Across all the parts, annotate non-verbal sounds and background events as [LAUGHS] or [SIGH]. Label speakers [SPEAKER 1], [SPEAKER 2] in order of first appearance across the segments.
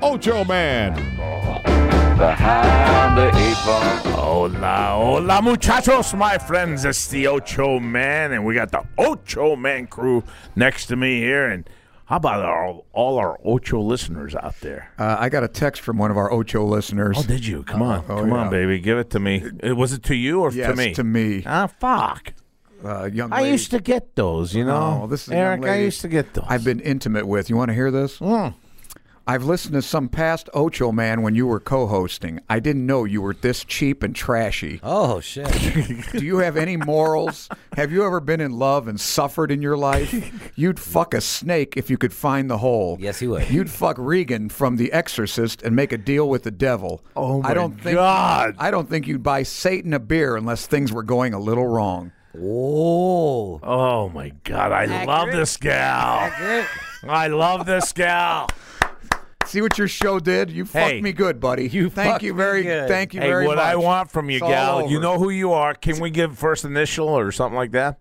[SPEAKER 1] Ocho Man.
[SPEAKER 2] Behind the eight ball.
[SPEAKER 3] Hola, hola, muchachos, my friends. It's the Ocho Man, and we got the Ocho Man crew next to me here. And how about our, all our Ocho listeners out there?
[SPEAKER 4] Uh, I got a text from one of our Ocho listeners.
[SPEAKER 3] Oh, did you? Come on,
[SPEAKER 4] Oh,
[SPEAKER 3] come on,
[SPEAKER 4] yeah.
[SPEAKER 3] baby, give it to me. Uh, Was it to you or
[SPEAKER 4] yes,
[SPEAKER 3] to me?
[SPEAKER 4] to me.
[SPEAKER 3] Ah, fuck.
[SPEAKER 4] Uh, young
[SPEAKER 3] I
[SPEAKER 4] lady.
[SPEAKER 3] used to get those, you know.
[SPEAKER 4] Oh, this is a young
[SPEAKER 3] Eric. I
[SPEAKER 4] lady
[SPEAKER 3] used to get those.
[SPEAKER 4] I've been intimate with. You want to hear this?
[SPEAKER 3] Mm.
[SPEAKER 4] I've listened to some past Ocho man when you were co-hosting. I didn't know you were this cheap and trashy.
[SPEAKER 5] Oh shit!
[SPEAKER 4] Do you have any morals? have you ever been in love and suffered in your life? You'd fuck a snake if you could find the hole.
[SPEAKER 5] Yes, he would.
[SPEAKER 4] You'd fuck Regan from The Exorcist and make a deal with the devil.
[SPEAKER 3] Oh, my
[SPEAKER 4] I don't think,
[SPEAKER 3] God.
[SPEAKER 4] I don't think you'd buy Satan a beer unless things were going a little wrong.
[SPEAKER 5] Whoa!
[SPEAKER 3] oh my god, I love this gal. I love this gal.
[SPEAKER 4] See what your show did? You
[SPEAKER 3] Hey,
[SPEAKER 4] fucked me good, buddy.
[SPEAKER 5] you
[SPEAKER 4] thank
[SPEAKER 5] fucked
[SPEAKER 4] you
[SPEAKER 5] me
[SPEAKER 4] very
[SPEAKER 5] good.
[SPEAKER 4] thank you
[SPEAKER 3] Hey,
[SPEAKER 4] very
[SPEAKER 3] what
[SPEAKER 4] much.
[SPEAKER 3] I want from you,
[SPEAKER 4] It's all
[SPEAKER 3] gal, you
[SPEAKER 4] over. [LAUGHS]
[SPEAKER 3] know who you are. Can we give first initial or something like that?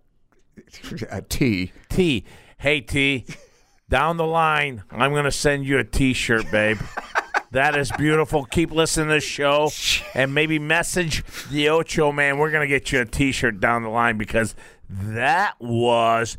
[SPEAKER 4] a T.
[SPEAKER 3] T. Hey, T. Down the line, I'm going to send you a t shirt, babe. that is beautiful. Keep listening to the show and maybe message the Ocho Man. We're going to get you a t shirt down the line because that was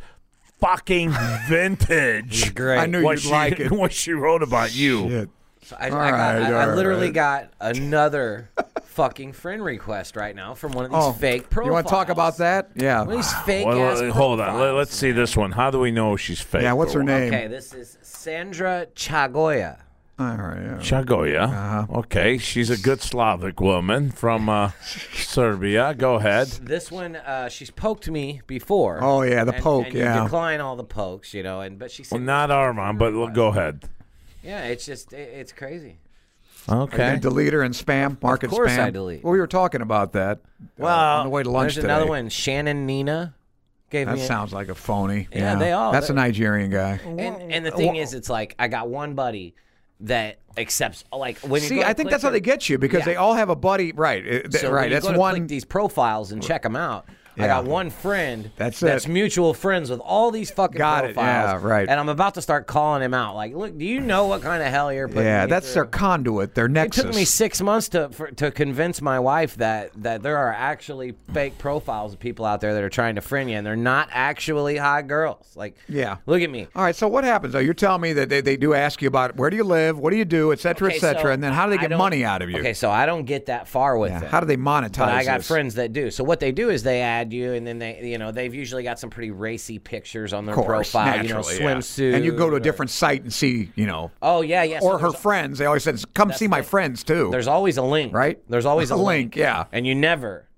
[SPEAKER 3] fucking vintage.
[SPEAKER 5] Great.
[SPEAKER 4] I knew
[SPEAKER 3] What
[SPEAKER 4] you'd
[SPEAKER 3] she, [LAUGHS]
[SPEAKER 4] like it.
[SPEAKER 3] what she wrote about you.
[SPEAKER 5] So I,
[SPEAKER 4] All
[SPEAKER 5] I, got,
[SPEAKER 4] right,
[SPEAKER 5] I, I
[SPEAKER 4] all
[SPEAKER 5] literally
[SPEAKER 4] right.
[SPEAKER 5] got another [LAUGHS] fucking friend request right now from one of these fake
[SPEAKER 4] Oh.
[SPEAKER 5] profiles.
[SPEAKER 4] You want to talk about that? Yeah.
[SPEAKER 5] One of these fake
[SPEAKER 3] Well,
[SPEAKER 5] ass
[SPEAKER 3] hold on. Let,
[SPEAKER 5] profiles.
[SPEAKER 3] us see this one. How do we know she's fake?
[SPEAKER 4] Yeah, what's her name?
[SPEAKER 5] Okay, this is Sandra Chagoya.
[SPEAKER 4] All right. yeah.
[SPEAKER 3] Chagoya. Okay, she's a good Slavic woman from uh, Serbia. Go ahead.
[SPEAKER 5] This one, uh, she's poked me before.
[SPEAKER 4] Oh, yeah, the
[SPEAKER 5] and-
[SPEAKER 4] poke,
[SPEAKER 5] and you
[SPEAKER 4] yeah.
[SPEAKER 5] decline all the pokes, you know. And but she said,
[SPEAKER 3] Well, not Armand, but l- go ahead.
[SPEAKER 5] yeah, it's just it, it's crazy.
[SPEAKER 3] Okay.
[SPEAKER 4] And delete her and spam, market
[SPEAKER 5] course
[SPEAKER 4] spam.
[SPEAKER 5] I delete.
[SPEAKER 4] Well, we were talking about that. uh, on the way to lunch
[SPEAKER 5] There's
[SPEAKER 4] today.
[SPEAKER 5] another one. Shannon Nina gave
[SPEAKER 4] That
[SPEAKER 5] me. a-
[SPEAKER 4] sounds like a phony.
[SPEAKER 5] Yeah, they all-
[SPEAKER 4] That's a
[SPEAKER 5] they-
[SPEAKER 4] Nigerian guy.
[SPEAKER 5] And
[SPEAKER 4] Uh,
[SPEAKER 5] and the thing is, it's like I got one buddy that accepts like when you
[SPEAKER 4] See,
[SPEAKER 5] go to
[SPEAKER 4] I think that's
[SPEAKER 5] click
[SPEAKER 4] how they
[SPEAKER 5] their-
[SPEAKER 4] get you because
[SPEAKER 5] Yeah.
[SPEAKER 4] they all have a buddy. Right. it- th-
[SPEAKER 5] So when
[SPEAKER 4] right.
[SPEAKER 5] you
[SPEAKER 4] That's
[SPEAKER 5] go to
[SPEAKER 4] one.
[SPEAKER 5] click these profiles and check them out. I
[SPEAKER 4] Yeah.
[SPEAKER 5] got one friend
[SPEAKER 4] That's
[SPEAKER 5] that's
[SPEAKER 4] it.
[SPEAKER 5] mutual friends with all these fucking
[SPEAKER 4] Got it,
[SPEAKER 5] profiles.
[SPEAKER 4] yeah, right.
[SPEAKER 5] And I'm about to start calling him out. Like, look, do you know what kind of hell you're putting?
[SPEAKER 4] yeah,
[SPEAKER 5] me
[SPEAKER 4] that's
[SPEAKER 5] through?
[SPEAKER 4] their conduit, their
[SPEAKER 5] It
[SPEAKER 4] nexus.
[SPEAKER 5] took me six months to for, to convince my wife that that there are actually fake profiles of people out there that are trying to friend you, and they're not actually hot girls. Like,
[SPEAKER 4] Yeah.
[SPEAKER 5] look at me.
[SPEAKER 4] All right, so what happens though? You're telling me that they, they do ask you about where do you live, what do you do, et cetera, et
[SPEAKER 5] Okay,
[SPEAKER 4] cetera,
[SPEAKER 5] so
[SPEAKER 4] and then how do they
[SPEAKER 5] I
[SPEAKER 4] get
[SPEAKER 5] don't-
[SPEAKER 4] money out of you?
[SPEAKER 5] Okay, so I don't get that far with
[SPEAKER 4] Yeah,
[SPEAKER 5] it.
[SPEAKER 4] How do they monetize?
[SPEAKER 5] But I got
[SPEAKER 4] this?
[SPEAKER 5] friends that do. So what they do is they add you, and then they, you know, they've usually got some pretty racy pictures on their
[SPEAKER 4] Of course,
[SPEAKER 5] profile. You know,
[SPEAKER 4] naturally, yeah.
[SPEAKER 5] swimsuit.
[SPEAKER 4] and you go to
[SPEAKER 5] or-
[SPEAKER 4] a different site and see, you know,
[SPEAKER 5] Oh yeah, yeah. so
[SPEAKER 4] or her
[SPEAKER 5] there's-
[SPEAKER 4] friends. They always said, "Come see my friends too."
[SPEAKER 5] There's always a link,
[SPEAKER 4] Right?
[SPEAKER 5] There's always a,
[SPEAKER 4] [LAUGHS] A link, yeah.
[SPEAKER 5] And you never,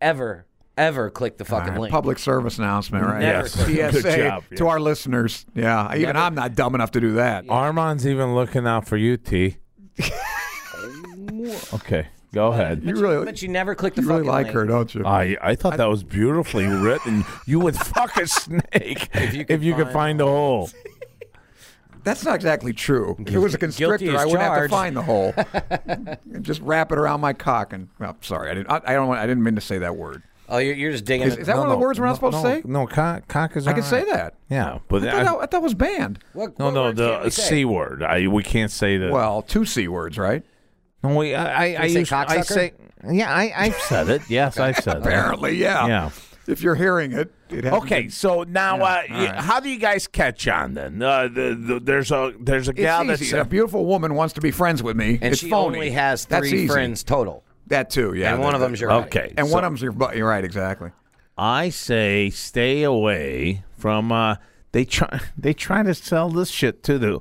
[SPEAKER 5] ever, ever click the fucking
[SPEAKER 4] All right,
[SPEAKER 5] link.
[SPEAKER 4] Public service announcement, right?
[SPEAKER 5] Never
[SPEAKER 3] Yes. click. Good
[SPEAKER 4] PSA
[SPEAKER 3] job,
[SPEAKER 4] to
[SPEAKER 3] yeah.
[SPEAKER 4] our listeners. Yeah, even I'm not dumb enough to do that.
[SPEAKER 3] Armand's even looking out for you, T. okay, go ahead.
[SPEAKER 4] You really,
[SPEAKER 5] but you never click the
[SPEAKER 4] you really
[SPEAKER 5] fucking
[SPEAKER 4] like
[SPEAKER 5] link.
[SPEAKER 4] her, don't you?
[SPEAKER 3] I, I thought that was beautifully written. You would fuck a snake if you could, find, a hole.
[SPEAKER 4] That's not exactly true. If it was a
[SPEAKER 5] as
[SPEAKER 4] constrictor, I would have to
[SPEAKER 5] charged.
[SPEAKER 4] find the hole. [LAUGHS]
[SPEAKER 5] [LAUGHS]
[SPEAKER 4] Just wrap it around my cock and. Well, sorry, I didn't. I, I don't. want- I didn't mean to say that word.
[SPEAKER 5] Oh, you're, you're just digging.
[SPEAKER 4] Is,
[SPEAKER 5] it.
[SPEAKER 4] is that one of the words we're not supposed to say?
[SPEAKER 3] No, cock, cock is
[SPEAKER 4] I can say that.
[SPEAKER 3] Yeah, but
[SPEAKER 4] I
[SPEAKER 3] I-
[SPEAKER 4] thought, that, I thought was banned.
[SPEAKER 5] What-
[SPEAKER 3] no,
[SPEAKER 5] what
[SPEAKER 3] no,
[SPEAKER 5] words can't
[SPEAKER 3] the
[SPEAKER 5] we say?
[SPEAKER 3] C word. I, we can't say that.
[SPEAKER 4] Well, two c words, right?
[SPEAKER 3] no, we, I, I, I,
[SPEAKER 5] say
[SPEAKER 3] used- I
[SPEAKER 5] cocksucker?
[SPEAKER 3] say, yeah, I, I've said it. Yes, I've
[SPEAKER 4] [LAUGHS]
[SPEAKER 3] said it.
[SPEAKER 4] Apparently, yeah.
[SPEAKER 3] Yeah.
[SPEAKER 4] If you're hearing it, it hasn't
[SPEAKER 3] Okay,
[SPEAKER 4] been-
[SPEAKER 3] so now, uh, y- how do you guys catch on then? Uh, the, the, there's a there's a
[SPEAKER 4] It's
[SPEAKER 3] gal
[SPEAKER 4] easy.
[SPEAKER 3] that's uh,
[SPEAKER 4] a beautiful woman wants to be friends with me.
[SPEAKER 5] And
[SPEAKER 4] it's
[SPEAKER 5] she
[SPEAKER 4] phony.
[SPEAKER 5] only has
[SPEAKER 4] That's
[SPEAKER 5] three
[SPEAKER 4] easy.
[SPEAKER 5] friends total,
[SPEAKER 4] That too, yeah.
[SPEAKER 5] and one
[SPEAKER 4] that-
[SPEAKER 5] of them's your buddy.
[SPEAKER 3] okay.
[SPEAKER 4] And
[SPEAKER 3] so
[SPEAKER 4] one of them's your buddy. You're right, exactly.
[SPEAKER 3] I say stay away from. Uh, they try [LAUGHS] they try to sell this shit to the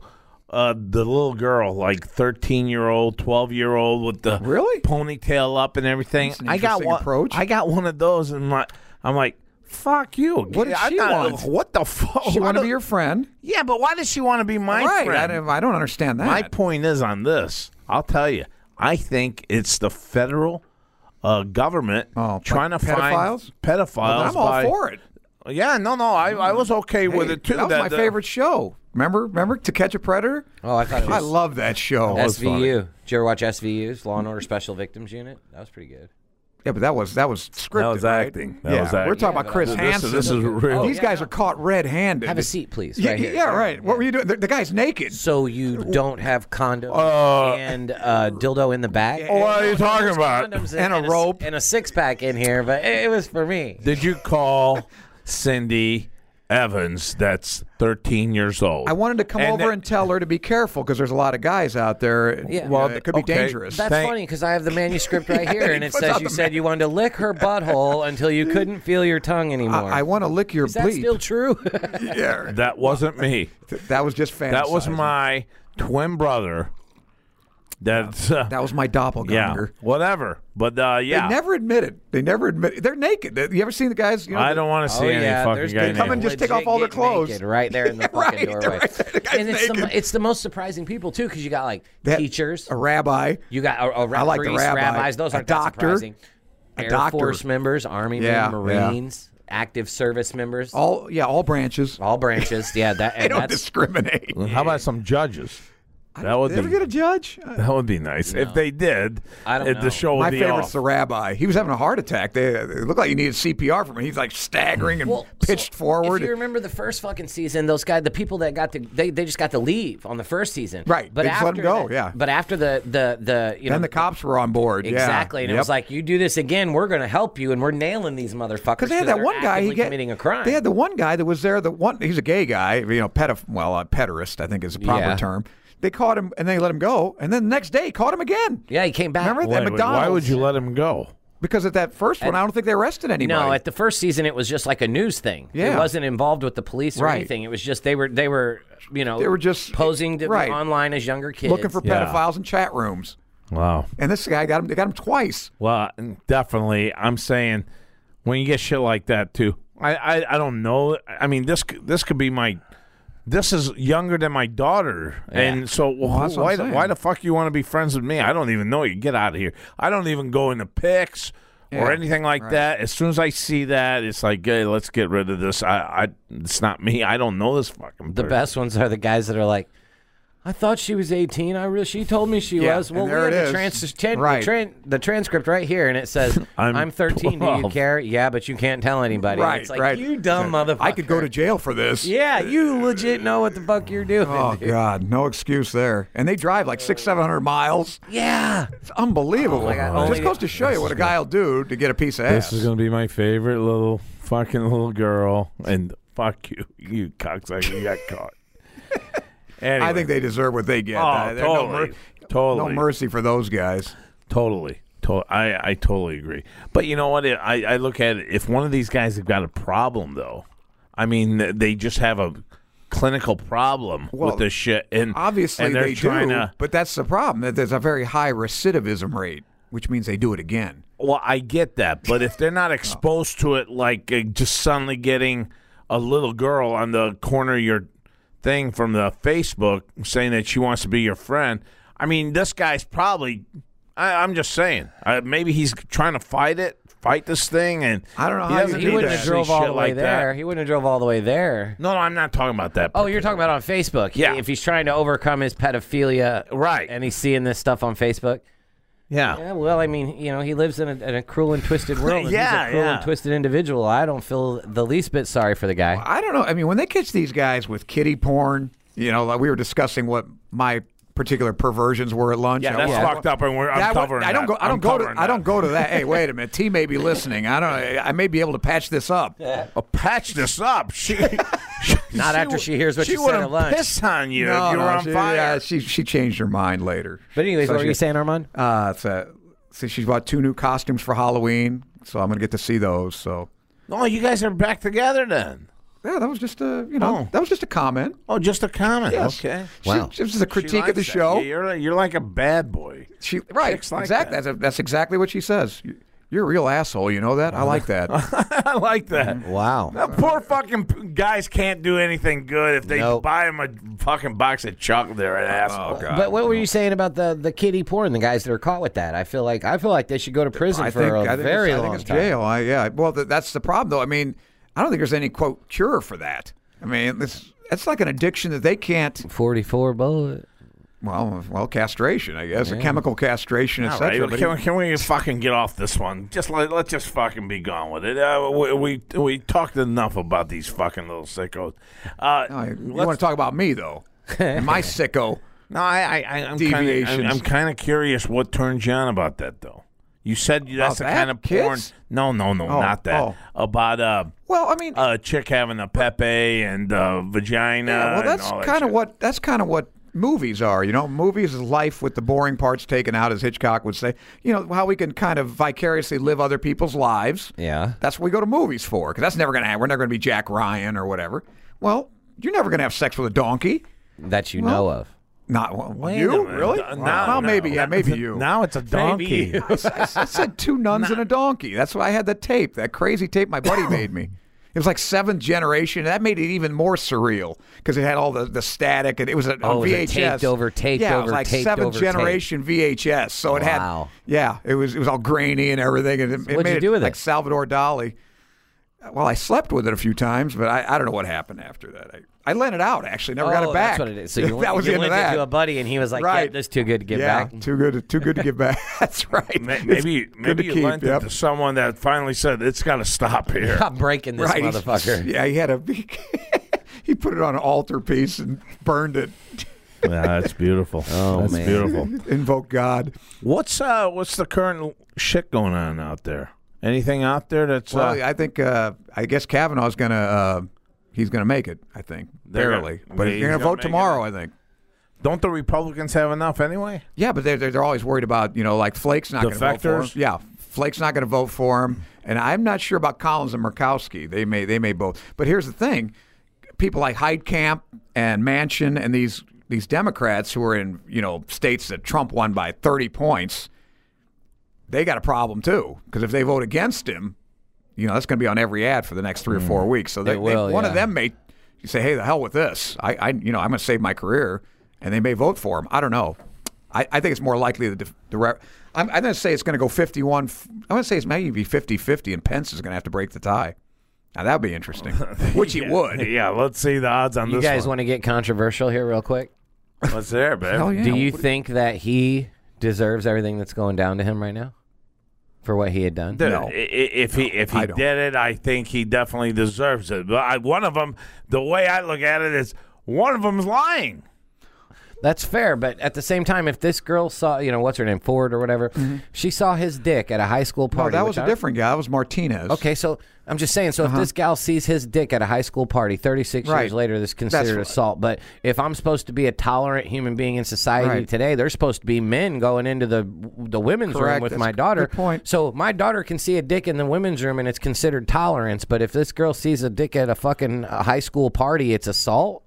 [SPEAKER 3] uh, the little girl, like thirteen year old, twelve year old with the
[SPEAKER 4] Really?
[SPEAKER 3] ponytail up and everything.
[SPEAKER 4] an
[SPEAKER 3] I got
[SPEAKER 4] interesting
[SPEAKER 3] one.
[SPEAKER 4] approach.
[SPEAKER 3] I got one of those, and my, I'm like. Fuck you! What
[SPEAKER 4] did she want?
[SPEAKER 3] What the fuck?
[SPEAKER 4] She
[SPEAKER 3] Why
[SPEAKER 4] want to
[SPEAKER 3] the-
[SPEAKER 4] be your friend,
[SPEAKER 3] Yeah, but why does she want to be Oh, my
[SPEAKER 4] right?
[SPEAKER 3] friend?
[SPEAKER 4] I don't, I don't understand that.
[SPEAKER 3] My point is on this. I'll tell you, I think it's the federal uh, government
[SPEAKER 4] Oh, like
[SPEAKER 3] trying to
[SPEAKER 4] pedophiles?
[SPEAKER 3] find pedophiles.
[SPEAKER 4] I'm all
[SPEAKER 3] by-
[SPEAKER 4] for it.
[SPEAKER 3] Yeah, no, no, I, I was okay with
[SPEAKER 4] Hey,
[SPEAKER 3] it too. uh,
[SPEAKER 4] That was my
[SPEAKER 3] the-
[SPEAKER 4] favorite show. Remember, remember To Catch a Predator.
[SPEAKER 5] Oh, I thought it
[SPEAKER 4] I
[SPEAKER 5] was
[SPEAKER 4] love that show.
[SPEAKER 5] SVU. Did you ever watch SVU's Law and Order Special Victims Unit? That was pretty good.
[SPEAKER 4] Yeah, but that was that was scripted.
[SPEAKER 3] That was
[SPEAKER 4] right?
[SPEAKER 3] acting. That
[SPEAKER 4] yeah,
[SPEAKER 3] was
[SPEAKER 4] we're
[SPEAKER 3] acting.
[SPEAKER 4] talking
[SPEAKER 5] Yeah,
[SPEAKER 4] about Chris
[SPEAKER 5] but
[SPEAKER 3] this is- Oh,
[SPEAKER 4] Hansen.
[SPEAKER 3] this is real.
[SPEAKER 4] These guys are caught red-handed.
[SPEAKER 5] Have a seat, please.
[SPEAKER 4] Yeah,
[SPEAKER 5] right here.
[SPEAKER 4] yeah, right. What were you doing? The, the guy's naked.
[SPEAKER 5] So you don't have condom and uh, dildo in the back?
[SPEAKER 4] Oh,
[SPEAKER 3] What are you talking about?
[SPEAKER 5] Condoms
[SPEAKER 4] And a
[SPEAKER 5] s-
[SPEAKER 4] rope.
[SPEAKER 5] and a six pack in here, but it, it was for me.
[SPEAKER 3] Did you call Cindy Evans? That's 13 years old.
[SPEAKER 4] I wanted to come over and tell her to be careful because there's a lot of guys out there. Yeah,
[SPEAKER 5] Yeah. Well,
[SPEAKER 4] well, it could be
[SPEAKER 3] okay.
[SPEAKER 4] dangerous.
[SPEAKER 5] That's
[SPEAKER 3] Thank-
[SPEAKER 5] funny because I have the manuscript
[SPEAKER 4] [LAUGHS]
[SPEAKER 5] right here, and it
[SPEAKER 4] puts
[SPEAKER 5] says
[SPEAKER 4] out
[SPEAKER 5] you
[SPEAKER 4] the
[SPEAKER 5] said you wanted to lick her butthole
[SPEAKER 4] [LAUGHS]
[SPEAKER 5] until you couldn't feel your tongue anymore.
[SPEAKER 4] I, I want to lick your
[SPEAKER 5] Is that
[SPEAKER 3] [LAUGHS]
[SPEAKER 4] bleep. [LAUGHS]
[SPEAKER 5] still true? [LAUGHS]
[SPEAKER 4] yeah,
[SPEAKER 3] That wasn't me.
[SPEAKER 4] that was just fantasy.
[SPEAKER 3] That was my twin brother. That's uh,
[SPEAKER 4] That was my
[SPEAKER 3] yeah,
[SPEAKER 4] doppelganger.
[SPEAKER 3] whatever. But uh, yeah,
[SPEAKER 4] They never admit it. They never admit. They're naked. You ever seen the guys? You know, Oh,
[SPEAKER 3] I don't want to see any fucking
[SPEAKER 5] Oh, there's
[SPEAKER 3] guy.
[SPEAKER 5] people
[SPEAKER 4] Come
[SPEAKER 3] naked.
[SPEAKER 4] and just take off
[SPEAKER 5] legit
[SPEAKER 4] all their
[SPEAKER 5] getting
[SPEAKER 4] clothes.
[SPEAKER 5] naked right there
[SPEAKER 4] [LAUGHS]
[SPEAKER 5] in the
[SPEAKER 4] Right,
[SPEAKER 5] fucking
[SPEAKER 4] they're
[SPEAKER 5] doorway.
[SPEAKER 4] right there, the guy's
[SPEAKER 5] and it's the, mo-
[SPEAKER 4] naked.
[SPEAKER 5] it's the most surprising people too, because you got like
[SPEAKER 4] That-
[SPEAKER 5] teachers,
[SPEAKER 4] a rabbi.
[SPEAKER 5] you got a, a
[SPEAKER 4] I like the
[SPEAKER 5] priest,
[SPEAKER 4] rabbi.
[SPEAKER 5] rabbis, those
[SPEAKER 4] A
[SPEAKER 5] aren't that
[SPEAKER 4] doctor.
[SPEAKER 5] surprising. Air
[SPEAKER 4] doctor.
[SPEAKER 5] Force members, Army
[SPEAKER 4] Yeah,
[SPEAKER 5] men,
[SPEAKER 4] yeah.
[SPEAKER 5] Marines, active service members, all,
[SPEAKER 4] All yeah, all branches.
[SPEAKER 5] branches.
[SPEAKER 4] [LAUGHS]
[SPEAKER 5] Yeah, that
[SPEAKER 4] They
[SPEAKER 5] and
[SPEAKER 4] don't
[SPEAKER 5] that's
[SPEAKER 4] discriminate.
[SPEAKER 3] How about some judges? Mm-hmm. That would
[SPEAKER 4] Did they ever
[SPEAKER 3] be
[SPEAKER 4] get a judge? Uh,
[SPEAKER 3] that would be nice if they did.
[SPEAKER 5] I don't
[SPEAKER 3] it-
[SPEAKER 5] know.
[SPEAKER 3] The show would
[SPEAKER 4] My
[SPEAKER 3] be
[SPEAKER 4] favorite's
[SPEAKER 3] off.
[SPEAKER 4] the rabbi. He was having a heart attack. They, it looked like he needed CPR from him. He's like staggering and
[SPEAKER 5] Well, so
[SPEAKER 4] pitched forward.
[SPEAKER 5] If you remember the first fucking season, those guys, the people that got to, they, they just got to leave on the first season.
[SPEAKER 4] Right.
[SPEAKER 5] But
[SPEAKER 4] They just
[SPEAKER 5] after
[SPEAKER 4] let 'em go,
[SPEAKER 5] the-
[SPEAKER 4] yeah.
[SPEAKER 5] But after the the the you know
[SPEAKER 4] then the cops were on board.
[SPEAKER 5] Exactly,
[SPEAKER 4] Yeah.
[SPEAKER 5] and it was like, you do this again, we're going to help you, and we're nailing these motherfuckers.
[SPEAKER 4] Because they had that
[SPEAKER 5] they're
[SPEAKER 4] one guy he
[SPEAKER 5] actively
[SPEAKER 4] get,
[SPEAKER 5] committing a crime.
[SPEAKER 4] They had the one guy that was there. The one he's a gay guy, you know, pedoph- well, uh, pederast I think is the proper
[SPEAKER 5] Yeah.
[SPEAKER 4] term. They caught him and they let him go, and then the next day caught him again.
[SPEAKER 5] yeah, he came back.
[SPEAKER 4] Remember
[SPEAKER 3] Wait,
[SPEAKER 4] at
[SPEAKER 3] wait,
[SPEAKER 4] McDonald's?
[SPEAKER 3] why would you let him go?
[SPEAKER 4] Because at that first one, I don't think they arrested anybody.
[SPEAKER 5] No, at the first season, it was just like a news thing. it
[SPEAKER 4] Yeah.
[SPEAKER 5] wasn't involved with the police or
[SPEAKER 4] Right.
[SPEAKER 5] anything. It was just they were they were you know
[SPEAKER 4] They were just-
[SPEAKER 5] posing to,
[SPEAKER 4] right.
[SPEAKER 5] online as younger kids,
[SPEAKER 4] looking for
[SPEAKER 3] Yeah.
[SPEAKER 4] pedophiles in chat rooms,
[SPEAKER 3] Wow.
[SPEAKER 4] and this guy got him. They got him twice.
[SPEAKER 3] Well, definitely. I'm saying when you get shit like that too. I, I, I don't know. I mean this c- this could be my this is younger than my daughter, and so wh-
[SPEAKER 4] that's what
[SPEAKER 3] why
[SPEAKER 4] I'm
[SPEAKER 3] the-
[SPEAKER 4] saying.
[SPEAKER 3] why the fuck you want to be friends with me? I don't even know you. Get out of here. I don't even go into pics or
[SPEAKER 4] Yeah,
[SPEAKER 3] anything like that. As soon as I see that, it's like, hey, let's get rid of this. I, I it's not me. I don't know this fucking.
[SPEAKER 5] The
[SPEAKER 3] person.
[SPEAKER 5] best ones are the guys that are like, I thought she was 18. I really, she told me she
[SPEAKER 4] Yeah,
[SPEAKER 5] was.
[SPEAKER 4] and
[SPEAKER 5] Well, we
[SPEAKER 4] there
[SPEAKER 5] have
[SPEAKER 4] it
[SPEAKER 5] the,
[SPEAKER 4] is.
[SPEAKER 5] trans- ten-
[SPEAKER 4] Right.
[SPEAKER 5] the, tran- the transcript right here, and
[SPEAKER 4] [LAUGHS]
[SPEAKER 5] it says, I'm,
[SPEAKER 3] I'm
[SPEAKER 5] 13. Do you
[SPEAKER 3] 12."
[SPEAKER 5] care? Yeah, but you can't tell anybody. And
[SPEAKER 4] Right,
[SPEAKER 5] it's like,
[SPEAKER 4] right.
[SPEAKER 5] you dumb motherfucker.
[SPEAKER 4] I could go to jail for this.
[SPEAKER 5] Yeah, you legit know what the fuck you're doing.
[SPEAKER 4] Oh
[SPEAKER 5] dude.
[SPEAKER 4] God, no excuse there. And they drive like six, seven hundred miles.
[SPEAKER 5] Yeah.
[SPEAKER 4] It's unbelievable.
[SPEAKER 5] Oh, God.
[SPEAKER 4] Just
[SPEAKER 5] Only-
[SPEAKER 4] goes to show you what a guy will do to get a piece of ass.
[SPEAKER 3] This is gonna be my favorite little fucking little girl, and fuck you, you cocksucker, you got caught. Anyway.
[SPEAKER 4] [LAUGHS] I think they deserve what they get.
[SPEAKER 3] Oh,
[SPEAKER 4] Uh, there's no mer-
[SPEAKER 3] totally, totally,
[SPEAKER 4] No mercy for those guys.
[SPEAKER 3] totally, to- I, I totally agree. But you know what? I, I look at it. If one of these guys have got a problem, though, I mean, th- they just have a clinical problem
[SPEAKER 4] Well,
[SPEAKER 3] with this shit, and
[SPEAKER 4] Obviously,
[SPEAKER 3] and they're
[SPEAKER 4] they
[SPEAKER 3] trying
[SPEAKER 4] do,
[SPEAKER 3] to.
[SPEAKER 4] but that's the problem. That there's a very high recidivism rate, which means they do it again.
[SPEAKER 3] Well, I get that, but if they're
[SPEAKER 4] [LAUGHS]
[SPEAKER 3] not exposed to it, like uh, just suddenly getting a little girl on the corner of your thing from the Facebook saying that she wants to be your friend, I mean, this guy's probably. I, I'm just saying, uh, maybe he's trying to fight it, fight this thing, and
[SPEAKER 4] I don't know
[SPEAKER 3] He
[SPEAKER 4] how
[SPEAKER 3] doesn't
[SPEAKER 4] you
[SPEAKER 5] He
[SPEAKER 4] do
[SPEAKER 3] need
[SPEAKER 4] that.
[SPEAKER 5] wouldn't
[SPEAKER 3] to
[SPEAKER 5] have
[SPEAKER 3] see
[SPEAKER 5] drove all
[SPEAKER 3] shit
[SPEAKER 5] the way
[SPEAKER 3] like that.
[SPEAKER 5] there. He wouldn't have drove all the way there.
[SPEAKER 3] No, no, I'm not talking about that.
[SPEAKER 5] Oh, you're talking about on Facebook.
[SPEAKER 3] Yeah.
[SPEAKER 5] If he's trying to overcome his pedophilia.
[SPEAKER 3] Right.
[SPEAKER 5] And he's seeing this stuff on Facebook.
[SPEAKER 3] yeah.
[SPEAKER 5] Yeah, well, I mean, you know, he lives in a, in a cruel and twisted world.
[SPEAKER 4] [LAUGHS]
[SPEAKER 5] And he's
[SPEAKER 3] Yeah,
[SPEAKER 5] a cruel
[SPEAKER 3] yeah.
[SPEAKER 5] and twisted individual. I don't feel the least bit sorry for the guy.
[SPEAKER 4] I don't know. I mean, when they catch these guys with kitty porn, you know, like we were discussing what my particular perversions were at lunch.
[SPEAKER 3] Yeah,
[SPEAKER 4] I
[SPEAKER 3] that's
[SPEAKER 4] won't-
[SPEAKER 3] fucked up, and we're, I'm
[SPEAKER 4] That wa-
[SPEAKER 3] covering.
[SPEAKER 4] I
[SPEAKER 3] that.
[SPEAKER 4] don't go. I don't
[SPEAKER 3] I'm
[SPEAKER 4] go to.
[SPEAKER 3] covering
[SPEAKER 4] I don't
[SPEAKER 3] that.
[SPEAKER 4] go to that. Hey, wait a minute. T may be listening. I don't. I may be able to patch this up.
[SPEAKER 3] Uh, patch this up. She,
[SPEAKER 5] [LAUGHS] Not after
[SPEAKER 3] would-
[SPEAKER 5] she hears what
[SPEAKER 3] she
[SPEAKER 5] you said at
[SPEAKER 3] would've
[SPEAKER 5] lunch.
[SPEAKER 3] Piss on you.
[SPEAKER 4] No,
[SPEAKER 3] if you were
[SPEAKER 4] no,
[SPEAKER 3] on
[SPEAKER 4] she,
[SPEAKER 3] fire.
[SPEAKER 4] yeah, she she changed her mind later.
[SPEAKER 5] But anyways,
[SPEAKER 4] So
[SPEAKER 5] what were
[SPEAKER 4] she-
[SPEAKER 5] you saying, Armand?
[SPEAKER 4] Uh, it's a, so she's bought two new costumes for Halloween, so I'm gonna get to see those. So
[SPEAKER 3] Oh, you guys are back together then.
[SPEAKER 4] yeah, that was just a you know
[SPEAKER 3] Oh.
[SPEAKER 4] that was just a comment.
[SPEAKER 3] Oh, just a comment.
[SPEAKER 4] Yes.
[SPEAKER 3] Okay.
[SPEAKER 4] She- she- this is a critique of the show.
[SPEAKER 3] You're, you're like a bad boy. [LAUGHS]
[SPEAKER 4] She right
[SPEAKER 3] Chicks like
[SPEAKER 4] exactly
[SPEAKER 3] that.
[SPEAKER 4] that's, that's exactly what she says. You- You're a real asshole. You know that? I like that.
[SPEAKER 3] I like that.
[SPEAKER 5] Mm-hmm. Wow.
[SPEAKER 3] Now, poor fucking p- guys can't do anything good if they
[SPEAKER 5] Nope. Oh,
[SPEAKER 3] buy them a fucking box of chocolate. They're an asshole.
[SPEAKER 5] But what were you saying about the the kitty porn? The guys that are caught with that. I feel like I feel like they should go to prison
[SPEAKER 4] I
[SPEAKER 5] for
[SPEAKER 4] think,
[SPEAKER 5] a
[SPEAKER 4] I think
[SPEAKER 5] very
[SPEAKER 4] it's, I
[SPEAKER 5] long
[SPEAKER 4] think it's
[SPEAKER 5] time.
[SPEAKER 4] jail. I, yeah. Well, th- that's the problem, though. I mean, I don't think there's any quote cure for that. I mean, it's it's like an addiction that they can't.
[SPEAKER 5] Forty four bullet.
[SPEAKER 4] Well, well, castration, I guess, a chemical castration,
[SPEAKER 3] All right,
[SPEAKER 4] etc.
[SPEAKER 3] can, we- can we fucking get off this one? Just let, let's just fucking be gone with it. Uh, we, we we talked enough about these fucking little sickos. Uh,
[SPEAKER 4] you
[SPEAKER 3] let's-
[SPEAKER 4] want to talk about me though? and my sicko.
[SPEAKER 3] No, I, I, I I'm kind of,
[SPEAKER 4] Deviations.
[SPEAKER 3] I'm kind of curious what turns you on about that though. You said that's the
[SPEAKER 4] that?
[SPEAKER 3] kind of porn.
[SPEAKER 4] Kids?
[SPEAKER 3] No, no, no,
[SPEAKER 4] Oh,
[SPEAKER 3] not that.
[SPEAKER 4] oh.
[SPEAKER 3] About uh,
[SPEAKER 4] Well, I mean,
[SPEAKER 3] a chick having a pepe and uh, vagina.
[SPEAKER 4] yeah, well,
[SPEAKER 3] and
[SPEAKER 4] that's
[SPEAKER 3] all that
[SPEAKER 4] kind of
[SPEAKER 3] shit.
[SPEAKER 4] what that's kind of what movies are. You know, movies is life with the boring parts taken out, as Hitchcock would say. You know how we can kind of vicariously live other people's lives.
[SPEAKER 5] Yeah.
[SPEAKER 4] That's what we go to movies for, because that's never going to happen. We're never going to be Jack Ryan or whatever. Well, you're never going to have sex with a donkey.
[SPEAKER 5] That you know of.
[SPEAKER 4] Not well,
[SPEAKER 3] Wait a
[SPEAKER 4] you,
[SPEAKER 3] minute.
[SPEAKER 4] really?
[SPEAKER 3] Uh,
[SPEAKER 4] well,
[SPEAKER 3] no, no.
[SPEAKER 4] maybe, yeah,
[SPEAKER 3] [LAUGHS]
[SPEAKER 4] maybe you.
[SPEAKER 3] Now it's a donkey.
[SPEAKER 4] I, I said two nuns and a donkey. That's why I had the tape, that crazy tape my buddy made me. It was like seventh generation. That made it even more surreal because it had all the, the static and it was a,
[SPEAKER 5] Oh, it
[SPEAKER 4] on
[SPEAKER 5] was a
[SPEAKER 4] VHS.
[SPEAKER 5] taped over, taped
[SPEAKER 4] yeah, it
[SPEAKER 5] over,
[SPEAKER 4] was like
[SPEAKER 5] taped
[SPEAKER 4] seventh
[SPEAKER 5] over tape.
[SPEAKER 4] generation VHS. So it had
[SPEAKER 5] Wow.
[SPEAKER 4] yeah, it was it was all grainy and everything. And it, it
[SPEAKER 5] what'd
[SPEAKER 4] made
[SPEAKER 5] you do with it?
[SPEAKER 4] like Salvador Dali. Well, I slept with it a few times, but I, I don't know what happened after that. I, I lent it out actually, never got
[SPEAKER 5] Oh,
[SPEAKER 4] it back.
[SPEAKER 5] That's what it is. So
[SPEAKER 4] [LAUGHS]
[SPEAKER 5] you
[SPEAKER 4] that was
[SPEAKER 5] you
[SPEAKER 4] the end of
[SPEAKER 5] lent it
[SPEAKER 4] that.
[SPEAKER 5] to a buddy, and he was like,
[SPEAKER 4] Right.
[SPEAKER 5] "Yeah, this too good to give
[SPEAKER 4] yeah,
[SPEAKER 5] back." [LAUGHS]
[SPEAKER 4] too good, too good to give back. [LAUGHS] That's right.
[SPEAKER 3] Ma-
[SPEAKER 4] It's
[SPEAKER 3] Maybe
[SPEAKER 4] good
[SPEAKER 3] maybe
[SPEAKER 4] to
[SPEAKER 3] you
[SPEAKER 4] keep,
[SPEAKER 3] lent
[SPEAKER 4] yep.
[SPEAKER 3] it to someone that finally said it's got to [LAUGHS] stop
[SPEAKER 5] [LAUGHS]
[SPEAKER 3] here.
[SPEAKER 5] I'm breaking this
[SPEAKER 4] Right, he's- [LAUGHS]
[SPEAKER 5] motherfucker.
[SPEAKER 4] Yeah, he had a big. he put it on an altarpiece and burned it. [LAUGHS]
[SPEAKER 3] yeah, that's beautiful. [LAUGHS] Oh that's
[SPEAKER 5] man.
[SPEAKER 3] beautiful.
[SPEAKER 4] Invoke God.
[SPEAKER 3] What's uh what's the current shit going on out there? Anything out there that's
[SPEAKER 4] Well,
[SPEAKER 3] uh,
[SPEAKER 4] I think uh, I guess Kavanaugh's gonna. Uh, he's gonna make it. I think
[SPEAKER 3] They're gonna-
[SPEAKER 4] barely,
[SPEAKER 3] yeah,
[SPEAKER 4] but
[SPEAKER 3] he's
[SPEAKER 4] you're gonna,
[SPEAKER 3] gonna
[SPEAKER 4] vote
[SPEAKER 3] make it.
[SPEAKER 4] tomorrow. I think.
[SPEAKER 3] don't the Republicans have enough anyway?
[SPEAKER 4] Yeah, but they're, they're they're always worried about you know like Flake's not going to vote for him.
[SPEAKER 3] Defectors?
[SPEAKER 4] Yeah, Flake's not going to vote for him, and I'm not sure about Collins and Murkowski. They may they may both. But here's the thing: people like Heidkamp and Mansion and these these Democrats who are in you know states that Trump won by 30 points, they got a problem too because if they vote against him, you know that's going to be on every ad for the next three or four weeks. So they,
[SPEAKER 5] Mm. It will,
[SPEAKER 4] they, one of
[SPEAKER 5] yeah.
[SPEAKER 4] them may say, "Hey, the hell with this! I, I you know I'm going to save my career," and they may vote for him. I don't know. I, I think it's more likely that the, the rep- I'm, I'm going to say it's going to go 51. f- I'm going to say it's maybe be 50-50, and Pence is going to have to break the tie. Now that'd be
[SPEAKER 5] [LAUGHS]
[SPEAKER 4] interesting, [LAUGHS] which he would.
[SPEAKER 3] Yeah, let's see the odds on
[SPEAKER 5] You
[SPEAKER 3] this
[SPEAKER 5] guys
[SPEAKER 3] one.
[SPEAKER 5] want to get controversial here, real quick?
[SPEAKER 3] What's there, babe?
[SPEAKER 4] Hell yeah.
[SPEAKER 5] Do you think that he deserves everything that's going down to him right now for what he had done?
[SPEAKER 3] Dude,
[SPEAKER 4] No.
[SPEAKER 3] i- i- if he if
[SPEAKER 4] I
[SPEAKER 3] he
[SPEAKER 4] don't.
[SPEAKER 3] did it, I think he definitely deserves it. But I, one of them, the way I look at it is, one of them's lying.
[SPEAKER 5] That's fair, but at the same time, if this girl saw, you know, what's her name, Ford or whatever, she saw his dick at a high school
[SPEAKER 4] Mm-hmm. No,
[SPEAKER 5] party.
[SPEAKER 4] Oh, that
[SPEAKER 5] which
[SPEAKER 4] was a
[SPEAKER 5] I-
[SPEAKER 4] different guy. That was Martinez.
[SPEAKER 5] Okay, so I'm just saying. So if this gal sees his dick at a high school party 36
[SPEAKER 4] Uh-huh. Right.
[SPEAKER 5] years later, this is
[SPEAKER 4] That's
[SPEAKER 5] considered
[SPEAKER 4] what-
[SPEAKER 5] assault. But if I'm supposed to be a tolerant human being in society
[SPEAKER 4] Right.
[SPEAKER 5] today, there's supposed to be men going into the the women's
[SPEAKER 4] Correct.
[SPEAKER 5] room with
[SPEAKER 4] That's a
[SPEAKER 5] my
[SPEAKER 4] good
[SPEAKER 5] daughter.
[SPEAKER 4] point.
[SPEAKER 5] So my daughter can see a dick in the women's room and it's considered tolerance. But if this girl sees a dick at a fucking uh, high school party, it's assault.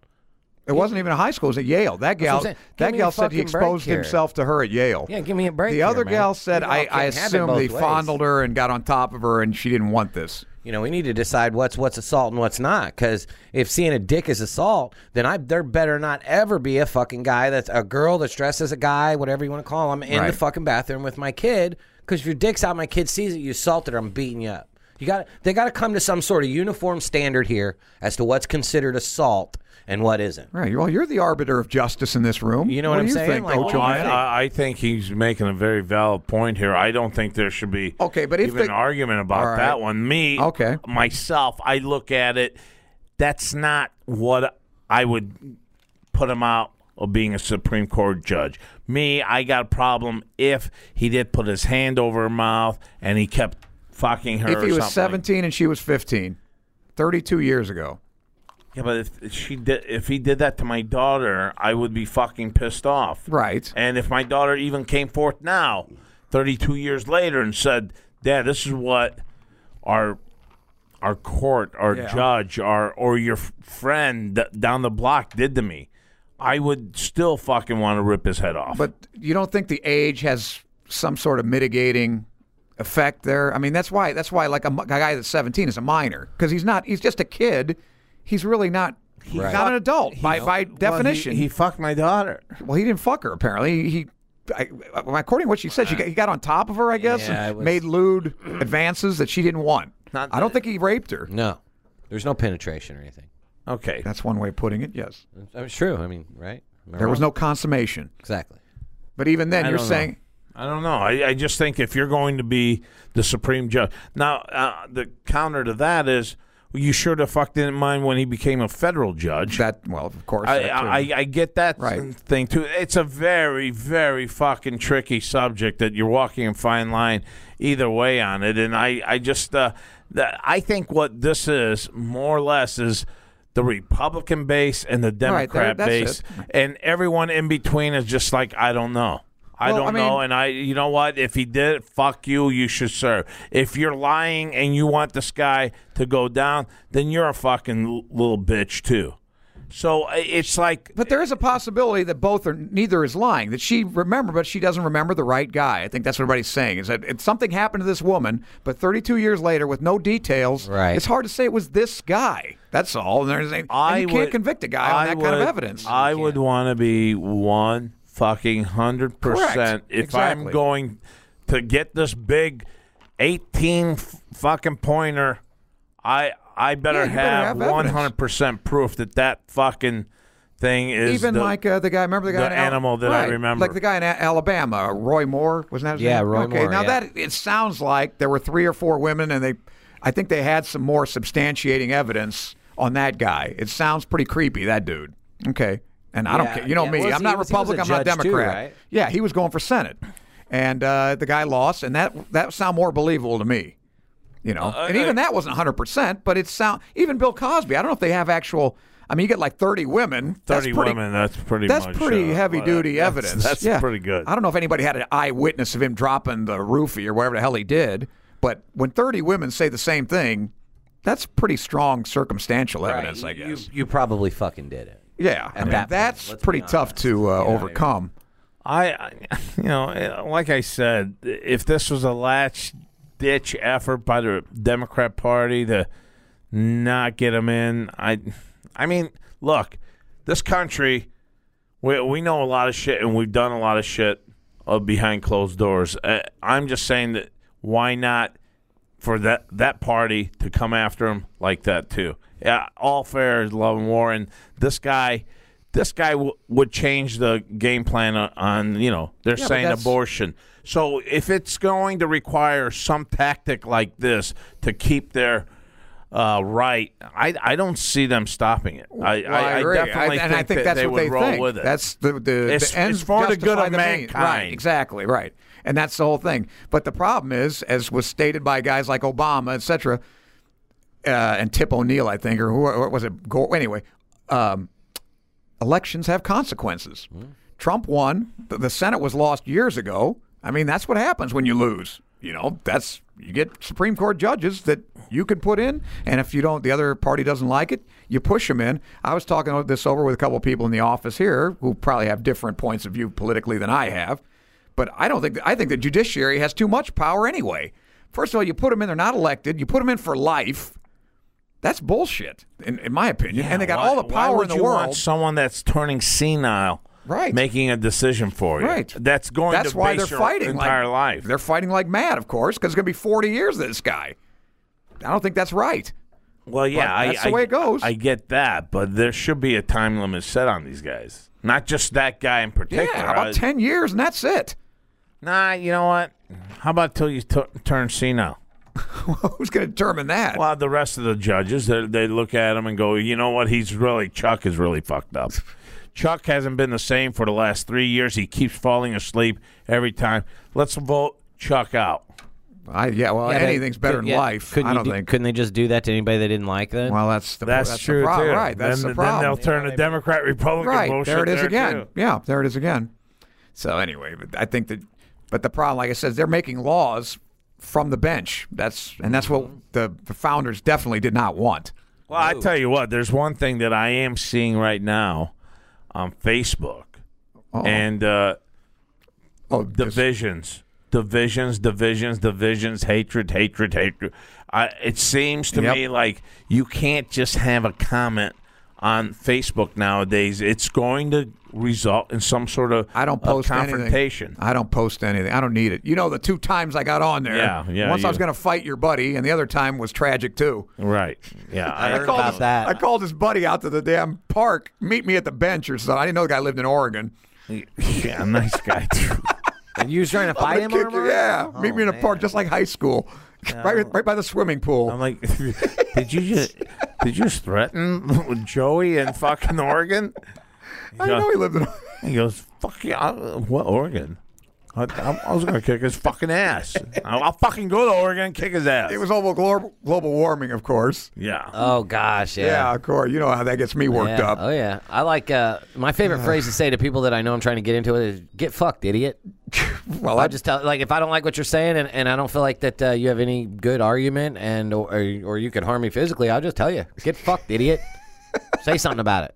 [SPEAKER 4] It wasn't even a high school. It was at Yale. That
[SPEAKER 5] what
[SPEAKER 4] gal,
[SPEAKER 5] I'm saying. Give
[SPEAKER 4] that
[SPEAKER 5] me
[SPEAKER 4] gal
[SPEAKER 5] a
[SPEAKER 4] said he
[SPEAKER 5] fucking break
[SPEAKER 4] exposed
[SPEAKER 5] here.
[SPEAKER 4] himself to her at Yale.
[SPEAKER 5] Yeah, give me a break
[SPEAKER 4] The
[SPEAKER 5] here,
[SPEAKER 4] other
[SPEAKER 5] man.
[SPEAKER 4] gal said,
[SPEAKER 5] You know
[SPEAKER 4] I, I
[SPEAKER 5] I can't have it
[SPEAKER 4] assume
[SPEAKER 5] both
[SPEAKER 4] they
[SPEAKER 5] ways."
[SPEAKER 4] fondled her and got on top of her, and she didn't want this.
[SPEAKER 5] You know, we need to decide what's what's assault and what's not. Because if seeing a dick is assault, then I there better not ever be a fucking guy that's a girl that's dressed as a guy, whatever you want to call him, in
[SPEAKER 4] Right.
[SPEAKER 5] the fucking bathroom with my kid. Because if your dick's out, my kid sees it, you assaulted her, I'm beating you up. You got they got to come to some sort of uniform standard here as to what's considered assault and what isn't.
[SPEAKER 4] Right. Well, you're the arbiter of justice in this room.
[SPEAKER 5] You know what
[SPEAKER 4] do
[SPEAKER 5] I'm
[SPEAKER 4] you
[SPEAKER 5] saying?
[SPEAKER 4] Think,
[SPEAKER 5] Like,
[SPEAKER 4] Ocho?
[SPEAKER 5] what do you
[SPEAKER 3] I,
[SPEAKER 5] think?
[SPEAKER 3] I, I think he's making a very valid point here. I don't think there should be
[SPEAKER 4] Okay, but if
[SPEAKER 3] even
[SPEAKER 4] the-
[SPEAKER 3] an argument about
[SPEAKER 4] All right.
[SPEAKER 3] that one. Me,
[SPEAKER 4] Okay.
[SPEAKER 3] myself, I look at it. That's not what I would put him out of being a Supreme Court judge. Me, I got a problem if he did put his hand over her mouth and he kept fucking her.
[SPEAKER 4] if
[SPEAKER 3] or
[SPEAKER 4] he was
[SPEAKER 3] something like
[SPEAKER 4] 17 and she was 15, 32 years ago.
[SPEAKER 3] Yeah, but if if she did, if he did that to my daughter, I would be fucking pissed off.
[SPEAKER 4] Right.
[SPEAKER 3] And if my daughter even came forth now, 32 years later, and said, "Dad, this is what our our court, our
[SPEAKER 4] Yeah.
[SPEAKER 3] judge, our or your f- friend th- down the block did to me," I would still fucking want to rip his head off.
[SPEAKER 4] But you don't think the age has some sort of mitigating effect there. I mean, that's why that's why like a, mi- a guy that's 17 is a minor because he's not he's just a kid. He's really not he's not an adult by by definition.
[SPEAKER 5] he, he fucked my daughter.
[SPEAKER 4] Well, he didn't fuck her. Apparently, he. I, I- according to what she said, she got, he got on top of her, I guess,
[SPEAKER 6] Yeah,
[SPEAKER 4] and
[SPEAKER 6] it was-
[SPEAKER 4] made lewd advances that she didn't want.
[SPEAKER 5] Not
[SPEAKER 4] I don't think he raped her.
[SPEAKER 6] No, there's no penetration or anything.
[SPEAKER 3] Okay.
[SPEAKER 4] That's one way of putting it. Yes,
[SPEAKER 6] I mean, it's true. I mean, right? Am I
[SPEAKER 4] there was
[SPEAKER 6] wrong?
[SPEAKER 4] no consummation,
[SPEAKER 6] exactly.
[SPEAKER 4] but even then,
[SPEAKER 3] I
[SPEAKER 4] you're
[SPEAKER 3] don't know.
[SPEAKER 4] saying
[SPEAKER 3] I don't know. I, I just think if you're going to be the supreme judge, now uh, the counter to that is you sure the fuck didn't mind when he became a federal judge.
[SPEAKER 4] that. Well, of course,
[SPEAKER 3] I,
[SPEAKER 4] that too.
[SPEAKER 3] I, I get that
[SPEAKER 4] Right.
[SPEAKER 3] thing too. It's a very, very fucking tricky subject that you're walking a fine line either way on it. And I, I just, uh, that I think what this is more or less is the Republican base and the
[SPEAKER 4] Right, there-
[SPEAKER 3] Democrat
[SPEAKER 4] that's
[SPEAKER 3] base,
[SPEAKER 4] it.
[SPEAKER 3] and everyone in between is just like, I don't know. I
[SPEAKER 4] Well,
[SPEAKER 3] don't
[SPEAKER 4] I mean-
[SPEAKER 3] know, and I, you know what? If he did, it, fuck you. You should serve. If you're lying and you want this guy to go down, then you're a fucking l- little bitch too. So i- it's like,
[SPEAKER 4] But there is a possibility that both are neither is lying. That she remember, but she doesn't remember the right guy. I think that's what everybody's saying. Is that it, something happened to this woman, but 32 years later, with no details,
[SPEAKER 6] Right.
[SPEAKER 4] It's hard to say it was this guy. That's all. And, there's, and
[SPEAKER 3] I
[SPEAKER 4] you can't
[SPEAKER 3] would-
[SPEAKER 4] convict a guy on
[SPEAKER 3] I
[SPEAKER 4] that kind of
[SPEAKER 3] would-
[SPEAKER 4] evidence.
[SPEAKER 3] I would want to be one fucking hundred percent
[SPEAKER 4] Correct.
[SPEAKER 3] if I'm
[SPEAKER 4] Exactly.
[SPEAKER 3] going to get this big eighteen f- fucking pointer. I I better
[SPEAKER 4] Yeah, you better
[SPEAKER 3] have
[SPEAKER 4] have evidence.
[SPEAKER 3] one hundred percent proof that that fucking thing is
[SPEAKER 4] Even
[SPEAKER 3] the-
[SPEAKER 4] like uh, the guy, remember the guy?
[SPEAKER 3] the
[SPEAKER 4] in Al-
[SPEAKER 3] animal that I
[SPEAKER 4] Right.
[SPEAKER 3] remember.
[SPEAKER 4] like the guy in A- Alabama, Roy Moore, wasn't that? His
[SPEAKER 6] Yeah,
[SPEAKER 4] name?
[SPEAKER 6] Roy
[SPEAKER 4] okay,
[SPEAKER 6] Moore,
[SPEAKER 4] Now
[SPEAKER 6] yeah.
[SPEAKER 4] that it sounds like there were three or four women, and they, I think they had some more substantiating evidence on that guy. It sounds pretty creepy, that dude. Okay, and I don't
[SPEAKER 6] Yeah,
[SPEAKER 4] care. You know
[SPEAKER 6] yeah.
[SPEAKER 4] me,
[SPEAKER 6] Was
[SPEAKER 4] I'm
[SPEAKER 6] he-
[SPEAKER 4] not
[SPEAKER 6] was- he was a
[SPEAKER 4] Republican, I'm not
[SPEAKER 6] judge too,
[SPEAKER 4] Democrat.
[SPEAKER 6] right?
[SPEAKER 4] Yeah, he was going for Senate, and uh, the guy lost, and that that sound more believable to me. You know,
[SPEAKER 3] Uh,
[SPEAKER 4] and even that wasn't 100, percent but it sound even Bill Cosby. I don't know if they have actual. I mean, you get like 30 women. That's
[SPEAKER 3] 30
[SPEAKER 4] pretty-
[SPEAKER 3] women. That's pretty.
[SPEAKER 4] that's
[SPEAKER 3] much,
[SPEAKER 4] pretty
[SPEAKER 3] uh,
[SPEAKER 4] heavy duty
[SPEAKER 3] that's-
[SPEAKER 4] evidence.
[SPEAKER 3] That's
[SPEAKER 4] Yeah.
[SPEAKER 3] pretty good.
[SPEAKER 4] I don't know if anybody had an eyewitness of him dropping the roofie or whatever the hell he did, but when 30 women say the same thing, that's pretty strong circumstantial evidence, I
[SPEAKER 6] You,
[SPEAKER 4] guess.
[SPEAKER 6] you probably fucking did it.
[SPEAKER 4] yeah, I
[SPEAKER 6] at
[SPEAKER 4] mean,
[SPEAKER 6] that point,
[SPEAKER 4] that's
[SPEAKER 6] let's be
[SPEAKER 4] pretty
[SPEAKER 6] honest.
[SPEAKER 4] tough to uh,
[SPEAKER 6] Yeah, I mean-
[SPEAKER 4] overcome.
[SPEAKER 3] I, I- [LAUGHS] you know, eh, like I said, if this was a latch ditch effort by the Democrat Party to not get him in, I, I mean, look, this country, we we know a lot of shit and we've done a lot of shit uh, behind closed doors. Uh, I'm just saying that why not for that that party to come after him like that too. Yeah, all fair is love and war, and this guy, this guy w- would change the game plan on, on you know they're
[SPEAKER 4] but
[SPEAKER 3] saying
[SPEAKER 4] that's-
[SPEAKER 3] abortion. So if it's going to require some tactic like this to keep their uh, right, I I don't see them stopping it. I
[SPEAKER 4] Well,
[SPEAKER 3] I, I
[SPEAKER 4] agree.
[SPEAKER 3] definitely
[SPEAKER 4] and I
[SPEAKER 3] think,
[SPEAKER 4] think
[SPEAKER 3] that
[SPEAKER 4] that's
[SPEAKER 3] they
[SPEAKER 4] what
[SPEAKER 3] would
[SPEAKER 4] they
[SPEAKER 3] roll
[SPEAKER 4] think.
[SPEAKER 3] with it.
[SPEAKER 4] That's the the,
[SPEAKER 3] It's-
[SPEAKER 4] the ends
[SPEAKER 3] it's for the good
[SPEAKER 4] justify
[SPEAKER 3] of
[SPEAKER 4] means. Right,
[SPEAKER 3] mankind.
[SPEAKER 4] exactly, right. And that's the whole thing. But the problem is, as was stated by guys like Obama, etc., uh, and Tip O'Neill, I think, or who or was it? Gore, anyway, um, elections have consequences.
[SPEAKER 3] Hmm.
[SPEAKER 4] Trump won. The, the Senate was lost years ago. I mean, that's what happens when you lose. You know, that's you get Supreme Court judges that you can put in, and if you don't, the other party doesn't like it, you push them in. I was talking this over with a couple of people in the office here who probably have different points of view politically than I have, but I don't think I think the judiciary has too much power anyway. First of all, you put them in; they're not elected. You put them in for life. That's bullshit, in, in my opinion. and they got
[SPEAKER 3] Why-
[SPEAKER 4] all the
[SPEAKER 3] why
[SPEAKER 4] power
[SPEAKER 3] would
[SPEAKER 4] in the
[SPEAKER 3] you
[SPEAKER 4] world.
[SPEAKER 3] Want someone that's turning senile,
[SPEAKER 4] Right.
[SPEAKER 3] Making a decision for you,
[SPEAKER 4] Right.
[SPEAKER 3] That's going.
[SPEAKER 4] That's
[SPEAKER 3] to
[SPEAKER 4] why
[SPEAKER 3] base your
[SPEAKER 4] they're fighting
[SPEAKER 3] entire
[SPEAKER 4] like,
[SPEAKER 3] life.
[SPEAKER 4] They're fighting like mad, of course, because it's going to be 40 years of this guy. I don't think that's right.
[SPEAKER 3] well, yeah,
[SPEAKER 4] but
[SPEAKER 3] I-
[SPEAKER 4] that's
[SPEAKER 3] I,
[SPEAKER 4] the way it goes.
[SPEAKER 3] I get that, but there should be a time limit set on these guys, not just that guy in particular.
[SPEAKER 4] yeah, about
[SPEAKER 3] I-
[SPEAKER 4] 10 years and that's it. [LAUGHS]
[SPEAKER 3] Nah, you know what? How about till you t- turn senile?
[SPEAKER 4] Who's going to determine that?
[SPEAKER 3] Well, the rest of the judges, they, they look at him and go, you know what? He's really, Chuck is really fucked up. Chuck hasn't been the same for the last three years. He keeps falling asleep every time. Let's vote Chuck out.
[SPEAKER 4] I, yeah, well,
[SPEAKER 6] Yeah, they-
[SPEAKER 4] anything's better
[SPEAKER 6] could-
[SPEAKER 4] than
[SPEAKER 6] yeah,
[SPEAKER 4] life.
[SPEAKER 6] Couldn't
[SPEAKER 4] I
[SPEAKER 6] you
[SPEAKER 4] don't
[SPEAKER 6] do-
[SPEAKER 4] think.
[SPEAKER 6] Couldn't they just do that to anybody they didn't like? Then
[SPEAKER 4] well, that's the,
[SPEAKER 3] That's,
[SPEAKER 4] that's
[SPEAKER 3] true
[SPEAKER 4] the problem.
[SPEAKER 3] too.
[SPEAKER 4] Right, that's
[SPEAKER 3] then,
[SPEAKER 4] the problem.
[SPEAKER 3] Then they'll turn a Democrat Republican
[SPEAKER 4] right,
[SPEAKER 3] bullshit.
[SPEAKER 4] there it is again.
[SPEAKER 3] too.
[SPEAKER 4] Yeah, there it is again. So anyway, but I think that, but the problem, like I said, is they're making laws from the bench. That's and that's what the, the founders definitely did not want.
[SPEAKER 3] Well, I tell you what, there's one thing that I am seeing right now on Facebook, and uh,
[SPEAKER 4] Oh, this-
[SPEAKER 3] divisions divisions, divisions, divisions, hatred, hatred, hatred. I, it seems to
[SPEAKER 4] Yep.
[SPEAKER 3] me like you can't just have a comment on Facebook nowadays. It's going to result in some sort of
[SPEAKER 4] I don't
[SPEAKER 3] of
[SPEAKER 4] post
[SPEAKER 3] confrontation.
[SPEAKER 4] Anything. I don't post anything. I don't need it. You know, the two times I got on there,
[SPEAKER 3] Yeah, yeah,
[SPEAKER 4] once I
[SPEAKER 3] you-
[SPEAKER 4] was going to fight your buddy, and the other time was tragic too.
[SPEAKER 3] Right? Yeah. I,
[SPEAKER 6] heard about
[SPEAKER 4] his,
[SPEAKER 6] that.
[SPEAKER 4] I called his buddy out to the damn park. Meet me at the bench or something. I didn't know the guy lived in Oregon.
[SPEAKER 3] yeah. Nice guy too.
[SPEAKER 6] And you was trying
[SPEAKER 4] [LAUGHS]
[SPEAKER 6] to
[SPEAKER 4] I'm
[SPEAKER 6] fight
[SPEAKER 4] gonna
[SPEAKER 6] him
[SPEAKER 4] kick
[SPEAKER 6] over
[SPEAKER 4] you.
[SPEAKER 6] it?
[SPEAKER 4] Yeah,
[SPEAKER 6] Oh,
[SPEAKER 4] meet me in a park,
[SPEAKER 6] man. Oh
[SPEAKER 4] just like high school, right, right by the swimming pool.
[SPEAKER 3] I'm like, [LAUGHS] did you just did you just threaten Joey in fucking Oregon?
[SPEAKER 4] I didn't know he lived in.
[SPEAKER 3] He goes, "Fuck you! I, what Oregon? I, I, I was gonna kick his fucking ass. I'll, I'll fucking go to Oregon and kick his ass."
[SPEAKER 4] [LAUGHS] It was all global, global warming, of course.
[SPEAKER 3] yeah.
[SPEAKER 5] Oh gosh,
[SPEAKER 4] Yeah.
[SPEAKER 5] yeah.
[SPEAKER 4] of course. You know how that gets me worked
[SPEAKER 5] Yeah.
[SPEAKER 4] up.
[SPEAKER 5] Oh yeah. I like uh,
[SPEAKER 4] [SIGHS]
[SPEAKER 5] my favorite phrase to say to people that I know I'm trying to get into it is "get fucked, idiot."
[SPEAKER 4] well,
[SPEAKER 5] I
[SPEAKER 4] I
[SPEAKER 5] just tell like if I don't like what you're saying and, and I don't feel like that uh, you have any good argument and or, or or you could harm me physically, I'll just tell you get
[SPEAKER 4] [LAUGHS]
[SPEAKER 5] fucked, idiot. Say something about it.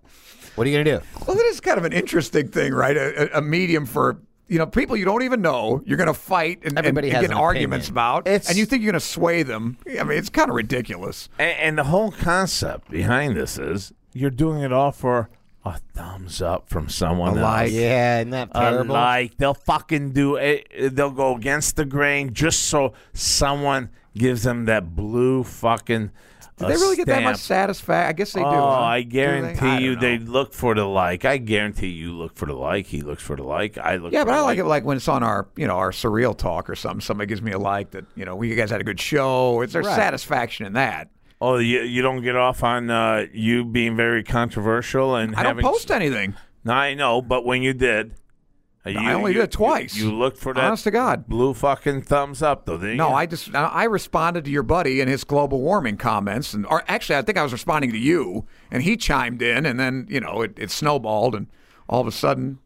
[SPEAKER 5] What are you gonna do?
[SPEAKER 4] Well, that is kind of an interesting thing, right? A, a, a medium for you know people you don't even know. You're going to fight and, and-
[SPEAKER 5] Everybody
[SPEAKER 4] and
[SPEAKER 5] has
[SPEAKER 4] get
[SPEAKER 5] an
[SPEAKER 4] arguments
[SPEAKER 5] opinion.
[SPEAKER 4] about,
[SPEAKER 3] It's-
[SPEAKER 4] and you think you're going to sway them. I mean, it's kind of ridiculous.
[SPEAKER 3] And, and the whole concept behind this is you're doing it all for a thumbs up from someone else.
[SPEAKER 4] like.
[SPEAKER 5] Yeah, isn't that terrible?
[SPEAKER 3] Like they'll fucking do it. They'll go against the grain just so someone gives them that blue fucking.
[SPEAKER 4] Did they really get that much
[SPEAKER 3] stamp.
[SPEAKER 4] satisfaction? I guess they do.
[SPEAKER 3] oh,
[SPEAKER 4] huh?
[SPEAKER 3] I
[SPEAKER 4] Do they?
[SPEAKER 3] guarantee
[SPEAKER 4] I don't
[SPEAKER 3] you
[SPEAKER 4] know.
[SPEAKER 3] they look for the like. I guarantee you look for the like. He looks for the like. I look.
[SPEAKER 4] Yeah,
[SPEAKER 3] for
[SPEAKER 4] but
[SPEAKER 3] the
[SPEAKER 4] I like it like when it's on our, you know, our surreal talk or something. Somebody gives me a like that, you know, we you guys had a good show. It's there's satisfaction in that.
[SPEAKER 3] Oh, you, you don't get off on uh, you being very controversial and
[SPEAKER 4] I don't
[SPEAKER 3] having.
[SPEAKER 4] post anything.
[SPEAKER 3] No, I know, but when you did, uh,
[SPEAKER 4] I only did it twice.
[SPEAKER 3] You, you looked for that.
[SPEAKER 4] Honest to God.
[SPEAKER 3] blue fucking thumbs up though. Didn't
[SPEAKER 4] No,
[SPEAKER 3] you?
[SPEAKER 4] I just I I responded to your buddy and his global warming comments, and or actually, I think I was responding to you, and he chimed in, and then you know it, it snowballed, and all of a sudden,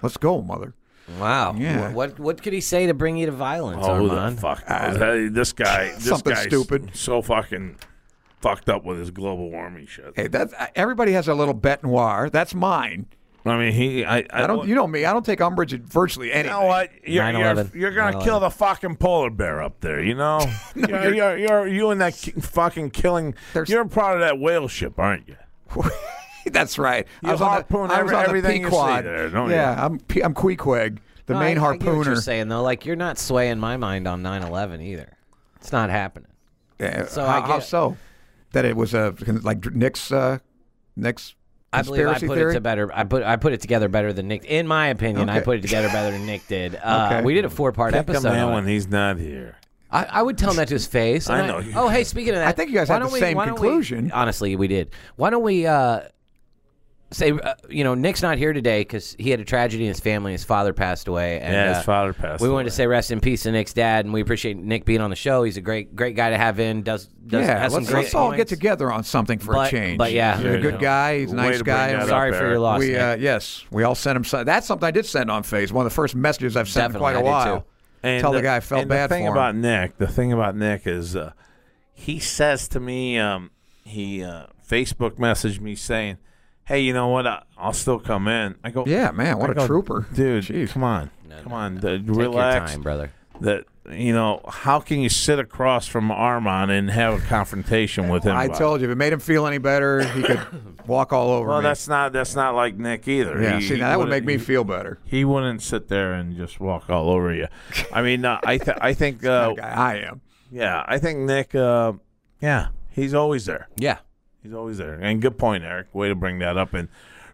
[SPEAKER 4] let's go, mother.
[SPEAKER 6] Wow.
[SPEAKER 4] Yeah.
[SPEAKER 6] Wh- What, what could he say to bring you to violence,
[SPEAKER 3] Oh, who the
[SPEAKER 6] Armand?
[SPEAKER 3] fuck! knows? Hey, this
[SPEAKER 4] [LAUGHS]
[SPEAKER 3] guy, this
[SPEAKER 4] Ah. Something
[SPEAKER 3] guy's
[SPEAKER 4] stupid.
[SPEAKER 3] So fucking fucked up with his global warming shit.
[SPEAKER 4] Hey, that's everybody has a little bet noir. That's mine.
[SPEAKER 3] I mean, he. I. I,
[SPEAKER 4] I don't, you know me. I don't take umbrage at virtually
[SPEAKER 3] You
[SPEAKER 4] anything.
[SPEAKER 3] know what? You're, you're,
[SPEAKER 5] 9/11.
[SPEAKER 3] you're gonna kill the fucking polar bear up there. You [LAUGHS] know, you're, you're, you're you and that ki- fucking killing.
[SPEAKER 4] There's-
[SPEAKER 3] you're part of that whale ship, aren't you?
[SPEAKER 4] [LAUGHS] That's right.
[SPEAKER 3] You
[SPEAKER 4] I was on
[SPEAKER 3] harpoon
[SPEAKER 4] the, I was
[SPEAKER 3] every-
[SPEAKER 4] on the
[SPEAKER 3] everything you see
[SPEAKER 4] Pequod.
[SPEAKER 3] there, don't you?
[SPEAKER 4] yeah, I'm P- I'm Queequeg, the
[SPEAKER 5] No, I-
[SPEAKER 4] main
[SPEAKER 5] I get what
[SPEAKER 4] harpooner.
[SPEAKER 5] you're saying though, like you're not swaying my mind on 9/11 either. It's not happening.
[SPEAKER 4] Yeah,
[SPEAKER 5] So
[SPEAKER 4] how,
[SPEAKER 5] I
[SPEAKER 4] how
[SPEAKER 5] get-
[SPEAKER 4] so? That it was a like Nick's uh, Nick's
[SPEAKER 5] I believe I
[SPEAKER 4] conspiracy
[SPEAKER 5] put
[SPEAKER 4] theory.
[SPEAKER 5] it to better. I put I put it together better than Nick. In my opinion, I
[SPEAKER 4] Okay.
[SPEAKER 5] put it together better than
[SPEAKER 4] [LAUGHS]
[SPEAKER 5] Nick did. Uh,
[SPEAKER 4] Okay.
[SPEAKER 5] We did a four part
[SPEAKER 3] Pick a
[SPEAKER 5] episode.
[SPEAKER 3] man
[SPEAKER 5] on it.
[SPEAKER 3] when he's not here.
[SPEAKER 5] I, I would tell him that to his face.
[SPEAKER 3] I
[SPEAKER 5] and
[SPEAKER 3] know you-
[SPEAKER 5] oh, hey, speaking of that,
[SPEAKER 4] I think you guys
[SPEAKER 5] why
[SPEAKER 4] had the
[SPEAKER 5] don't we-
[SPEAKER 4] same
[SPEAKER 5] why don't we-
[SPEAKER 4] conclusion.
[SPEAKER 5] honestly, we did. Why don't we uh, say, uh, you know, Nick's not here today because he had a tragedy in his family. His father passed away. And,
[SPEAKER 3] Yeah, his
[SPEAKER 5] uh,
[SPEAKER 3] father passed
[SPEAKER 5] We wanted to
[SPEAKER 3] away.
[SPEAKER 5] say rest in peace to Nick's dad, and we appreciate Nick being on the show. He's a great, great guy to have in. Does, does
[SPEAKER 4] yeah,
[SPEAKER 5] has
[SPEAKER 4] let's,
[SPEAKER 5] some great
[SPEAKER 4] let's all
[SPEAKER 5] points.
[SPEAKER 4] get together on something for a
[SPEAKER 5] But-
[SPEAKER 4] change.
[SPEAKER 5] but yeah.
[SPEAKER 4] he's a
[SPEAKER 3] Yeah,
[SPEAKER 4] good
[SPEAKER 3] yeah.
[SPEAKER 4] guy. He's a
[SPEAKER 3] Way
[SPEAKER 4] nice
[SPEAKER 3] to bring
[SPEAKER 4] guy.
[SPEAKER 3] that up,
[SPEAKER 5] Sorry for
[SPEAKER 3] Eric.
[SPEAKER 5] your loss.
[SPEAKER 4] We
[SPEAKER 5] Nick.
[SPEAKER 4] uh, yes, we all sent him. Some, that's something I did send on Face. One of the first messages I've sent
[SPEAKER 5] Definitely,
[SPEAKER 4] in quite a
[SPEAKER 5] I did,
[SPEAKER 4] while.
[SPEAKER 5] too.
[SPEAKER 3] And
[SPEAKER 4] Tell the, guy I felt
[SPEAKER 3] and
[SPEAKER 4] bad
[SPEAKER 3] the thing
[SPEAKER 4] for him.
[SPEAKER 3] about Nick. The thing about Nick is, uh, he says to me, um, he uh, Facebook messaged me saying, "Hey, you know what? I, I'll still come in." I go,
[SPEAKER 4] yeah, man, what
[SPEAKER 3] I
[SPEAKER 4] a
[SPEAKER 3] go,
[SPEAKER 4] trooper,
[SPEAKER 3] dude!
[SPEAKER 4] Jeez.
[SPEAKER 3] Come on, come on, dude,
[SPEAKER 5] Take
[SPEAKER 3] uh, relax,
[SPEAKER 5] your time, brother.
[SPEAKER 3] That you know, how can you sit across from Armand and have a confrontation with him?
[SPEAKER 4] I
[SPEAKER 3] about it?
[SPEAKER 4] told you, if it made him feel any better,
[SPEAKER 3] [LAUGHS]
[SPEAKER 4] he could walk all over
[SPEAKER 3] Well,
[SPEAKER 4] me.
[SPEAKER 3] that's not that's not like Nick either.
[SPEAKER 4] yeah,
[SPEAKER 3] He-
[SPEAKER 4] see,
[SPEAKER 3] he
[SPEAKER 4] now that would make
[SPEAKER 3] wouldn't-
[SPEAKER 4] me
[SPEAKER 3] he-
[SPEAKER 4] feel better.
[SPEAKER 3] He wouldn't sit there and just walk all over you. I mean, uh, I th- I
[SPEAKER 4] [LAUGHS]
[SPEAKER 3] think uh,
[SPEAKER 4] Guy I am.
[SPEAKER 3] Yeah, I think Nick. Uh, yeah, he's always there.
[SPEAKER 5] Yeah.
[SPEAKER 3] He's always there. And good point, Eric. Way to bring that up. And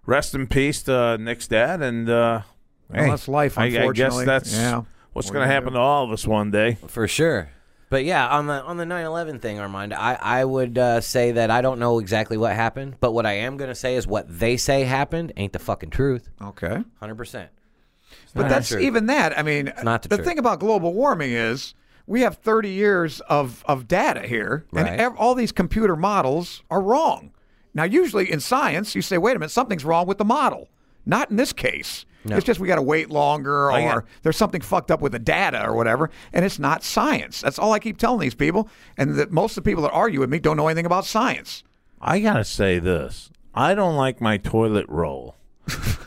[SPEAKER 3] rest in peace to uh, Nick's dad. And uh,
[SPEAKER 4] Well, that's life,
[SPEAKER 3] I- I, guess
[SPEAKER 4] unfortunately.
[SPEAKER 3] that's
[SPEAKER 4] Yeah.
[SPEAKER 3] what's
[SPEAKER 4] What
[SPEAKER 3] going
[SPEAKER 4] do
[SPEAKER 3] to
[SPEAKER 4] you
[SPEAKER 3] happen
[SPEAKER 4] do?
[SPEAKER 3] to all of us one day.
[SPEAKER 5] For sure. But yeah, on the on the 9/11 thing, Armand, I I would uh, say that I don't know exactly what happened, but what I am gonna say is what they say happened ain't the fucking truth,
[SPEAKER 4] Okay.
[SPEAKER 5] hundred percent.
[SPEAKER 4] But that's even that. I mean,
[SPEAKER 5] not the truth.
[SPEAKER 4] thing about global warming is we have 30 years of, of data here,
[SPEAKER 5] Right.
[SPEAKER 4] and ev- all these computer models are wrong. Now, usually in science, you say, wait a minute, something's wrong with the model. Not in this case. It's just we got to wait longer, or
[SPEAKER 3] yeah.
[SPEAKER 4] there's something fucked up with the data, or whatever, and it's not science. That's all I keep telling these people, and that most of the people that argue with me don't know anything about science. [LAUGHS]
[SPEAKER 3] I got to say this I don't like my toilet roll.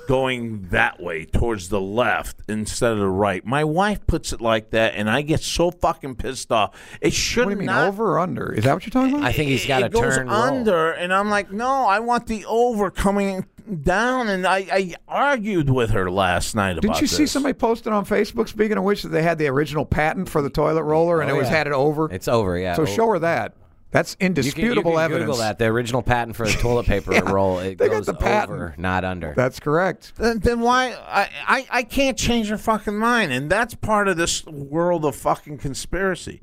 [SPEAKER 3] going that way towards the left instead of the right. My wife puts it like that, and I get so fucking pissed off. It should
[SPEAKER 4] What do you mean,
[SPEAKER 3] not
[SPEAKER 4] over or under? Is that what you're talking about?
[SPEAKER 5] I think he's got
[SPEAKER 3] it
[SPEAKER 5] a
[SPEAKER 3] goes
[SPEAKER 5] turn roll.
[SPEAKER 3] under, and I'm like, no, I want the over coming down. And I, I argued with her last night about.
[SPEAKER 4] Didn't you see
[SPEAKER 3] this.
[SPEAKER 4] somebody posted on Facebook, speaking of which, that they had the original patent for the toilet roller and it was
[SPEAKER 5] Oh, yeah. Oh.
[SPEAKER 4] had it over?
[SPEAKER 6] It's over, yeah.
[SPEAKER 4] so show her that. That's
[SPEAKER 5] You can, you
[SPEAKER 4] indisputable
[SPEAKER 5] can
[SPEAKER 4] evidence.
[SPEAKER 5] Google that. The original patent for the
[SPEAKER 4] [LAUGHS]
[SPEAKER 5] toilet paper roll. It
[SPEAKER 4] they got
[SPEAKER 5] goes
[SPEAKER 4] the patent.
[SPEAKER 5] over, not under.
[SPEAKER 4] That's correct.
[SPEAKER 3] Then, then why I, I I can't change her fucking mind, and that's part of this world of fucking
[SPEAKER 5] [LAUGHS]
[SPEAKER 3] conspiracy.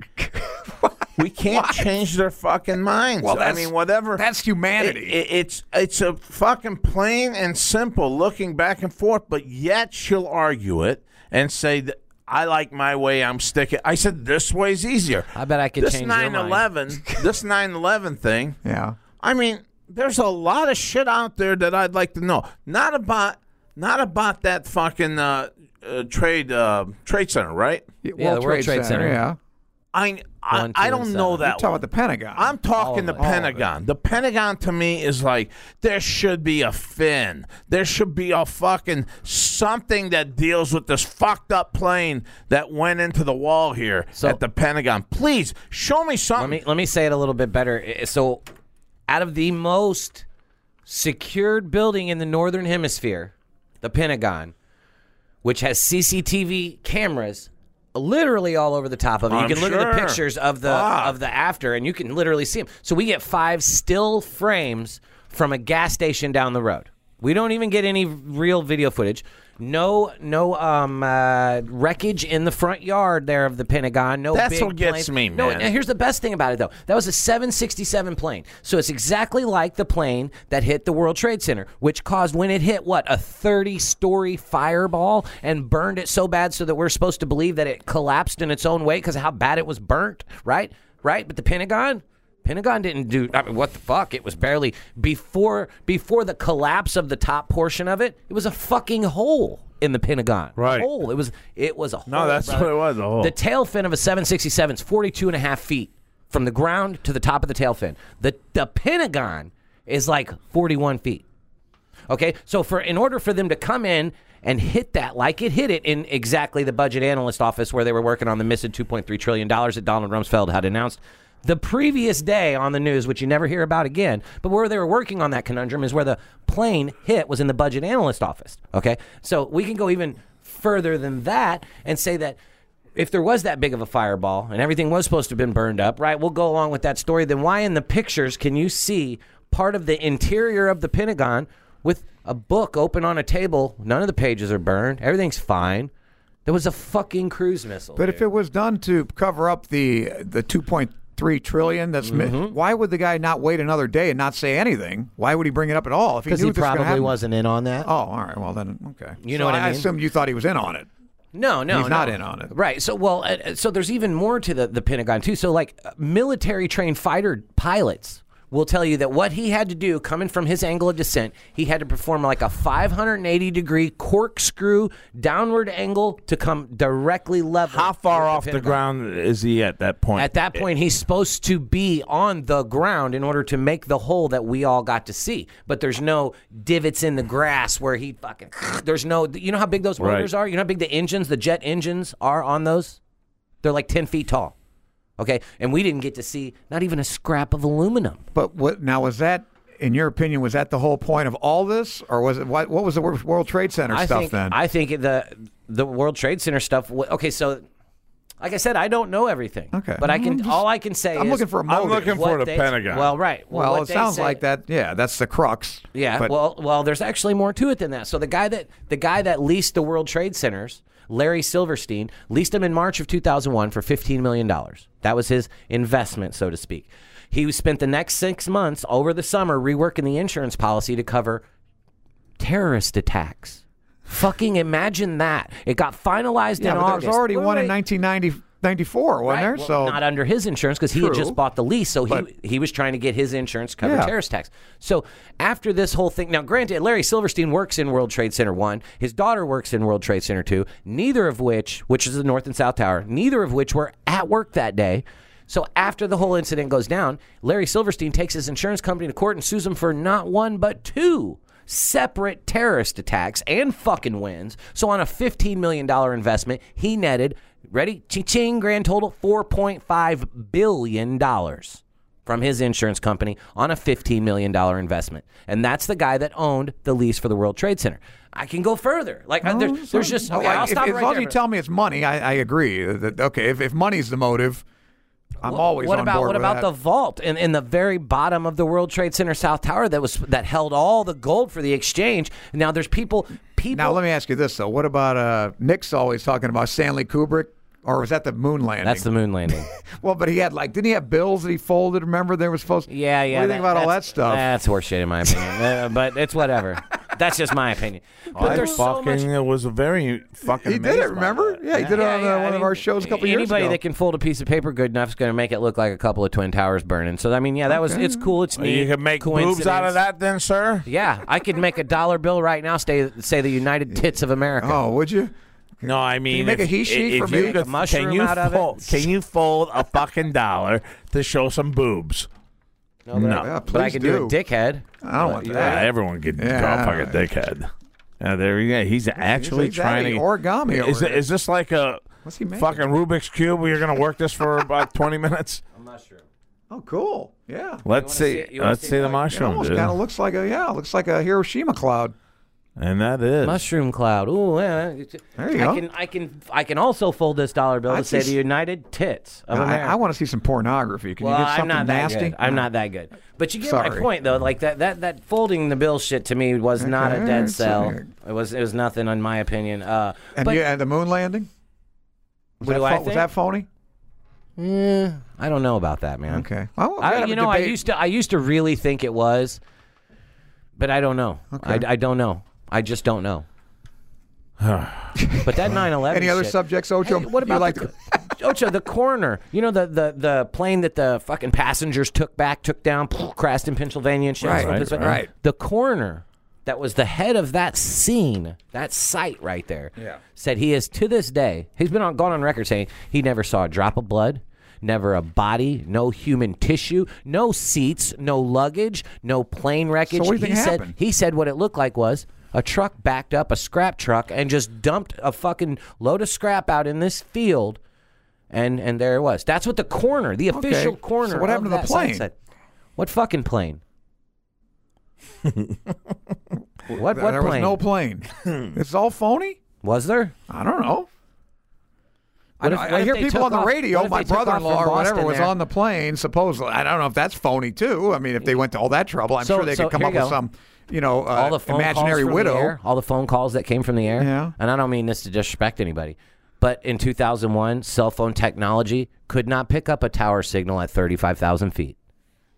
[SPEAKER 3] we can't change their fucking minds.
[SPEAKER 4] Well,
[SPEAKER 3] I
[SPEAKER 4] that's-
[SPEAKER 3] mean, whatever.
[SPEAKER 4] that's humanity.
[SPEAKER 3] It- it- it's it's a fucking plain and simple looking back and forth, but yet she'll argue it and say that. I like my way. I'm sticking. I said this way's easier.
[SPEAKER 5] I bet I could
[SPEAKER 3] this
[SPEAKER 5] change your mind.
[SPEAKER 3] 9/11, this 9/11 thing.
[SPEAKER 4] Yeah.
[SPEAKER 3] I mean, there's a lot of shit out there that I'd like to know. Not about not about that fucking uh, uh, trade uh, trade center, right?
[SPEAKER 4] Yeah,
[SPEAKER 5] the World Trade Center.
[SPEAKER 4] Yeah.
[SPEAKER 3] I I,
[SPEAKER 5] One, two,
[SPEAKER 3] I
[SPEAKER 5] and
[SPEAKER 3] don't know
[SPEAKER 5] seven.
[SPEAKER 3] that.
[SPEAKER 4] Talk
[SPEAKER 3] one.
[SPEAKER 4] about the Pentagon.
[SPEAKER 3] I'm talking the
[SPEAKER 5] it. All of it.
[SPEAKER 3] Pentagon. The Pentagon to me is like there should be a fin. There should be a fucking something that deals with this fucked up plane that went into the wall here
[SPEAKER 5] So-
[SPEAKER 3] at the Pentagon. Please show me something.
[SPEAKER 5] Let me let me say it a little bit better. I- So, out of the most secured building in the northern hemisphere, the Pentagon, which has CCTV cameras literally all over the top of it. You
[SPEAKER 3] I'm
[SPEAKER 5] can look at the
[SPEAKER 3] sure.
[SPEAKER 5] pictures of the
[SPEAKER 3] Fuck.
[SPEAKER 5] of the after and you can literally see them. So we get five still frames from a gas station down the road. We don't even get any real video footage. No, no um, uh, wreckage in the front yard there of the Pentagon. No,
[SPEAKER 3] That's
[SPEAKER 5] big
[SPEAKER 3] what gets
[SPEAKER 5] planes.
[SPEAKER 3] me,
[SPEAKER 5] No,
[SPEAKER 3] man.
[SPEAKER 5] now here's the best thing about it, though. That was a 767 plane. So it's exactly like the plane that hit the World Trade Center, which caused, when it hit, what, a 30 story fireball and burned it so bad so that we're supposed to believe that it collapsed in its own weight because of how bad it was burnt, right? Right? But the Pentagon? Pentagon didn't do I mean, what the fuck? It was barely before before the collapse of the top portion of it. It was a fucking hole in the Pentagon.
[SPEAKER 3] Right.
[SPEAKER 5] hole. It was it was a hole.
[SPEAKER 3] No, that's
[SPEAKER 5] brother.
[SPEAKER 3] what it was, a
[SPEAKER 1] Oh.
[SPEAKER 3] hole.
[SPEAKER 5] The tail fin of a 767 is 42 and a half feet from the ground to the top of the tail fin. The, the Pentagon is like 41 feet. Okay, so for in order for them to come in and hit that like it hit it in exactly the budget analyst office where they were working on the missing 2.3 trillion dollars that Donald Rumsfeld had announced the previous day on the news, which you never hear about again, but where they were working on that conundrum is where the plane hit was in the budget analyst office. Okay, so we can go even further than that and say that if there was that big of a fireball and everything was supposed to have been burned up, right? We'll go along with that story. Then why in the pictures can you see part of the interior of the Pentagon with a book open on a table? None of the pages are burned. Everything's fine. There was a fucking cruise missile.
[SPEAKER 4] But if it was done to cover up the the 2.3 trillion, that's mi-
[SPEAKER 5] Mm-hmm.
[SPEAKER 4] why would the guy not wait another day and not say anything? Why would he bring it up at all if he knew
[SPEAKER 5] because
[SPEAKER 4] this
[SPEAKER 5] he
[SPEAKER 4] was gonna
[SPEAKER 5] probably
[SPEAKER 4] happen?
[SPEAKER 5] wasn't in on that.
[SPEAKER 4] Oh, all right. Well, then, okay.
[SPEAKER 5] You
[SPEAKER 4] So
[SPEAKER 5] know what I
[SPEAKER 4] I
[SPEAKER 5] mean?
[SPEAKER 4] assume you thought he was in on it.
[SPEAKER 5] No, no,
[SPEAKER 4] He's
[SPEAKER 5] no.
[SPEAKER 4] not in on it.
[SPEAKER 5] Right. So, well, uh, uh, so there's even more to the, the Pentagon too. So, like uh, military trained fighter pilots will tell you that what he had to do, coming from his angle of descent, he had to perform like a 580 degree corkscrew downward angle to come directly level.
[SPEAKER 3] How far
[SPEAKER 5] with
[SPEAKER 3] off the
[SPEAKER 5] Pentagon.
[SPEAKER 3] ground is he at that point?
[SPEAKER 5] At that point, he's supposed to be on the ground in order to make the hole that we all got to see. But there's no divots in the grass where he fucking. [LAUGHS] There's no. You know how big those
[SPEAKER 3] Right.
[SPEAKER 5] motors are? You know how big the engines, the jet engines are on those? They're like 10 feet tall. Okay. And we didn't get to see not even a scrap of aluminum.
[SPEAKER 4] But what now was that? In your opinion, was that the whole point of all this, or was it what? What was the Wor- World Trade Center
[SPEAKER 5] I
[SPEAKER 4] stuff
[SPEAKER 5] think,
[SPEAKER 4] then?
[SPEAKER 5] I think the, the World Trade Center stuff. wa- Okay. So. Like I said, I don't know everything.
[SPEAKER 4] Okay.
[SPEAKER 5] But I can.
[SPEAKER 4] I'm just-
[SPEAKER 5] all I can say
[SPEAKER 4] I'm
[SPEAKER 5] is
[SPEAKER 4] looking for a
[SPEAKER 3] I'm
[SPEAKER 4] motive.
[SPEAKER 3] looking
[SPEAKER 5] what
[SPEAKER 3] for the
[SPEAKER 5] they-
[SPEAKER 3] Pentagon.
[SPEAKER 5] Well, right.
[SPEAKER 4] well,
[SPEAKER 5] what
[SPEAKER 4] it
[SPEAKER 5] they
[SPEAKER 4] sounds
[SPEAKER 5] say-
[SPEAKER 4] like that. Yeah, that's the crux.
[SPEAKER 5] Yeah.
[SPEAKER 4] But-
[SPEAKER 5] well, well, there's actually more to it than that. So the guy that the guy that leased the World Trade Centers, Larry Silverstein, leased them in March of 2001 for 15 million dollars. That was his investment, so to speak. He spent the next six months over the summer reworking the insurance policy to cover terrorist attacks. Fucking imagine that! It got finalized
[SPEAKER 4] yeah,
[SPEAKER 5] in
[SPEAKER 4] but there
[SPEAKER 5] August.
[SPEAKER 4] was already
[SPEAKER 5] Wait,
[SPEAKER 4] one
[SPEAKER 5] wait,
[SPEAKER 4] in 1994, wasn't there?
[SPEAKER 5] Right,
[SPEAKER 4] so
[SPEAKER 5] well, not under his insurance because he had
[SPEAKER 4] True.
[SPEAKER 5] just bought the lease, so
[SPEAKER 4] But-
[SPEAKER 5] he he was trying to get his insurance cover
[SPEAKER 4] Yeah.
[SPEAKER 5] terrorist tax. So after this whole thing, now granted, Larry Silverstein works in World Trade Center One. His daughter works in World Trade Center Two. Neither of which, which is the North and South Tower, neither of which were at work that day. So after the whole incident goes down, Larry Silverstein takes his insurance company to court and sues them for not one but two separate terrorist attacks and fucking wins. So on a $15 million investment, he netted, ready, ching, grand total, $4.5 billion from his insurance company on a $15 million investment. And that's the guy that owned the lease for the World Trade Center. I can go further. Like, uh, there- there's just,
[SPEAKER 4] Well,
[SPEAKER 5] okay,
[SPEAKER 4] Oh, like,
[SPEAKER 5] I'll
[SPEAKER 4] if,
[SPEAKER 5] stop
[SPEAKER 4] as
[SPEAKER 5] right
[SPEAKER 4] long
[SPEAKER 5] there.
[SPEAKER 4] as you tell me it's money, I, I agree. That, okay, if, if money's the motive, I'm always
[SPEAKER 5] what
[SPEAKER 4] on
[SPEAKER 5] about
[SPEAKER 4] board
[SPEAKER 5] what
[SPEAKER 4] with
[SPEAKER 5] about
[SPEAKER 4] that.
[SPEAKER 5] the vault in, in the very bottom of the World Trade Center South Tower that was that held all the gold for the exchange? Now there's people people
[SPEAKER 4] Now let me ask you this though: What about uh, Nick's always talking about Stanley Kubrick, or was that the moon landing?
[SPEAKER 5] That's the moon landing.
[SPEAKER 4] [LAUGHS] well, but he had like, didn't he have bills that he folded? Remember, there was supposed.
[SPEAKER 5] Yeah, yeah.
[SPEAKER 4] What do you think about all that
[SPEAKER 5] that's-
[SPEAKER 4] stuff?
[SPEAKER 5] That's horseshit in
[SPEAKER 4] [LAUGHS]
[SPEAKER 5] my opinion. Uh, but it's whatever. That's just my opinion. But
[SPEAKER 3] I
[SPEAKER 5] there's so
[SPEAKER 3] fucking
[SPEAKER 5] much
[SPEAKER 3] it was very fucking.
[SPEAKER 4] he did
[SPEAKER 3] amazed
[SPEAKER 4] it.
[SPEAKER 3] by
[SPEAKER 4] Remember?
[SPEAKER 3] that.
[SPEAKER 4] Yeah, he did it
[SPEAKER 5] Yeah,
[SPEAKER 4] on uh,
[SPEAKER 5] yeah,
[SPEAKER 4] one
[SPEAKER 5] I
[SPEAKER 4] of
[SPEAKER 5] mean,
[SPEAKER 4] our shows a couple
[SPEAKER 5] anybody
[SPEAKER 4] years ago.
[SPEAKER 5] that can fold a piece of paper good enough is going to make it look like a couple of twin towers burning. So I mean, yeah, that was it's cool. It's neat.
[SPEAKER 3] You can make boobs out
[SPEAKER 5] coincidence.
[SPEAKER 3] of that, then, sir.
[SPEAKER 5] Yeah, I could make a dollar bill right now. Say say the United Tits of America.
[SPEAKER 4] oh, would you?
[SPEAKER 3] No, I mean,
[SPEAKER 4] make
[SPEAKER 3] if-
[SPEAKER 4] a he sheet
[SPEAKER 3] if
[SPEAKER 4] for
[SPEAKER 3] you
[SPEAKER 4] me?
[SPEAKER 3] could-
[SPEAKER 5] A mushroom
[SPEAKER 3] can you
[SPEAKER 5] out of it?
[SPEAKER 3] fold, Can you fold a fucking dollar to show some boobs?
[SPEAKER 5] no,
[SPEAKER 3] no.
[SPEAKER 4] Yeah, please
[SPEAKER 5] but I could do. a dickhead.
[SPEAKER 4] I don't want
[SPEAKER 3] Yeah,
[SPEAKER 4] that.
[SPEAKER 3] everyone could
[SPEAKER 4] Yeah.
[SPEAKER 3] call a fucking dickhead. Yeah, there you go. He's actually
[SPEAKER 4] he's
[SPEAKER 3] trying
[SPEAKER 4] adding
[SPEAKER 3] to
[SPEAKER 4] origami over
[SPEAKER 3] Is, it-
[SPEAKER 4] here.
[SPEAKER 3] is this like a
[SPEAKER 4] What's he making?
[SPEAKER 3] fucking Rubik's cube? Where you're gonna work this for
[SPEAKER 4] [LAUGHS]
[SPEAKER 3] about twenty minutes?
[SPEAKER 4] Oh, cool. Yeah.
[SPEAKER 3] Let's see.
[SPEAKER 5] see- you wanna
[SPEAKER 3] Let's see,
[SPEAKER 5] see
[SPEAKER 3] the
[SPEAKER 5] like-
[SPEAKER 4] It
[SPEAKER 3] mushroom,
[SPEAKER 4] almost
[SPEAKER 3] dude.
[SPEAKER 4] kind of looks like a yeah, it looks like a Hiroshima cloud.
[SPEAKER 3] and that is
[SPEAKER 5] Mushroom cloud. Ooh, yeah.
[SPEAKER 4] There you
[SPEAKER 5] I
[SPEAKER 4] go.
[SPEAKER 5] can I can I can also fold this dollar bill
[SPEAKER 4] I
[SPEAKER 5] to say
[SPEAKER 4] see-
[SPEAKER 5] the United Tits of
[SPEAKER 4] I-
[SPEAKER 5] America.
[SPEAKER 4] I, want to see some pornography. Can
[SPEAKER 5] Well,
[SPEAKER 4] you get
[SPEAKER 5] I'm
[SPEAKER 4] something
[SPEAKER 5] not that
[SPEAKER 4] nasty?
[SPEAKER 5] good. I'm not that good. But you get my
[SPEAKER 4] Sorry.
[SPEAKER 5] point though. Like that, that that folding the bill shit to me was not a
[SPEAKER 4] Okay,
[SPEAKER 5] dead
[SPEAKER 4] it's
[SPEAKER 5] sell.
[SPEAKER 4] like-
[SPEAKER 5] It was it was nothing in my opinion. Uh,
[SPEAKER 4] And
[SPEAKER 5] but
[SPEAKER 4] yeah, and the moon landing. Was,
[SPEAKER 5] What
[SPEAKER 4] that,
[SPEAKER 5] do I
[SPEAKER 4] pho- was
[SPEAKER 5] think?
[SPEAKER 4] that phony?
[SPEAKER 5] eh, I don't know about that, man.
[SPEAKER 4] Okay. Well, we'll
[SPEAKER 5] I,
[SPEAKER 4] have a
[SPEAKER 5] you know, I
[SPEAKER 4] debate.
[SPEAKER 5] used to I used to really think it was, but I don't know. I, I don't know. I just don't know. [SIGHS] but that
[SPEAKER 4] [LAUGHS]
[SPEAKER 5] 9/11.
[SPEAKER 4] Any other
[SPEAKER 5] shit-
[SPEAKER 4] subjects, Ocho?
[SPEAKER 5] Hey, what
[SPEAKER 4] you
[SPEAKER 5] about
[SPEAKER 4] like
[SPEAKER 5] the,
[SPEAKER 4] to-
[SPEAKER 5] Ocho, Oh, the coroner? You know the, the the plane that the fucking passengers took back, took down, crashed in Pennsylvania and shit.
[SPEAKER 4] Right,
[SPEAKER 5] Sort of-
[SPEAKER 4] right, right.
[SPEAKER 5] The coroner that was the head of that scene, that site right there,
[SPEAKER 4] Yeah.
[SPEAKER 5] said he is to this day. He's been on, gone on record saying he never saw a drop of blood. Never a body, no human tissue, no seats, no luggage, no plane wreckage.
[SPEAKER 4] what do you
[SPEAKER 5] he
[SPEAKER 4] think
[SPEAKER 5] said
[SPEAKER 4] happened?
[SPEAKER 5] he said what it looked like was a truck backed up a scrap truck and just dumped a fucking load of scrap out in this field, and and there it was. That's what the corner, the official
[SPEAKER 4] So
[SPEAKER 5] corner.
[SPEAKER 4] what happened
[SPEAKER 5] of
[SPEAKER 4] to the
[SPEAKER 5] that site
[SPEAKER 4] plane?
[SPEAKER 5] said. What
[SPEAKER 4] [LAUGHS]
[SPEAKER 5] fucking plane? [LAUGHS] what what
[SPEAKER 4] there was
[SPEAKER 5] plane
[SPEAKER 4] no plane.
[SPEAKER 5] [LAUGHS]
[SPEAKER 4] it's all phony.
[SPEAKER 5] was there?
[SPEAKER 4] I don't know. I,
[SPEAKER 5] What
[SPEAKER 4] know-
[SPEAKER 5] if-
[SPEAKER 4] I
[SPEAKER 5] what if
[SPEAKER 4] hear
[SPEAKER 5] they
[SPEAKER 4] people
[SPEAKER 5] took
[SPEAKER 4] on the
[SPEAKER 5] off-
[SPEAKER 4] radio.
[SPEAKER 5] what if
[SPEAKER 4] My
[SPEAKER 5] they took off
[SPEAKER 4] brother-in-law
[SPEAKER 5] from
[SPEAKER 4] or whatever
[SPEAKER 5] Boston
[SPEAKER 4] was
[SPEAKER 5] there?
[SPEAKER 4] on the plane. Supposedly, I don't know if that's phony too. I mean, if they went to all that trouble, I'm
[SPEAKER 5] Mm. So-
[SPEAKER 4] sure they
[SPEAKER 5] so
[SPEAKER 4] could come
[SPEAKER 5] here
[SPEAKER 4] up
[SPEAKER 5] you
[SPEAKER 4] with
[SPEAKER 5] go.
[SPEAKER 4] some, you know, uh,
[SPEAKER 5] all the phone
[SPEAKER 4] imaginary
[SPEAKER 5] calls from
[SPEAKER 4] widow.
[SPEAKER 5] The air, all the phone calls that came from the air.
[SPEAKER 4] Yeah.
[SPEAKER 5] And I don't mean this to disrespect anybody, but in 2001, cell phone technology could not pick up a tower signal at 35,000 feet.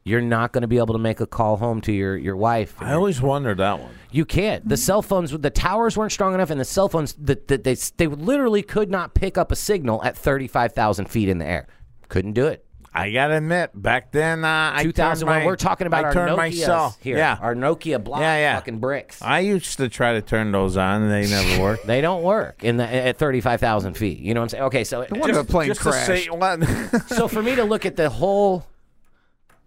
[SPEAKER 5] You're not going to be able to make a call home to your, your wife.
[SPEAKER 3] I always wondered that one.
[SPEAKER 5] You can't. The cell phones, the towers weren't strong enough, and the cell phones, the, the, they, they literally could not pick up a signal at 35,000 feet in the air. Couldn't do it.
[SPEAKER 3] I gotta admit, back then, uh, I turned
[SPEAKER 5] 2001,
[SPEAKER 3] my-
[SPEAKER 5] we're talking about
[SPEAKER 3] I
[SPEAKER 5] our
[SPEAKER 3] turned
[SPEAKER 5] Nokias
[SPEAKER 3] my cell-
[SPEAKER 5] here.
[SPEAKER 3] Yeah,
[SPEAKER 5] Our Nokia block
[SPEAKER 3] Yeah, yeah.
[SPEAKER 5] fucking bricks.
[SPEAKER 3] I used to try to turn those on, and
[SPEAKER 5] [LAUGHS]
[SPEAKER 3] they never worked.
[SPEAKER 5] They don't work in the at thirty five thousand feet. You know what I'm saying? Okay, so
[SPEAKER 4] wonder the plane
[SPEAKER 3] Just
[SPEAKER 4] crashed.
[SPEAKER 3] to say what? [LAUGHS]
[SPEAKER 5] so for me to look at the whole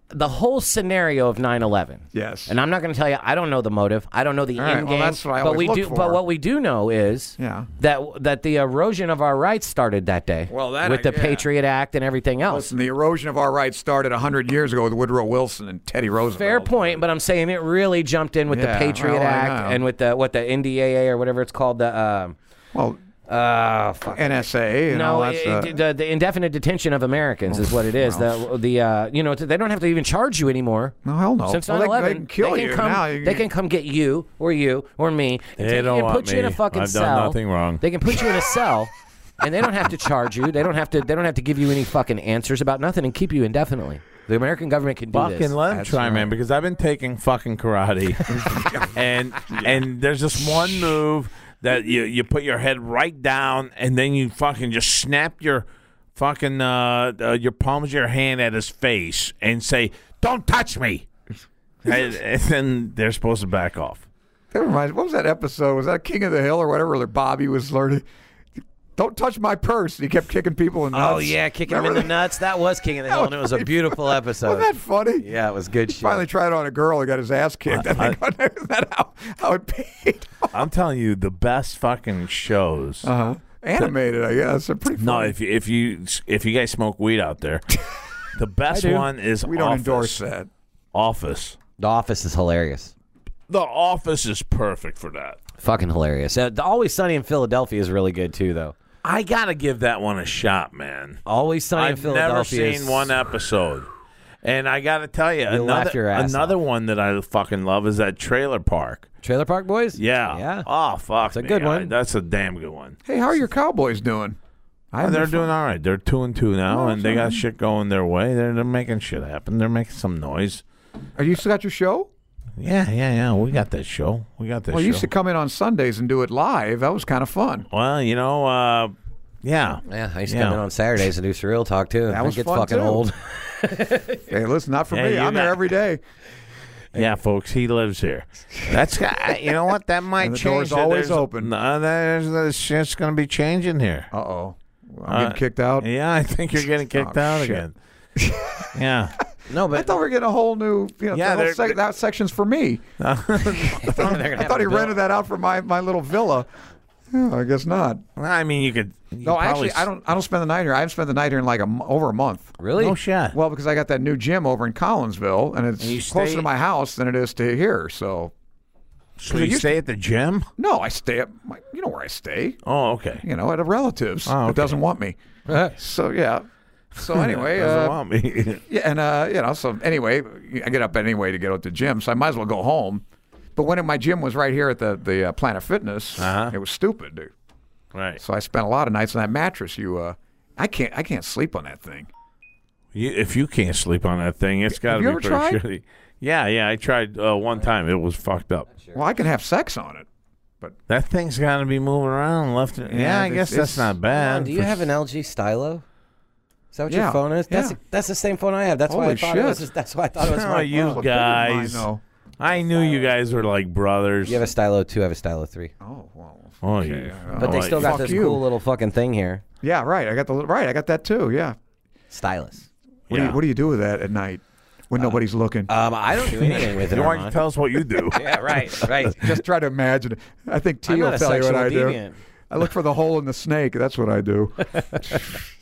[SPEAKER 5] the whole scenario of 9-11
[SPEAKER 4] Yes.
[SPEAKER 5] and i'm not going to tell you i don't know the motive i don't know the
[SPEAKER 4] All
[SPEAKER 5] end
[SPEAKER 4] right, well,
[SPEAKER 5] game
[SPEAKER 4] that's what I
[SPEAKER 5] but
[SPEAKER 4] always
[SPEAKER 5] we
[SPEAKER 4] look
[SPEAKER 5] do
[SPEAKER 4] for.
[SPEAKER 5] but what we do know is
[SPEAKER 4] Yeah.
[SPEAKER 5] that that the erosion of our rights started that day
[SPEAKER 4] Well, that
[SPEAKER 5] with
[SPEAKER 4] I-
[SPEAKER 5] the
[SPEAKER 4] yeah.
[SPEAKER 5] patriot act and everything else
[SPEAKER 4] Listen, the erosion of our rights started 100 years ago with Woodrow Wilson and Teddy Roosevelt.
[SPEAKER 5] Fair point, but I'm saying it really jumped in with
[SPEAKER 4] Yeah,
[SPEAKER 5] the Patriot
[SPEAKER 4] well, I
[SPEAKER 5] Act
[SPEAKER 4] know.
[SPEAKER 5] and with the what the NDAA or whatever it's called the um
[SPEAKER 4] Well,
[SPEAKER 5] uh fuck
[SPEAKER 4] NSA and all
[SPEAKER 5] no,
[SPEAKER 4] that
[SPEAKER 5] it-
[SPEAKER 4] stuff.
[SPEAKER 5] it- the, the indefinite detention of Americans is what it is. The, the uh, you know they don't have to even charge you anymore.
[SPEAKER 4] No, hell no.
[SPEAKER 5] Since
[SPEAKER 4] Oh. Well, they-
[SPEAKER 5] 9/11,
[SPEAKER 4] they can kill you
[SPEAKER 5] Come,
[SPEAKER 4] now. You-
[SPEAKER 5] They can come get you or you or me. And
[SPEAKER 3] They
[SPEAKER 5] take-
[SPEAKER 3] don't
[SPEAKER 5] and
[SPEAKER 3] want
[SPEAKER 5] put you in a
[SPEAKER 3] me.
[SPEAKER 5] fucking
[SPEAKER 3] I've done
[SPEAKER 5] cell.
[SPEAKER 3] nothing wrong.
[SPEAKER 5] They can put you in a cell, and they don't have to charge you. They don't have to. They don't have to give you any fucking answers about nothing and keep you indefinitely. The American government can do
[SPEAKER 3] fucking
[SPEAKER 5] this.
[SPEAKER 3] let him try, man, because I've been taking fucking karate, [LAUGHS] and and there's this one move that you you put your head right down, and then you fucking just snap your fucking uh, uh your palms of your hand at his face and say, "Don't touch me," and, and then they're supposed to back off.
[SPEAKER 4] That reminds. What was that episode? Was that King of the Hill or whatever? Where Bobby was learning. Don't touch my purse. He kept kicking people in the nuts.
[SPEAKER 6] Oh yeah, kicking him in
[SPEAKER 4] Remember
[SPEAKER 6] the nuts. That was King of
[SPEAKER 4] [LAUGHS]
[SPEAKER 6] the Hill, and it was a beautiful episode.
[SPEAKER 3] Uh,
[SPEAKER 4] Wasn't that funny?
[SPEAKER 6] Yeah, it was good
[SPEAKER 4] He
[SPEAKER 6] shit.
[SPEAKER 4] finally tried on a girl and got his ass kicked. I think [LAUGHS] Isn't that how, how
[SPEAKER 3] [LAUGHS]
[SPEAKER 4] it paid off?
[SPEAKER 3] I'm telling you, the best fucking shows.
[SPEAKER 4] Animated, I guess. They're pretty
[SPEAKER 3] Uh-huh. No,
[SPEAKER 4] Uh, funny.
[SPEAKER 3] if you, if you if you guys smoke weed out
[SPEAKER 4] [LAUGHS]
[SPEAKER 3] there, the best
[SPEAKER 4] do.
[SPEAKER 3] one is
[SPEAKER 4] we don't
[SPEAKER 3] Office.
[SPEAKER 4] endorse that.
[SPEAKER 3] Office.
[SPEAKER 5] The Office is hilarious.
[SPEAKER 3] The Office is perfect for that.
[SPEAKER 5] Fucking hilarious. Uh, the Always Sunny in Philadelphia is really good too, though.
[SPEAKER 3] I gotta give that one a shot, man.
[SPEAKER 5] Always Sunny in
[SPEAKER 3] I've
[SPEAKER 5] Philadelphia.
[SPEAKER 3] never seen
[SPEAKER 5] is-
[SPEAKER 3] one episode. And I gotta tell you,
[SPEAKER 5] You'll laugh
[SPEAKER 3] another
[SPEAKER 5] your ass
[SPEAKER 3] another one that I fucking love is that Trailer Park.
[SPEAKER 5] Trailer Park Boys.
[SPEAKER 3] Yeah.
[SPEAKER 5] Yeah.
[SPEAKER 3] Oh fuck. It's
[SPEAKER 5] a good one.
[SPEAKER 3] that's a damn good one.
[SPEAKER 4] Hey, how are your Cowboys doing?
[SPEAKER 3] And
[SPEAKER 4] I haven't
[SPEAKER 3] Oh, they're
[SPEAKER 4] been-
[SPEAKER 3] doing all right. They're two and two now, and they got shit going their way. They're they're making shit happen. They're making some noise.
[SPEAKER 4] Are you still got your show?
[SPEAKER 3] Yeah, yeah, yeah. We got that show. We got that
[SPEAKER 4] Well,
[SPEAKER 3] show.
[SPEAKER 4] you used to come in on Sundays and do it live. That was kind of fun.
[SPEAKER 3] Well, you know, uh, yeah.
[SPEAKER 5] Yeah, I used to
[SPEAKER 3] Yeah.
[SPEAKER 5] come in on Saturdays and do Surreal Talk too.
[SPEAKER 4] That
[SPEAKER 5] I
[SPEAKER 4] was
[SPEAKER 5] get
[SPEAKER 4] fun,
[SPEAKER 5] fucking
[SPEAKER 4] too. [LAUGHS]
[SPEAKER 5] old.
[SPEAKER 4] Hey, listen, not for
[SPEAKER 3] Yeah,
[SPEAKER 4] me.
[SPEAKER 3] you
[SPEAKER 4] I'm there
[SPEAKER 3] got- [LAUGHS]
[SPEAKER 4] every day.
[SPEAKER 3] Yeah, folks, he lives here. That's I- you know what
[SPEAKER 4] [LAUGHS]
[SPEAKER 3] that might
[SPEAKER 4] And the
[SPEAKER 3] change.
[SPEAKER 4] door's always
[SPEAKER 3] There's-
[SPEAKER 4] open.
[SPEAKER 3] No, there's, there's shit's going to be changing here.
[SPEAKER 4] Uh oh. I'm
[SPEAKER 3] Uh,
[SPEAKER 4] getting kicked out.
[SPEAKER 3] Yeah, I think you're getting kicked
[SPEAKER 4] Oh,
[SPEAKER 3] out
[SPEAKER 4] shit.
[SPEAKER 3] again. yeah,
[SPEAKER 5] No,
[SPEAKER 4] I
[SPEAKER 5] but
[SPEAKER 4] thought we were getting a whole new, you know,
[SPEAKER 3] Yeah,
[SPEAKER 4] the whole
[SPEAKER 3] they're-
[SPEAKER 4] sec- that section's
[SPEAKER 3] [LAUGHS]
[SPEAKER 4] for me. [LAUGHS] I thought he rented that out for my, my little villa. Yeah, I guess not.
[SPEAKER 3] I mean you could. You
[SPEAKER 4] No,
[SPEAKER 3] probably
[SPEAKER 4] actually, I don't. I don't spend the night here. I haven't spent the night here in like a m- over a month.
[SPEAKER 5] really.
[SPEAKER 3] No shit.
[SPEAKER 4] Well, because I got that new gym over in Collinsville, and it's
[SPEAKER 3] you
[SPEAKER 4] closer
[SPEAKER 3] stay-
[SPEAKER 4] to my house than it is to here. So,
[SPEAKER 3] so you
[SPEAKER 4] you-
[SPEAKER 3] stay at the gym?
[SPEAKER 4] no, I stay at. My, you know where I stay.
[SPEAKER 3] Oh, okay.
[SPEAKER 4] You know, at a relative's
[SPEAKER 3] Oh, okay.
[SPEAKER 4] that doesn't
[SPEAKER 3] [LAUGHS]
[SPEAKER 4] want me. so yeah. So anyway,
[SPEAKER 3] Doesn't
[SPEAKER 4] uh,
[SPEAKER 3] want me.
[SPEAKER 4] yeah, and uh, you know, so anyway, I get up anyway to get out to the gym, so I might as well go home. But when my gym was right here at the the uh, Planet Fitness,
[SPEAKER 3] Uh-huh.
[SPEAKER 4] it was stupid, dude.
[SPEAKER 3] [LAUGHS] right.
[SPEAKER 4] So I spent a lot of nights on that mattress. You, uh, I can't, I can't sleep on that thing.
[SPEAKER 3] You, if you can't sleep on that thing, it's got to
[SPEAKER 4] Have
[SPEAKER 3] be
[SPEAKER 4] you
[SPEAKER 3] pretty
[SPEAKER 4] ever tried?
[SPEAKER 3] shitty. Yeah, yeah. I tried uh, one time. It was fucked up.
[SPEAKER 4] Well, I can have sex on it.
[SPEAKER 3] That thing's got to be moving around left. And, yeah,
[SPEAKER 4] Yeah,
[SPEAKER 3] I guess
[SPEAKER 4] it's-
[SPEAKER 3] that's
[SPEAKER 4] it's-
[SPEAKER 3] not bad.
[SPEAKER 5] Do you
[SPEAKER 3] for- [LAUGHS]
[SPEAKER 5] have an LG Stylo? Is that what
[SPEAKER 4] Yeah,
[SPEAKER 5] your phone is? That's
[SPEAKER 4] yeah.
[SPEAKER 5] that's the same phone I have. That's why I
[SPEAKER 4] Holy
[SPEAKER 5] thought
[SPEAKER 4] shit.
[SPEAKER 5] it was. That's why I thought it
[SPEAKER 4] [LAUGHS]
[SPEAKER 5] was.
[SPEAKER 3] Oh,
[SPEAKER 5] my
[SPEAKER 3] you
[SPEAKER 5] phone.
[SPEAKER 4] Well, big as mine,
[SPEAKER 3] guys!
[SPEAKER 4] though.
[SPEAKER 3] I knew you guys were like brothers.
[SPEAKER 5] You have a Stylo two. I have a Stylo three.
[SPEAKER 4] Oh well.
[SPEAKER 3] oh, you,
[SPEAKER 5] But they
[SPEAKER 3] oh,
[SPEAKER 5] still
[SPEAKER 3] you-
[SPEAKER 5] got
[SPEAKER 4] fuck
[SPEAKER 5] this
[SPEAKER 4] you.
[SPEAKER 5] cool little fucking thing here.
[SPEAKER 4] Yeah, right. I got the li- right. I got that too. Yeah.
[SPEAKER 5] Stylus.
[SPEAKER 4] What, do
[SPEAKER 3] Yeah.
[SPEAKER 4] you, what do you do with that at night when nobody's looking?
[SPEAKER 5] Um, I [LAUGHS] don't do anything with it.
[SPEAKER 3] You want to
[SPEAKER 5] Armand.
[SPEAKER 3] tell us what you do?
[SPEAKER 5] [LAUGHS] Yeah, right,
[SPEAKER 4] [LAUGHS]
[SPEAKER 5] right.
[SPEAKER 4] [LAUGHS] Just try to imagine. it. I think T
[SPEAKER 5] I'm
[SPEAKER 4] will
[SPEAKER 5] not a
[SPEAKER 4] tell you what
[SPEAKER 5] sexual
[SPEAKER 4] I
[SPEAKER 5] deviant.
[SPEAKER 4] do. I look for the hole in the snake. That's what I
[SPEAKER 5] [LAUGHS]
[SPEAKER 4] do. It's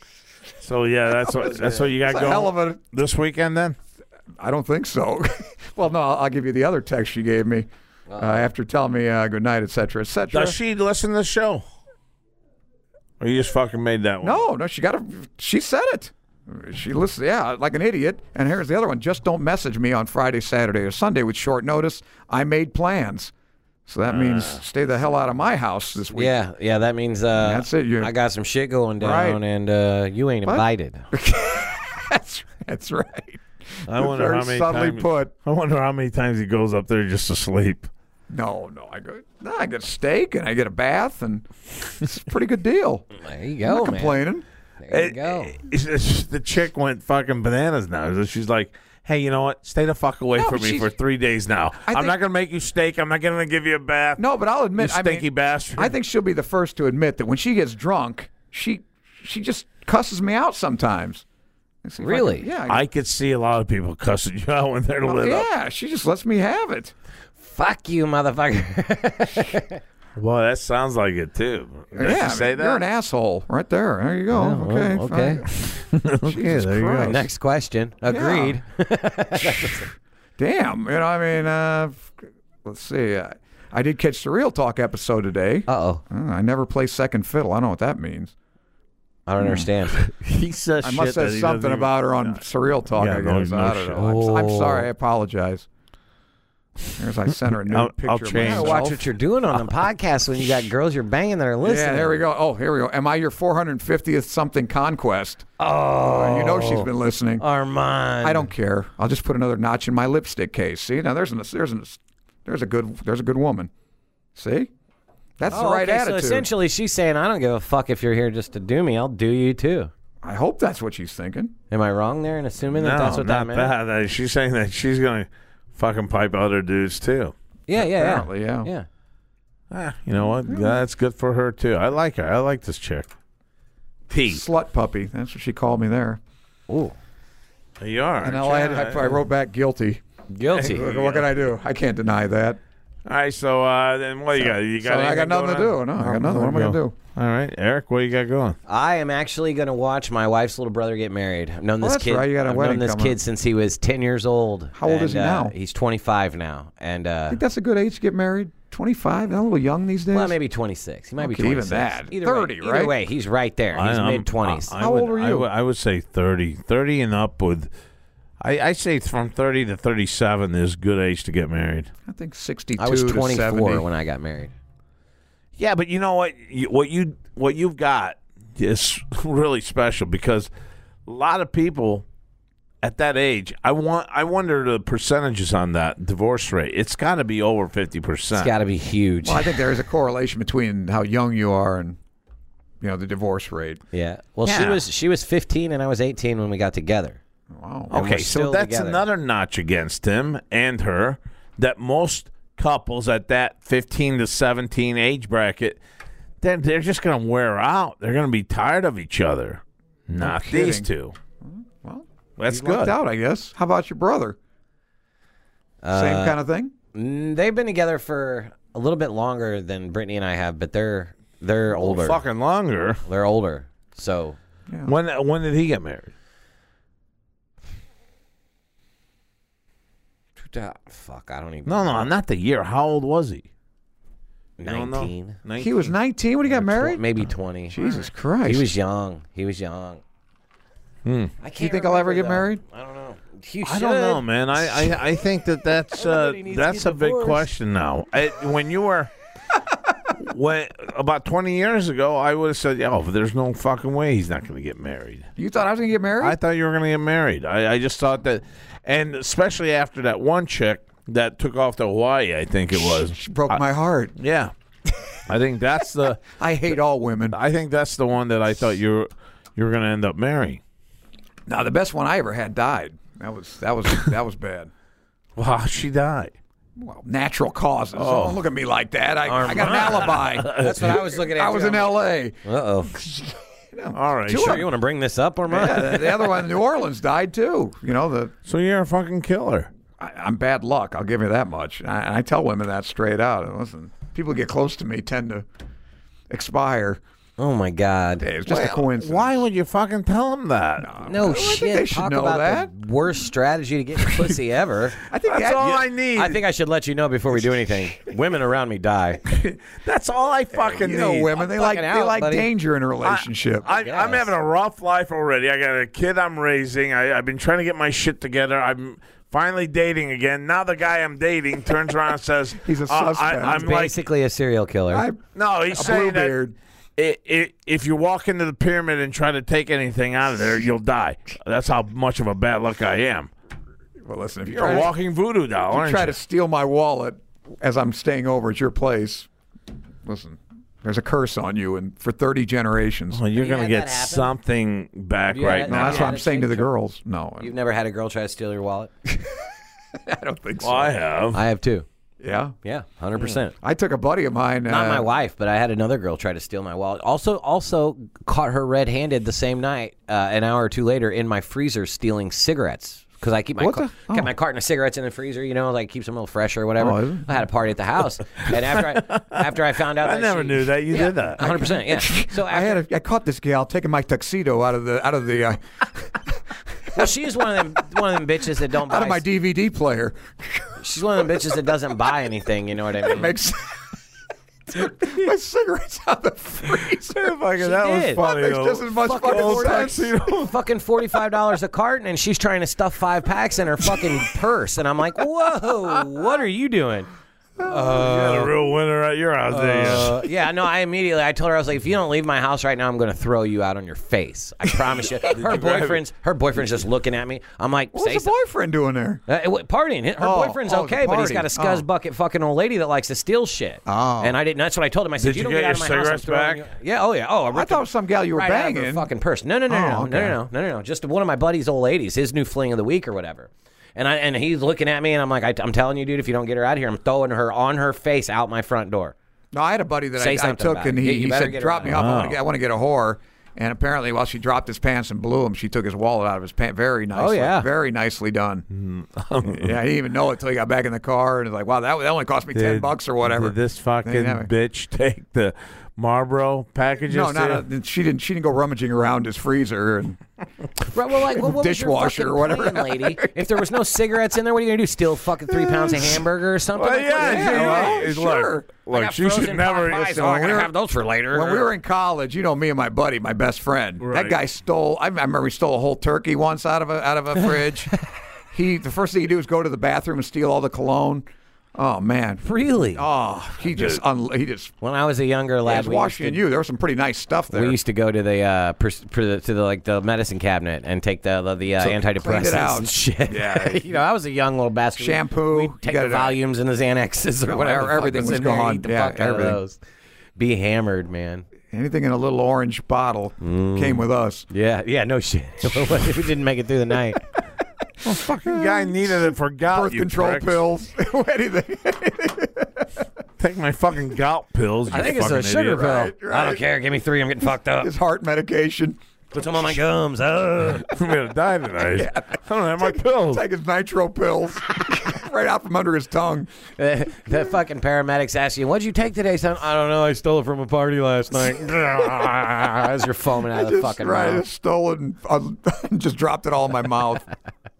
[SPEAKER 3] So yeah, that's what that's what you got
[SPEAKER 4] a
[SPEAKER 3] going
[SPEAKER 4] hell of a.
[SPEAKER 3] this weekend then.
[SPEAKER 4] [LAUGHS] I don't think so. [LAUGHS] well, no. I'll, I'll give you the other text she gave me
[SPEAKER 5] Uh-huh.
[SPEAKER 4] uh, after telling me uh, good night, etc., etc.
[SPEAKER 3] Does she listen to the show? Or you just fucking made that one?
[SPEAKER 4] No, no, she got a. She said it. She listens, yeah, like an idiot. And here's the other one: just don't message me on Friday, Saturday, or Sunday with short notice. I made plans, so that means
[SPEAKER 3] Uh,
[SPEAKER 4] stay the hell out of my house this week.
[SPEAKER 5] Yeah, yeah. That means uh,
[SPEAKER 4] That's it, you're-
[SPEAKER 5] I got some shit going down,
[SPEAKER 4] Right.
[SPEAKER 5] and uh, you ain't invited.
[SPEAKER 4] [LAUGHS] that's that's right.
[SPEAKER 3] I wonder
[SPEAKER 4] Very
[SPEAKER 3] how many
[SPEAKER 4] subtly
[SPEAKER 3] times.
[SPEAKER 4] put.
[SPEAKER 3] I wonder how many times he goes up there just to sleep.
[SPEAKER 4] No, no, I go. No, I get a steak and I get a bath, and it's a pretty good
[SPEAKER 3] [LAUGHS] Oh,
[SPEAKER 4] deal.
[SPEAKER 5] There you
[SPEAKER 4] I'm not
[SPEAKER 5] go, man.
[SPEAKER 4] complaining.
[SPEAKER 5] There you
[SPEAKER 3] It-
[SPEAKER 5] go.
[SPEAKER 3] it's just- the chick went fucking bananas now. She's like, "Hey, you know what? Stay the fuck away
[SPEAKER 4] No,
[SPEAKER 3] from
[SPEAKER 4] but
[SPEAKER 3] me
[SPEAKER 4] she's-
[SPEAKER 3] for three days now.
[SPEAKER 4] I
[SPEAKER 3] I'm
[SPEAKER 4] think-
[SPEAKER 3] not gonna make you steak. I'm not gonna give you a bath.
[SPEAKER 4] No, but I'll admit,
[SPEAKER 3] you stinky
[SPEAKER 4] I mean,
[SPEAKER 3] bastard.
[SPEAKER 4] I think she'll be the first to admit that when she gets drunk, she she just cusses me out sometimes. Let's see if I can-
[SPEAKER 5] Really?
[SPEAKER 4] yeah. I-
[SPEAKER 3] I could see a lot of people cussing you out when they're
[SPEAKER 4] Well,
[SPEAKER 3] lit up.
[SPEAKER 4] yeah, she just lets me have it.
[SPEAKER 5] Fuck you, motherfucker. [LAUGHS]
[SPEAKER 3] Well, that sounds like it too. Did
[SPEAKER 4] yeah,
[SPEAKER 3] you say that?
[SPEAKER 4] you're an asshole right there. There you go.
[SPEAKER 5] well,
[SPEAKER 4] okay,
[SPEAKER 5] [LAUGHS] okay.
[SPEAKER 4] fine. Jesus
[SPEAKER 3] there you go.
[SPEAKER 4] Christ.
[SPEAKER 5] Next question. Agreed.
[SPEAKER 4] Damn, you know, I mean, uh, let's see. I, I did catch the Real Talk episode today.
[SPEAKER 5] Uh oh.
[SPEAKER 4] Uh, I never play second fiddle. I don't know what that means.
[SPEAKER 5] I don't understand.
[SPEAKER 3] he says
[SPEAKER 4] I must have something about her on Surreal Talk.
[SPEAKER 3] Yeah,
[SPEAKER 4] I
[SPEAKER 3] no,
[SPEAKER 4] guess
[SPEAKER 3] no
[SPEAKER 4] I don't
[SPEAKER 3] shit.
[SPEAKER 4] know. I'm, s- I'm
[SPEAKER 5] Oh.
[SPEAKER 4] sorry. I apologize. There's I sent her a new
[SPEAKER 3] I'll-
[SPEAKER 4] picture.
[SPEAKER 3] I'll
[SPEAKER 4] of
[SPEAKER 3] change.
[SPEAKER 5] Gotta
[SPEAKER 4] myself.
[SPEAKER 3] Yeah,
[SPEAKER 5] watch what you're doing on [LAUGHS] the podcast when you got girls you're banging that are listening.
[SPEAKER 4] Yeah, there we go. Oh, here we go. Am I your 450th something conquest? Oh, you know she's been listening.
[SPEAKER 5] Oh, Armand.
[SPEAKER 4] I don't care. I'll just put another notch in my lipstick case. See, now there's an, there's an, there's a good there's a good woman. See, that's
[SPEAKER 5] Oh,
[SPEAKER 4] the right
[SPEAKER 5] okay, So
[SPEAKER 4] attitude.
[SPEAKER 5] essentially, she's saying, "I don't give a fuck if you're here just to do me. I'll do you too."
[SPEAKER 4] I hope that's what she's thinking.
[SPEAKER 5] Am I wrong there in assuming
[SPEAKER 3] No,
[SPEAKER 5] that that's what
[SPEAKER 3] not
[SPEAKER 5] that meant?
[SPEAKER 3] that. That- She's saying that she's gonna fucking pipe other dudes too.
[SPEAKER 5] Yeah, yeah,
[SPEAKER 4] Apparently, yeah.
[SPEAKER 5] yeah, yeah.
[SPEAKER 4] Mm.
[SPEAKER 3] Ah, you know what? That's good for her too. I like her. I like this chick. T.
[SPEAKER 4] Slut puppy. That's what she called me there.
[SPEAKER 3] You are.
[SPEAKER 4] And all I had, I, I wrote back guilty.
[SPEAKER 5] Guilty.
[SPEAKER 4] What, what can I do? I can't deny that.
[SPEAKER 3] All right, so uh, then what do you got? You
[SPEAKER 4] So
[SPEAKER 3] got?
[SPEAKER 4] I got
[SPEAKER 3] anything
[SPEAKER 4] nothing to
[SPEAKER 3] going
[SPEAKER 4] do.
[SPEAKER 3] on?
[SPEAKER 4] No, I got nothing. What am I gonna do?
[SPEAKER 3] All right, Eric, what you got going?
[SPEAKER 5] I am actually going to watch my wife's little brother get married. I've known
[SPEAKER 4] Well,
[SPEAKER 5] this
[SPEAKER 4] that's
[SPEAKER 5] kid.
[SPEAKER 4] right, you got a
[SPEAKER 5] I've
[SPEAKER 4] wedding
[SPEAKER 5] known this
[SPEAKER 4] coming
[SPEAKER 5] kid
[SPEAKER 4] up.
[SPEAKER 5] since he was ten years old.
[SPEAKER 4] How old is
[SPEAKER 5] and,
[SPEAKER 4] he
[SPEAKER 5] uh,
[SPEAKER 4] now?
[SPEAKER 5] he's twenty five now, and uh,
[SPEAKER 4] I think that's a good age to get married. Twenty-five. That a little young these days.
[SPEAKER 5] well, maybe twenty six. He might be
[SPEAKER 4] Okay, even
[SPEAKER 5] 26.
[SPEAKER 4] that.
[SPEAKER 5] Either
[SPEAKER 4] 30,
[SPEAKER 5] way,
[SPEAKER 4] right?
[SPEAKER 5] Either way, he's right there. He's
[SPEAKER 3] I'm-
[SPEAKER 5] mid twenties.
[SPEAKER 3] I- I
[SPEAKER 4] How
[SPEAKER 3] would-
[SPEAKER 4] old were
[SPEAKER 3] I
[SPEAKER 4] you?
[SPEAKER 3] would, I would say 30. 30 and up with. I, I say from 30 to 37 is good age to get married.
[SPEAKER 4] I think sixty-two.
[SPEAKER 5] I was
[SPEAKER 4] to 70.
[SPEAKER 5] four when I got married.
[SPEAKER 3] Yeah, but you know what? You, what you what you've got is [LAUGHS] really special because a lot of people at that age, I want I wonder the percentages on that divorce rate. It's got to be over fifty
[SPEAKER 5] It's
[SPEAKER 3] percent.
[SPEAKER 5] got to be huge.
[SPEAKER 4] Well, I think there is a correlation between how young you are and you know the divorce rate.
[SPEAKER 5] yeah. Well, she
[SPEAKER 3] Yeah.
[SPEAKER 5] was she was fifteen and I was eighteen when we got together.
[SPEAKER 4] Wow.
[SPEAKER 5] and
[SPEAKER 3] Okay,
[SPEAKER 5] we're
[SPEAKER 3] so
[SPEAKER 5] still
[SPEAKER 3] that's
[SPEAKER 5] together.
[SPEAKER 3] another notch against him and her that most couples at that 15 to 17 age bracket, they're, they're just going to wear out. They're going to be tired of each other. Not these two.
[SPEAKER 4] kidding. Well,
[SPEAKER 3] That's
[SPEAKER 4] you lucked
[SPEAKER 3] good.
[SPEAKER 4] out, I guess. How about your brother?
[SPEAKER 5] Uh,
[SPEAKER 4] Same kind of thing.
[SPEAKER 5] Mm, They've been together for a little bit longer than Brittany and I have, but they're they're
[SPEAKER 4] Oh,
[SPEAKER 5] older.
[SPEAKER 3] Fucking longer.
[SPEAKER 5] They're older. So
[SPEAKER 3] When when did he get married?
[SPEAKER 5] fuck, I don't even.
[SPEAKER 3] No, no, not the year. How old was he? You don't know?
[SPEAKER 5] nineteen.
[SPEAKER 4] He was 19 when he got married.
[SPEAKER 5] Tw- maybe twenty.
[SPEAKER 4] Jesus Christ!
[SPEAKER 5] He was young. He was young. I can't
[SPEAKER 4] Do Hmm. you think I'll ever get married?
[SPEAKER 5] I don't know. You
[SPEAKER 3] I don't
[SPEAKER 5] should.
[SPEAKER 3] know, man. I, I, I think that that's uh,
[SPEAKER 5] Everybody needs to
[SPEAKER 3] that's
[SPEAKER 5] get
[SPEAKER 3] a big
[SPEAKER 5] divorced.
[SPEAKER 3] question now. I, when you were when about twenty years ago, I would have said, "Oh, there's no fucking way he's not going to get married."
[SPEAKER 4] You thought I was gonna get married?
[SPEAKER 3] I thought you were going to get married. I, I just thought that, and especially after that one chick that took off to Hawaii, I think it was.
[SPEAKER 4] she broke my heart.
[SPEAKER 3] Yeah, I think that's the
[SPEAKER 4] I hate all women.
[SPEAKER 3] I think that's the one that I thought you were you were going to end up marrying.
[SPEAKER 4] Now the best one I ever had died. That was that was that was bad.
[SPEAKER 3] Wow, she died.
[SPEAKER 4] Well, natural causes.
[SPEAKER 3] Oh.
[SPEAKER 4] Don't look at me like that. I,
[SPEAKER 3] [LAUGHS]
[SPEAKER 4] I got an alibi.
[SPEAKER 5] That's what I was looking
[SPEAKER 4] [LAUGHS]
[SPEAKER 5] at.
[SPEAKER 4] I was in L.A.
[SPEAKER 5] Uh oh.
[SPEAKER 3] All right,
[SPEAKER 4] Two
[SPEAKER 3] so-
[SPEAKER 4] of them.
[SPEAKER 5] You want to bring this up, Armand?
[SPEAKER 4] Yeah, the- the other one, in New Orleans, died too. You know, the
[SPEAKER 3] so you're a fucking killer.
[SPEAKER 4] I, I'm bad luck. I'll give you that much. And I, and I tell women that straight out. Listen, people who get close to me tend to expire.
[SPEAKER 5] Oh my God.
[SPEAKER 4] Hey, It's just a
[SPEAKER 3] Well,
[SPEAKER 4] coincidence.
[SPEAKER 3] Why would you fucking tell him that?
[SPEAKER 4] I
[SPEAKER 5] No
[SPEAKER 4] think
[SPEAKER 5] shit.
[SPEAKER 4] they should
[SPEAKER 5] Talk
[SPEAKER 4] know
[SPEAKER 5] about
[SPEAKER 4] that.
[SPEAKER 5] the worst strategy to get
[SPEAKER 4] [LAUGHS]
[SPEAKER 5] your pussy ever.
[SPEAKER 4] I think
[SPEAKER 3] That's
[SPEAKER 4] that-
[SPEAKER 3] all I need.
[SPEAKER 5] I think I should let you know before we
[SPEAKER 4] [LAUGHS]
[SPEAKER 5] do anything. Women around me die.
[SPEAKER 3] That's all I fucking
[SPEAKER 4] You know,
[SPEAKER 3] need.
[SPEAKER 4] women they like
[SPEAKER 5] fucking
[SPEAKER 4] they
[SPEAKER 5] out,
[SPEAKER 4] like
[SPEAKER 5] buddy.
[SPEAKER 4] danger in a relationship.
[SPEAKER 3] I, I'm having a rough life already. I got a kid I'm raising. I, I've been trying to get my shit together. I'm finally dating again. Now the guy I'm dating turns around and says,
[SPEAKER 4] [LAUGHS] He's a
[SPEAKER 3] uh,
[SPEAKER 4] suspect.
[SPEAKER 3] I, am
[SPEAKER 4] He's
[SPEAKER 3] like,
[SPEAKER 5] Basically, a serial killer.
[SPEAKER 4] I-
[SPEAKER 3] no, he's
[SPEAKER 4] a
[SPEAKER 3] saying that
[SPEAKER 4] bluebeard.
[SPEAKER 3] i i if you walk into the pyramid and try to take anything out of there, you'll die. That's how much of a bad luck I am.
[SPEAKER 4] well, listen, if you
[SPEAKER 3] You're
[SPEAKER 4] try
[SPEAKER 3] a
[SPEAKER 4] to-
[SPEAKER 3] walking voodoo doll,
[SPEAKER 4] if you
[SPEAKER 3] aren't
[SPEAKER 4] try to steal my wallet as I'm staying over at your place, listen, there's a curse on you, and for 30 generations.
[SPEAKER 3] well, you're
[SPEAKER 5] Have you
[SPEAKER 3] gonna
[SPEAKER 5] had
[SPEAKER 3] get
[SPEAKER 5] that happen?
[SPEAKER 3] something back
[SPEAKER 5] Have you
[SPEAKER 3] right
[SPEAKER 5] had-
[SPEAKER 4] no,
[SPEAKER 3] now.
[SPEAKER 4] that's
[SPEAKER 5] Yeah,
[SPEAKER 4] what I'm
[SPEAKER 5] that's
[SPEAKER 4] saying to the
[SPEAKER 5] true.
[SPEAKER 4] girls. No,
[SPEAKER 5] You've never had a girl try to steal
[SPEAKER 4] [LAUGHS]
[SPEAKER 5] your wallet?
[SPEAKER 4] I don't think so.
[SPEAKER 3] Well, I have.
[SPEAKER 5] I have too.
[SPEAKER 4] yeah.
[SPEAKER 5] Yeah, hundred percent.
[SPEAKER 4] I took a buddy of mine.
[SPEAKER 5] Not
[SPEAKER 4] uh,
[SPEAKER 5] my wife, but I had another girl try to steal my wallet. Also, also caught her red-handed the same night, uh, an hour or two later, in my freezer stealing cigarettes because I keep my
[SPEAKER 4] What
[SPEAKER 5] ca-
[SPEAKER 4] the-
[SPEAKER 5] kept
[SPEAKER 4] oh.
[SPEAKER 5] my carton of cigarettes in the freezer. You know, like keeps them a little fresh or whatever.
[SPEAKER 4] Oh, is it?
[SPEAKER 5] I had a party at the house,
[SPEAKER 4] [LAUGHS]
[SPEAKER 5] and after I after I found out,
[SPEAKER 3] I
[SPEAKER 5] that
[SPEAKER 3] never
[SPEAKER 5] she-
[SPEAKER 3] knew that you did that.
[SPEAKER 5] Hundred percent. Yeah. So
[SPEAKER 4] I had a, I caught this gal taking my tuxedo out of the out of the uh,
[SPEAKER 5] well, she's one of them one of them bitches that don't buy.
[SPEAKER 4] out of my DVD player.
[SPEAKER 5] Hmm. she's one of them bitches that doesn't buy anything. You know
[SPEAKER 4] [LAUGHS]
[SPEAKER 5] what I mean?
[SPEAKER 4] Makes my cigarettes out of the freezer.
[SPEAKER 3] Fucking, that was
[SPEAKER 5] did.
[SPEAKER 3] funny.
[SPEAKER 4] That makes
[SPEAKER 3] though.
[SPEAKER 4] just as much
[SPEAKER 5] Fucking
[SPEAKER 4] fucking
[SPEAKER 5] old
[SPEAKER 4] sense.
[SPEAKER 5] [LAUGHS] fucking forty-five dollars a carton, and she's trying to stuff five packs in her fucking purse, and I'm like, whoa, what are you doing?
[SPEAKER 3] You're a real winner at your house,
[SPEAKER 5] Uh, yeah, no, I immediately I told her I was like, if you don't leave my house right now, I'm going to throw you out on your face. I
[SPEAKER 4] [LAUGHS]
[SPEAKER 5] promise you. Her boyfriend's her boyfriend's just looking at me. I'm like,
[SPEAKER 4] What's
[SPEAKER 5] say
[SPEAKER 4] the
[SPEAKER 5] something.
[SPEAKER 4] boyfriend doing there?
[SPEAKER 5] Uh, it wa- partying. Her
[SPEAKER 4] Oh,
[SPEAKER 5] boyfriend's
[SPEAKER 4] oh, it was a
[SPEAKER 5] okay, but
[SPEAKER 4] party.
[SPEAKER 5] he's got a scuzz
[SPEAKER 4] Oh.
[SPEAKER 5] bucket fucking old lady that likes to steal shit.
[SPEAKER 4] Oh.
[SPEAKER 5] And I didn't. That's what I told him. I said,
[SPEAKER 3] Did you
[SPEAKER 5] don't
[SPEAKER 3] get
[SPEAKER 5] get, out
[SPEAKER 3] your
[SPEAKER 5] of my house. I'm
[SPEAKER 3] cigarettes back?
[SPEAKER 5] throwing you- Yeah. Oh yeah. Oh,
[SPEAKER 4] I
[SPEAKER 5] ripped
[SPEAKER 4] thought
[SPEAKER 5] them
[SPEAKER 4] it was some gal you were
[SPEAKER 5] right out of her
[SPEAKER 4] banging.
[SPEAKER 5] fucking purse. No, no, no, no,
[SPEAKER 4] Oh,
[SPEAKER 5] no,
[SPEAKER 4] okay.
[SPEAKER 5] no, no, no, no, no. Just one of my buddy's old ladies, his new fling of the week or whatever. And I and he's looking at me, and I'm like, I, I'm telling you, dude, if you don't get her out of here, I'm throwing her on her face out my front door.
[SPEAKER 4] No, I had a buddy that I,
[SPEAKER 5] Say
[SPEAKER 4] I
[SPEAKER 5] something
[SPEAKER 4] took
[SPEAKER 5] about
[SPEAKER 4] and
[SPEAKER 5] it.
[SPEAKER 4] he,
[SPEAKER 5] You
[SPEAKER 4] he
[SPEAKER 5] better
[SPEAKER 4] said,
[SPEAKER 5] get
[SPEAKER 4] "Drop
[SPEAKER 5] around
[SPEAKER 4] me
[SPEAKER 5] it."
[SPEAKER 4] off. I want to get, I want to get a whore." And apparently, while she dropped his pants and blew him, she took his wallet out of his pants. Very nicely.
[SPEAKER 5] Oh, yeah. Mm.
[SPEAKER 4] Very nicely done.
[SPEAKER 5] [LAUGHS]
[SPEAKER 4] yeah, I didn't even know it until he got back in the car and was like, wow, that, that only cost me 10
[SPEAKER 3] Did-
[SPEAKER 4] bucks or whatever.
[SPEAKER 3] Did this fucking
[SPEAKER 4] They didn't have it.
[SPEAKER 3] bitch take the Marlboro packages?
[SPEAKER 4] No,
[SPEAKER 3] too?
[SPEAKER 4] [LAUGHS] not a, she didn't. She didn't go rummaging around his freezer. And
[SPEAKER 5] Right, well, like, what, what was your
[SPEAKER 4] Dishwasher
[SPEAKER 5] fucking
[SPEAKER 4] or whatever.
[SPEAKER 5] plan, [LAUGHS] lady? If there was no cigarettes in there, what are you gonna do? Steal fucking three pounds [LAUGHS] of hamburger or something?
[SPEAKER 3] Well,
[SPEAKER 5] Like, what-
[SPEAKER 3] yeah,
[SPEAKER 4] yeah,
[SPEAKER 3] you know,
[SPEAKER 4] well,
[SPEAKER 3] look,
[SPEAKER 4] sure.
[SPEAKER 3] Look,
[SPEAKER 5] got
[SPEAKER 3] she should
[SPEAKER 5] frozen
[SPEAKER 3] never.
[SPEAKER 5] pot pies,
[SPEAKER 3] listen,
[SPEAKER 5] so I'm
[SPEAKER 3] when we
[SPEAKER 5] gonna
[SPEAKER 3] were-
[SPEAKER 5] oh, have those for later.
[SPEAKER 4] when we were in college, you know, me and my buddy, my best friend,
[SPEAKER 3] Right.
[SPEAKER 4] that guy stole. I, I remember he stole a whole turkey once out of a out of
[SPEAKER 5] [LAUGHS]
[SPEAKER 4] a fridge. he the first thing he do is go to the bathroom and steal all the cologne. Oh man,
[SPEAKER 5] really,
[SPEAKER 4] oh he just un, he just
[SPEAKER 5] when I was a younger
[SPEAKER 4] yeah,
[SPEAKER 5] lad, we used
[SPEAKER 4] washing
[SPEAKER 5] to-
[SPEAKER 4] you. There was some pretty nice stuff there.
[SPEAKER 5] We used to go to the uh, pers- per- to the like the medicine cabinet and take the the, the uh,
[SPEAKER 4] cleaned it
[SPEAKER 5] antidepressants
[SPEAKER 4] out.
[SPEAKER 5] and shit.
[SPEAKER 4] Yeah.
[SPEAKER 5] [LAUGHS] you know, I was a young little bastard. We'd-
[SPEAKER 4] Shampoo,
[SPEAKER 5] we'd
[SPEAKER 4] you
[SPEAKER 5] take
[SPEAKER 4] got
[SPEAKER 5] the
[SPEAKER 4] it out.
[SPEAKER 5] volumes and the Xanaxes or
[SPEAKER 4] No,
[SPEAKER 5] whatever. the fuck
[SPEAKER 4] everything was
[SPEAKER 5] in there,
[SPEAKER 4] gone.
[SPEAKER 5] Eat the
[SPEAKER 4] Yeah,
[SPEAKER 5] fuck out of
[SPEAKER 4] everything.
[SPEAKER 5] those. Be hammered, man.
[SPEAKER 4] Anything in a little orange bottle
[SPEAKER 3] Mm.
[SPEAKER 4] came with us.
[SPEAKER 5] Yeah, yeah, no shit. [LAUGHS] we didn't make it through
[SPEAKER 4] [LAUGHS]
[SPEAKER 5] the night.
[SPEAKER 3] fucking guy needed it for gout.
[SPEAKER 4] Birth
[SPEAKER 3] Ah, you
[SPEAKER 4] control
[SPEAKER 3] pricks.
[SPEAKER 4] pills, [LAUGHS] anything.
[SPEAKER 3] Take my fucking gout pills.
[SPEAKER 5] I
[SPEAKER 3] you
[SPEAKER 5] think it's
[SPEAKER 3] fucking
[SPEAKER 5] a sugar
[SPEAKER 3] idiot.
[SPEAKER 5] pill. I
[SPEAKER 4] right.
[SPEAKER 5] don't care. Give me three. I'm getting fucked up.
[SPEAKER 4] His heart medication.
[SPEAKER 5] Put some on my gums. Ah.
[SPEAKER 4] [LAUGHS]
[SPEAKER 3] [LAUGHS]
[SPEAKER 5] [LAUGHS] Ugh.
[SPEAKER 3] I'm gonna die tonight. I don't have my pills. [LAUGHS]
[SPEAKER 4] Take his nitro pills [LAUGHS] right out from under his tongue.
[SPEAKER 5] the, the fucking paramedics ask you, "What'd you take today, son?" I don't know. I stole it from a party
[SPEAKER 4] [LAUGHS]
[SPEAKER 5] last night. As you're foaming out of the
[SPEAKER 4] Just,
[SPEAKER 5] fucking
[SPEAKER 4] right,
[SPEAKER 5] mouth.
[SPEAKER 4] just stolen. I uh, [LAUGHS] just dropped it all in
[SPEAKER 3] [LAUGHS]
[SPEAKER 4] my mouth.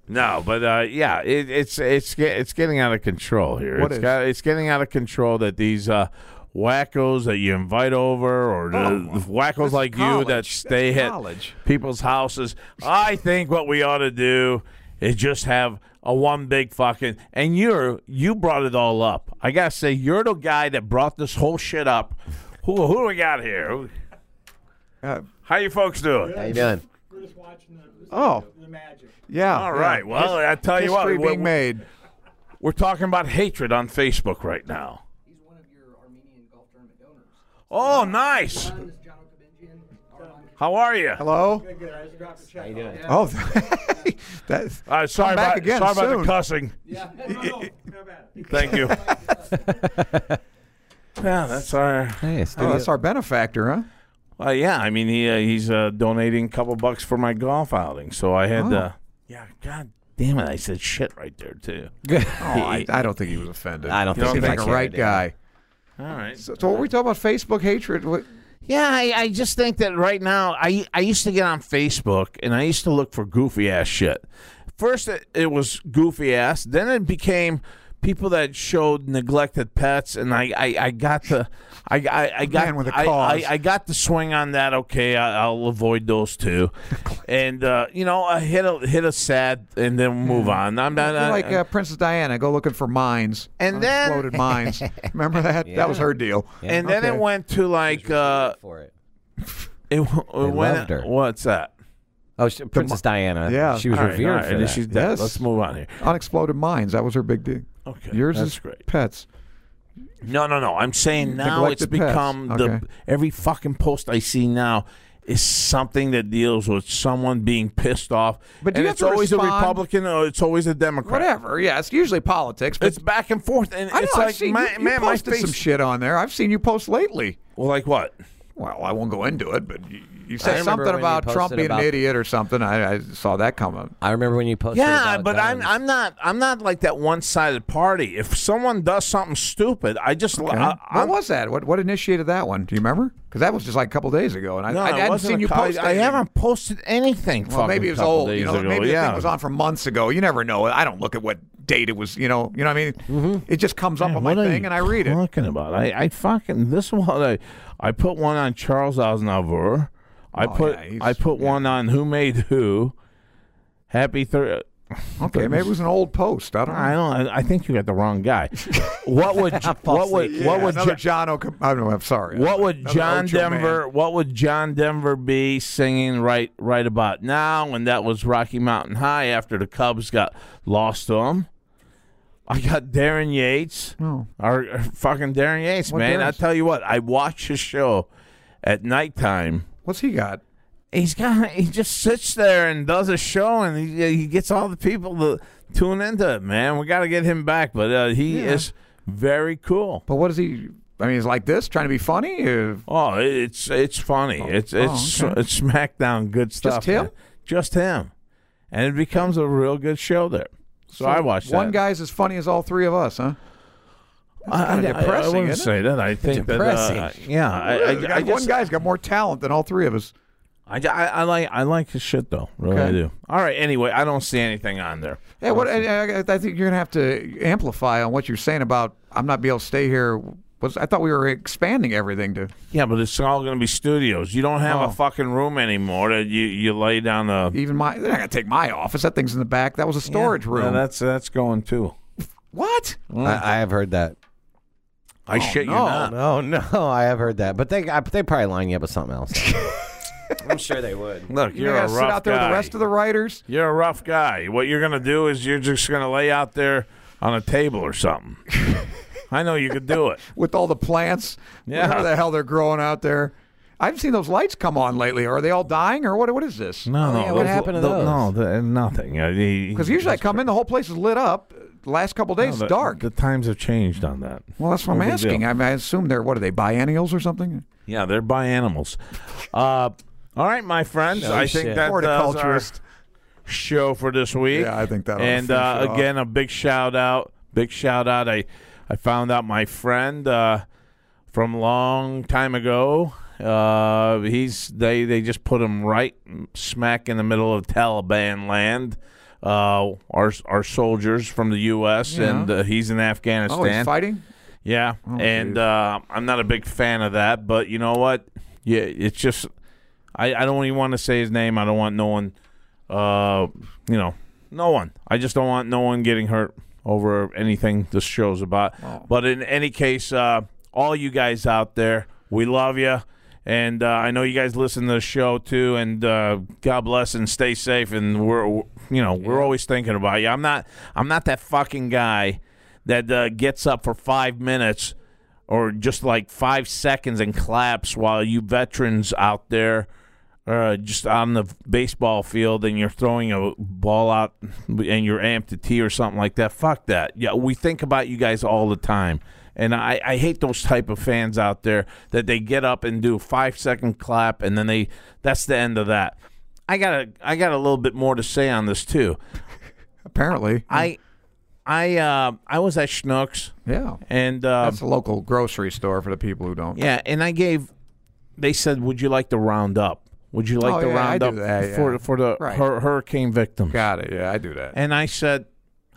[SPEAKER 3] No, but uh, yeah, it, it's it's ge- it's getting out of control here.
[SPEAKER 4] What
[SPEAKER 3] It's
[SPEAKER 4] is?
[SPEAKER 3] got- it's getting out of control that these uh, wackos that you invite over or the, the wackos like you
[SPEAKER 4] college.
[SPEAKER 3] that
[SPEAKER 4] Oh, That's
[SPEAKER 3] stay at
[SPEAKER 4] college.
[SPEAKER 3] people's houses. I think what we ought to do is just have a one big fucking and you're you brought it all up. I gotta say you're the guy that brought this whole shit up. Who who do we got here?
[SPEAKER 4] Uh,
[SPEAKER 3] How you folks doing?
[SPEAKER 5] How you doing?
[SPEAKER 4] oh, the magic. Yeah.
[SPEAKER 3] All right.
[SPEAKER 4] yeah.
[SPEAKER 3] Well, I tell you what,
[SPEAKER 4] History
[SPEAKER 3] we-
[SPEAKER 4] being made.
[SPEAKER 3] We're talking about hatred on Facebook right now. He's one of your Armenian golf tournament donors. Oh, nice. How are you?
[SPEAKER 4] Hello. Oh, [LAUGHS] that's
[SPEAKER 3] Uh, sorry
[SPEAKER 4] Come back
[SPEAKER 3] about,
[SPEAKER 4] again
[SPEAKER 3] sorry about the
[SPEAKER 4] soon.
[SPEAKER 3] cussing. [LAUGHS] Thank you. yeah, that's our.
[SPEAKER 5] Hey, it's
[SPEAKER 4] oh, that's our benefactor, huh?
[SPEAKER 3] Well, yeah, I mean, he uh, he's uh, donating a couple bucks for my golf outing, so I had.
[SPEAKER 4] Oh.
[SPEAKER 3] Uh, yeah, God damn it, I said shit right there too. [LAUGHS]
[SPEAKER 4] Oh, I, I don't think he was offended.
[SPEAKER 5] I don't
[SPEAKER 4] He
[SPEAKER 5] think
[SPEAKER 4] seems
[SPEAKER 5] he
[SPEAKER 4] like a
[SPEAKER 5] cared,
[SPEAKER 4] right
[SPEAKER 5] yeah. Uh,
[SPEAKER 4] guy.
[SPEAKER 3] All right.
[SPEAKER 4] So, so what were we talking about? Facebook hatred. What,
[SPEAKER 3] Yeah, I, I just think that right now, I I used to get on Facebook and I used to look for goofy ass shit. First, it, it was goofy ass. Then it became people that showed neglected pets, and I, I, I got the I I, I got
[SPEAKER 4] Man with a
[SPEAKER 3] I-
[SPEAKER 4] cause.
[SPEAKER 3] I, I got the swing on that. Okay, I, I'll avoid those
[SPEAKER 4] [LAUGHS]
[SPEAKER 3] two, and uh, you know, I hit a hit a sad, and then move on. I'm not
[SPEAKER 4] Hmm. You're
[SPEAKER 3] I-
[SPEAKER 4] like uh, Princess Diana, go looking for mines.
[SPEAKER 3] And then-
[SPEAKER 5] [LAUGHS]
[SPEAKER 4] exploded mines. Remember that? That was her deal.
[SPEAKER 3] and then
[SPEAKER 4] Okay.
[SPEAKER 3] it went to like uh,
[SPEAKER 5] for it.
[SPEAKER 3] it, w- it went.
[SPEAKER 5] loved her.
[SPEAKER 3] What's that?
[SPEAKER 5] Oh, she, Princess Diana.
[SPEAKER 4] Yeah.
[SPEAKER 5] she was
[SPEAKER 3] All right,
[SPEAKER 5] revered
[SPEAKER 3] all right,
[SPEAKER 5] for
[SPEAKER 3] and
[SPEAKER 5] that.
[SPEAKER 3] She's dead.
[SPEAKER 4] Yes.
[SPEAKER 3] Let's move on here.
[SPEAKER 4] Unexploded mines. That was her big deal.
[SPEAKER 3] Okay,
[SPEAKER 4] Yours
[SPEAKER 3] that's
[SPEAKER 4] is
[SPEAKER 3] great.
[SPEAKER 4] pets.
[SPEAKER 3] No, no, no. I'm saying now it's
[SPEAKER 4] Mm, Neglected pets.
[SPEAKER 3] become
[SPEAKER 4] Okay.
[SPEAKER 3] the every fucking post I see now is something that deals with someone being pissed off.
[SPEAKER 4] But do
[SPEAKER 3] and
[SPEAKER 4] you have
[SPEAKER 3] it's
[SPEAKER 4] to
[SPEAKER 3] always a
[SPEAKER 4] respond?
[SPEAKER 3] Republican or it's always a Democrat.
[SPEAKER 4] Whatever. Yeah, it's usually politics. But
[SPEAKER 3] It's back and forth, and
[SPEAKER 4] I know,
[SPEAKER 3] it's
[SPEAKER 4] I've
[SPEAKER 3] like
[SPEAKER 4] seen
[SPEAKER 3] my,
[SPEAKER 4] you, you
[SPEAKER 3] man, my
[SPEAKER 4] posted
[SPEAKER 3] face.
[SPEAKER 4] some shit on there. I've seen you post lately.
[SPEAKER 3] well, like what?
[SPEAKER 4] Well, I won't go into it, but you, you
[SPEAKER 5] I
[SPEAKER 4] said
[SPEAKER 5] remember
[SPEAKER 4] something
[SPEAKER 5] when you
[SPEAKER 4] about Trump
[SPEAKER 5] posted
[SPEAKER 4] being
[SPEAKER 5] about-
[SPEAKER 4] an idiot or something. I, I saw that coming.
[SPEAKER 5] I remember when you posted.
[SPEAKER 3] Yeah,
[SPEAKER 5] about
[SPEAKER 3] but I'm
[SPEAKER 5] guns.
[SPEAKER 3] I'm not I'm not like that one sided party. If someone does something stupid, I just I,
[SPEAKER 4] what
[SPEAKER 3] I'm-
[SPEAKER 4] was that? What what initiated that one? Do you remember? Because that was just like a couple days ago, and I,
[SPEAKER 3] No,
[SPEAKER 4] I
[SPEAKER 3] it
[SPEAKER 4] hadn't
[SPEAKER 3] wasn't
[SPEAKER 4] seen
[SPEAKER 3] a
[SPEAKER 4] you
[SPEAKER 3] co- I-
[SPEAKER 4] post.
[SPEAKER 3] I
[SPEAKER 4] anything.
[SPEAKER 3] haven't posted anything.
[SPEAKER 4] Well,
[SPEAKER 3] fucking
[SPEAKER 4] maybe it was
[SPEAKER 3] couple
[SPEAKER 4] old.
[SPEAKER 3] days
[SPEAKER 4] You know,
[SPEAKER 3] ago.
[SPEAKER 4] maybe the
[SPEAKER 3] yeah.
[SPEAKER 4] thing was on from months ago. You never know. I don't look at what date it was. You know, you know what I mean. It just comes up
[SPEAKER 3] Mm-hmm. Man,
[SPEAKER 4] on my
[SPEAKER 3] what are
[SPEAKER 4] thing,
[SPEAKER 3] you
[SPEAKER 4] and I read it.
[SPEAKER 3] Talking about, I, I fucking this one. I, I put one on Charles Aznavour. I
[SPEAKER 4] Oh,
[SPEAKER 3] put
[SPEAKER 4] yeah, he's-
[SPEAKER 3] I put one on Who Made Who. Happy thir-
[SPEAKER 4] Okay, maybe it was an old post. I don't know.
[SPEAKER 3] I don't. I, I think you got the wrong
[SPEAKER 4] [LAUGHS]
[SPEAKER 3] guy. what would what would what
[SPEAKER 4] Yeah,
[SPEAKER 3] would
[SPEAKER 4] another
[SPEAKER 3] Jo-
[SPEAKER 4] John? O'Com- I don't know. I'm sorry.
[SPEAKER 3] what would
[SPEAKER 4] Another
[SPEAKER 3] John
[SPEAKER 4] Ocho man.
[SPEAKER 3] Denver What would John Denver be singing right right about now? And that was Rocky Mountain High after the Cubs got lost to him. I got Darren Yates.
[SPEAKER 4] Oh.
[SPEAKER 3] Our, our fucking Darren Yates,
[SPEAKER 4] What
[SPEAKER 3] man. I
[SPEAKER 4] Darren's-
[SPEAKER 3] tell you what, I watch his show at nighttime.
[SPEAKER 4] What's he got?
[SPEAKER 3] He's got he just sits there and does a show, and he, he gets all the people to tune into it. Man, we got to get him back, but uh, he
[SPEAKER 4] Yeah.
[SPEAKER 3] is very cool.
[SPEAKER 4] But what is he? I mean, it's like this, trying to be funny. Uh,
[SPEAKER 3] Oh, it's it's funny. it's it's
[SPEAKER 4] Oh, okay.
[SPEAKER 3] it's SmackDown good stuff.
[SPEAKER 4] him?
[SPEAKER 3] man. Just him, and it becomes a real good show there. So, I watched
[SPEAKER 4] one
[SPEAKER 3] that.
[SPEAKER 4] guy's as funny as all three of us, huh?
[SPEAKER 3] I,
[SPEAKER 4] kinda
[SPEAKER 3] I- I
[SPEAKER 4] depressing,
[SPEAKER 3] wouldn't
[SPEAKER 4] isn't it?
[SPEAKER 3] say that. I think that. uh,
[SPEAKER 6] depressing.
[SPEAKER 3] yeah, I, I, I,
[SPEAKER 4] The guy- one
[SPEAKER 3] just-
[SPEAKER 4] guy's got more talent than all three of us.
[SPEAKER 3] I, I, I like I like his shit though. Really,
[SPEAKER 4] Okay.
[SPEAKER 3] I do. All right. Anyway, I don't see anything on there.
[SPEAKER 4] Yeah, what, I, I I think you're gonna have to amplify on what you're saying about I'm not be able to stay here. Was I thought we were expanding everything to?
[SPEAKER 3] Yeah, but it's all going to be studios. You don't have
[SPEAKER 4] Oh.
[SPEAKER 3] a fucking room anymore that you, you lay down the
[SPEAKER 4] Even my, they're not gonna take my office. That thing's in the back. That was a storage
[SPEAKER 3] Yeah,
[SPEAKER 4] room.
[SPEAKER 3] that's that's going too.
[SPEAKER 4] what?
[SPEAKER 3] Mm.
[SPEAKER 6] I, I have heard that.
[SPEAKER 3] I shit you
[SPEAKER 4] Oh, no.
[SPEAKER 3] not.
[SPEAKER 6] No, no, [LAUGHS] I have heard that. But they I, they probably line you up with something else. [LAUGHS] I'm sure they would.
[SPEAKER 3] Look,
[SPEAKER 4] You're
[SPEAKER 3] you're
[SPEAKER 4] gonna
[SPEAKER 3] a rough
[SPEAKER 4] sit out there
[SPEAKER 3] guy.
[SPEAKER 4] with the rest of the writers.
[SPEAKER 3] You're a rough guy. What you're gonna do is you're just gonna lay out there on a table or something. I know you could do it.
[SPEAKER 4] with all the plants.
[SPEAKER 3] Yeah.
[SPEAKER 4] Whatever the hell they're growing out there. I've seen those lights come on lately. Are they all dying or what? What is this?
[SPEAKER 3] [LAUGHS] No, no.
[SPEAKER 6] yeah, what happened to
[SPEAKER 3] the,
[SPEAKER 6] those?
[SPEAKER 3] No, the, nothing. Uh, he-
[SPEAKER 4] Because usually I come in, the whole place is lit up. The last couple of days,
[SPEAKER 3] the-
[SPEAKER 4] it's dark.
[SPEAKER 3] The times have changed on that.
[SPEAKER 4] well, that's what I'm
[SPEAKER 3] No big
[SPEAKER 4] asking.
[SPEAKER 3] deal.
[SPEAKER 4] I, mean, I assume they're what are they biennials or something?
[SPEAKER 3] Yeah, they're by animals. Uh, all right, my friends. I think
[SPEAKER 6] shit.
[SPEAKER 3] that does our
[SPEAKER 4] Horticulturist.
[SPEAKER 3] show for this week.
[SPEAKER 4] Yeah, I think that ought to
[SPEAKER 3] And
[SPEAKER 4] finish
[SPEAKER 3] uh,
[SPEAKER 4] it off.
[SPEAKER 3] again, a big shout out. Big shout out. I I found out my friend uh, from long time ago. Uh, he's they they just put him right smack in the middle of Taliban land. Uh, our our soldiers from the U.S. and uh, he's in Afghanistan.
[SPEAKER 4] Oh, he's fighting.
[SPEAKER 3] Yeah, and uh, I'm not a big fan of that, but you know what? Yeah, it's just I, I don't even want to say his name. I don't want no one, uh, you know, no one. I just don't want no one getting hurt over anything this show's about. But in any case, uh, all you guys out there, we love you, and uh, I know you guys listen to the show too. And uh, God bless and stay safe. And we're you know we're always thinking about you. I'm not I'm not that fucking guy that uh, gets up for five minutes or just like five seconds and claps while you veterans out there uh, just on the baseball field and you're throwing a ball out and you're amputee or something like that. Fuck that. Yeah, we think about you guys all the time. And I, I hate those type of fans out there that they get up and do a five second clap and then they that's the end of that. I got a I got a little bit more to say on this too.
[SPEAKER 4] Apparently,
[SPEAKER 3] I I uh, I was at Schnucks
[SPEAKER 4] yeah.
[SPEAKER 3] and uh,
[SPEAKER 4] That's a local grocery store for the people who don't.
[SPEAKER 3] yeah, and I gave. They said, "Would you like the round up? Would you like
[SPEAKER 4] Oh,
[SPEAKER 3] the
[SPEAKER 4] yeah, I
[SPEAKER 3] round
[SPEAKER 4] do
[SPEAKER 3] up
[SPEAKER 4] that, yeah.
[SPEAKER 3] for for the
[SPEAKER 4] Right.
[SPEAKER 3] hur- hurricane victims?"
[SPEAKER 4] Got it. Yeah, I do that.
[SPEAKER 3] And I said,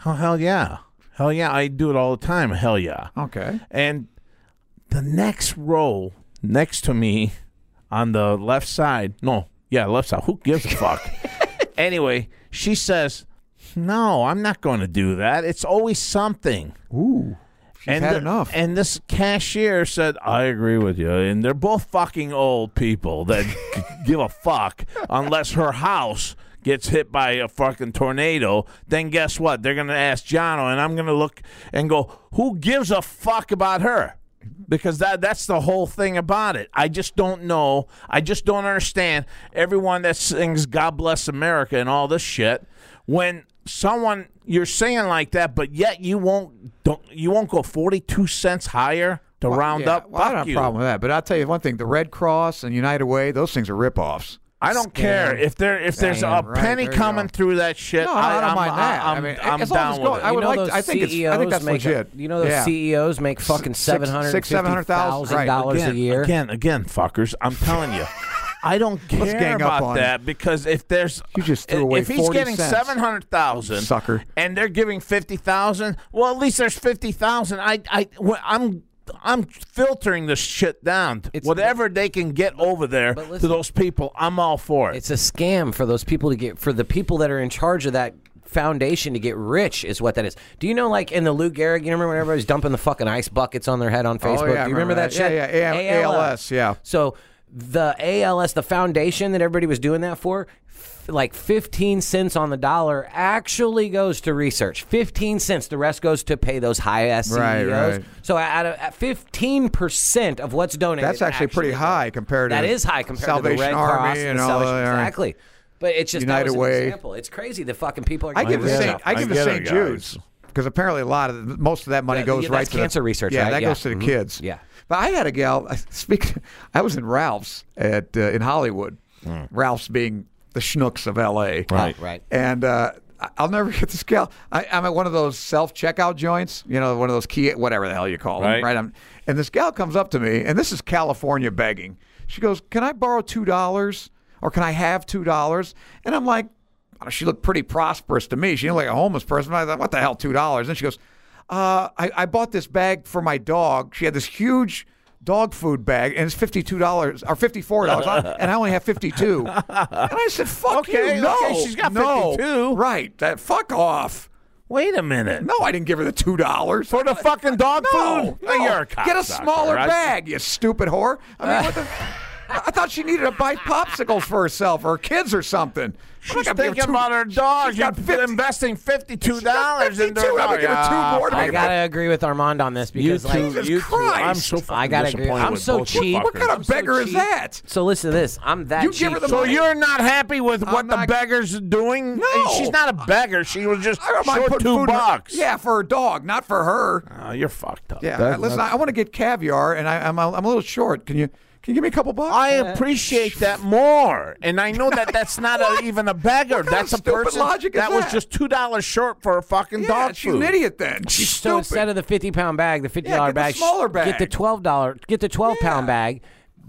[SPEAKER 3] "Oh hell yeah, hell yeah, I do it all the time. Hell yeah."
[SPEAKER 4] Okay.
[SPEAKER 3] And the next row next to me on the left side, no, yeah, left side, who gives a
[SPEAKER 4] [LAUGHS]
[SPEAKER 3] fuck? anyway, she says, No, I'm not going to do that. It's always something. Ooh. and
[SPEAKER 4] had
[SPEAKER 3] the-
[SPEAKER 4] enough.
[SPEAKER 3] And this cashier said, I agree with you. And they're both fucking old people that give a fuck unless her house gets hit by a fucking tornado. Then guess what? They're going to ask Jono, and I'm going to look and go, Who gives a fuck about her? because that that's the whole thing about it. I just don't know. I just don't understand everyone that sings God bless America and all this shit when someone you're singing like that but yet you won't don't you won't go 42 cents higher to round
[SPEAKER 4] Yeah,
[SPEAKER 3] up.
[SPEAKER 4] well, I
[SPEAKER 3] Fuck
[SPEAKER 4] don't have a
[SPEAKER 3] you.
[SPEAKER 4] problem with that, but I'll tell you one thing: the Red Cross and United Way, those things are ripoffs.
[SPEAKER 3] I don't care if there if there's
[SPEAKER 4] Damn,
[SPEAKER 3] a
[SPEAKER 4] right,
[SPEAKER 3] penny
[SPEAKER 4] there you
[SPEAKER 3] coming
[SPEAKER 4] go.
[SPEAKER 3] through that shit.
[SPEAKER 4] No, I
[SPEAKER 3] I,
[SPEAKER 4] don't
[SPEAKER 3] I'm,
[SPEAKER 4] mind that.
[SPEAKER 3] I,
[SPEAKER 4] I
[SPEAKER 3] am
[SPEAKER 4] mean,
[SPEAKER 3] I'm
[SPEAKER 4] as long as
[SPEAKER 3] down
[SPEAKER 4] it's
[SPEAKER 3] with
[SPEAKER 4] going-
[SPEAKER 3] it.
[SPEAKER 4] I would
[SPEAKER 6] you know
[SPEAKER 4] like to-
[SPEAKER 6] those
[SPEAKER 4] I think it's- I
[SPEAKER 6] CEOs
[SPEAKER 4] think that's
[SPEAKER 6] make
[SPEAKER 4] legit.
[SPEAKER 6] you know those
[SPEAKER 4] Yeah.
[SPEAKER 6] CEOs make fucking
[SPEAKER 4] six- six,
[SPEAKER 6] seven hundred
[SPEAKER 4] $700,000, right.
[SPEAKER 6] dollars
[SPEAKER 3] again,
[SPEAKER 6] a year.
[SPEAKER 3] Again, again, fuckers. I'm telling you. [LAUGHS] I don't care
[SPEAKER 4] gang up
[SPEAKER 3] about
[SPEAKER 4] on
[SPEAKER 3] that because if there's
[SPEAKER 4] You just threw away
[SPEAKER 3] if he's
[SPEAKER 4] 40
[SPEAKER 3] getting
[SPEAKER 4] cents.
[SPEAKER 3] seven hundred thousand
[SPEAKER 4] Sucker.
[SPEAKER 3] and they're giving fifty thousand well at least there's fifty thousand I I well, I'm I'm filtering this shit down whatever they can get over there to
[SPEAKER 6] listen-
[SPEAKER 3] those people I'm all for it
[SPEAKER 5] It's a scam for those people to get for the people that are in charge of that foundation to get rich is what that is. Do you know like in the Lou Gehrig, you remember when everybody's dumping the fucking ice buckets on their head on Facebook?
[SPEAKER 4] Oh, yeah, I
[SPEAKER 5] Do you
[SPEAKER 4] remember
[SPEAKER 5] remember that,
[SPEAKER 4] that. Yeah,
[SPEAKER 5] shit?
[SPEAKER 4] yeah, A- ALS, yeah.
[SPEAKER 5] So the ALS, the foundation that everybody was doing that for, f- like 15 cents on the dollar actually goes to research. 15 cents, the rest goes to pay those high ass CEOs.
[SPEAKER 4] Right, right.
[SPEAKER 5] So out of at 15% of what's donated
[SPEAKER 4] That's actually pretty
[SPEAKER 5] goes.
[SPEAKER 4] high compared to
[SPEAKER 5] That is high compared to
[SPEAKER 4] Salvation
[SPEAKER 5] the Red
[SPEAKER 4] Army
[SPEAKER 5] Cross
[SPEAKER 4] and
[SPEAKER 5] and the
[SPEAKER 4] all
[SPEAKER 5] Salvation-
[SPEAKER 4] that, all right.
[SPEAKER 5] Exactly. But it's just that
[SPEAKER 4] United
[SPEAKER 5] was an
[SPEAKER 4] Way.
[SPEAKER 5] example. It's crazy the fucking people are
[SPEAKER 4] I give
[SPEAKER 5] getting
[SPEAKER 4] the
[SPEAKER 3] get
[SPEAKER 5] rich
[SPEAKER 3] it.
[SPEAKER 4] St.
[SPEAKER 5] off-
[SPEAKER 4] I
[SPEAKER 3] I
[SPEAKER 4] give the
[SPEAKER 3] get it,
[SPEAKER 4] St.
[SPEAKER 3] guys.
[SPEAKER 4] Jude's. because apparently a lot of the, most of that money
[SPEAKER 5] Yeah,
[SPEAKER 4] goes
[SPEAKER 5] yeah,
[SPEAKER 4] right
[SPEAKER 5] that's
[SPEAKER 4] to
[SPEAKER 5] cancer
[SPEAKER 4] the,
[SPEAKER 5] research,
[SPEAKER 4] Yeah,
[SPEAKER 5] right?
[SPEAKER 4] that
[SPEAKER 5] Yeah.
[SPEAKER 4] goes to the
[SPEAKER 5] Mhm.
[SPEAKER 4] kids.
[SPEAKER 5] Yeah.
[SPEAKER 4] but I had a gal. [LAUGHS] Speak. I was in Ralph's at uh, in Hollywood. Ralph's being the schnooks of L.A.
[SPEAKER 1] Right.
[SPEAKER 5] Right.
[SPEAKER 4] And uh, I- I'll never [LAUGHS] forget this gal. I, I'm at one of those self checkout joints. You know, one of those key whatever the hell you call them.
[SPEAKER 3] Right.
[SPEAKER 4] Right. I'm, and this gal comes up to me, and this is California begging. She goes, "Can I borrow two dollars, or can I have two dollars?" And I'm like, oh, "She looked pretty prosperous to me. She looked like a homeless person." I thought, "What the hell, two dollars?" And she goes, uh, I, "I bought this bag for my dog. She had this huge." Dog food bag and it's fifty two dollars or fifty four dollars and I only have fifty two. And I said, "Fuck
[SPEAKER 3] Okay,
[SPEAKER 4] you, no,
[SPEAKER 3] okay, she's got
[SPEAKER 4] no,
[SPEAKER 3] 52.
[SPEAKER 4] right? That fuck off.
[SPEAKER 3] Wait a minute.
[SPEAKER 4] No, I didn't give her the two dollars
[SPEAKER 3] For the fucking dog
[SPEAKER 4] no,
[SPEAKER 3] food?
[SPEAKER 4] no.
[SPEAKER 3] You're a
[SPEAKER 4] Get a
[SPEAKER 3] cocksucker,
[SPEAKER 4] smaller
[SPEAKER 3] right?
[SPEAKER 4] bag, you stupid whore. I mean,
[SPEAKER 3] [LAUGHS]
[SPEAKER 4] what the. I thought she needed to buy popsicles for herself or her kids or something.
[SPEAKER 3] She's thinking about her dog.
[SPEAKER 4] She's got
[SPEAKER 3] You're
[SPEAKER 4] 50
[SPEAKER 3] investing fifty-two dollars into her
[SPEAKER 4] $52. I'm
[SPEAKER 3] dog.
[SPEAKER 4] gonna give her two
[SPEAKER 3] Yeah.
[SPEAKER 4] more to
[SPEAKER 5] I
[SPEAKER 4] make it
[SPEAKER 5] gotta agree with Armand on this because like
[SPEAKER 4] Jesus you two- Christ.
[SPEAKER 3] I'm so fucking
[SPEAKER 5] I gotta agree.
[SPEAKER 3] disappointed
[SPEAKER 5] I'm
[SPEAKER 3] with
[SPEAKER 5] so
[SPEAKER 3] both
[SPEAKER 5] cheap.
[SPEAKER 3] you
[SPEAKER 5] What
[SPEAKER 4] What kind
[SPEAKER 3] fuckers.
[SPEAKER 4] of beggar is
[SPEAKER 5] cheap.
[SPEAKER 4] that?
[SPEAKER 5] So listen to this. I'm that.
[SPEAKER 4] You give her
[SPEAKER 5] cheap.
[SPEAKER 4] the
[SPEAKER 3] So
[SPEAKER 4] money.
[SPEAKER 3] you're not happy with what
[SPEAKER 4] I'm
[SPEAKER 3] the
[SPEAKER 4] not-
[SPEAKER 3] beggar's doing?
[SPEAKER 4] No.
[SPEAKER 3] she's not a beggar. She was just
[SPEAKER 4] I don't mind
[SPEAKER 3] short
[SPEAKER 4] putting
[SPEAKER 3] two
[SPEAKER 4] food in her-
[SPEAKER 3] bucks.
[SPEAKER 4] yeah, for her dog, not for her.
[SPEAKER 3] Oh, you're fucked up.
[SPEAKER 4] Yeah, listen, I, I want to get caviar, and I, I'm a, I'm a little short. Can you can you give me a couple bucks?
[SPEAKER 3] I appreciate that more, and I know that that's not a, even a beggar.
[SPEAKER 4] [LAUGHS] What kind
[SPEAKER 3] That's
[SPEAKER 4] of
[SPEAKER 3] a
[SPEAKER 4] stupid
[SPEAKER 3] person
[SPEAKER 4] logic is
[SPEAKER 3] that was
[SPEAKER 4] that?
[SPEAKER 3] just two dollars short for a fucking
[SPEAKER 4] yeah,
[SPEAKER 3] dog
[SPEAKER 4] she's
[SPEAKER 3] food.
[SPEAKER 4] an idiot then. She's
[SPEAKER 5] so
[SPEAKER 4] stupid.
[SPEAKER 5] instead of the fifty pound bag, the fifty
[SPEAKER 4] Yeah,
[SPEAKER 5] dollar
[SPEAKER 4] get the
[SPEAKER 5] bag,
[SPEAKER 4] smaller
[SPEAKER 5] get the
[SPEAKER 4] bag.
[SPEAKER 5] twelve dollar, get the twelve pound
[SPEAKER 4] Yeah.
[SPEAKER 5] bag.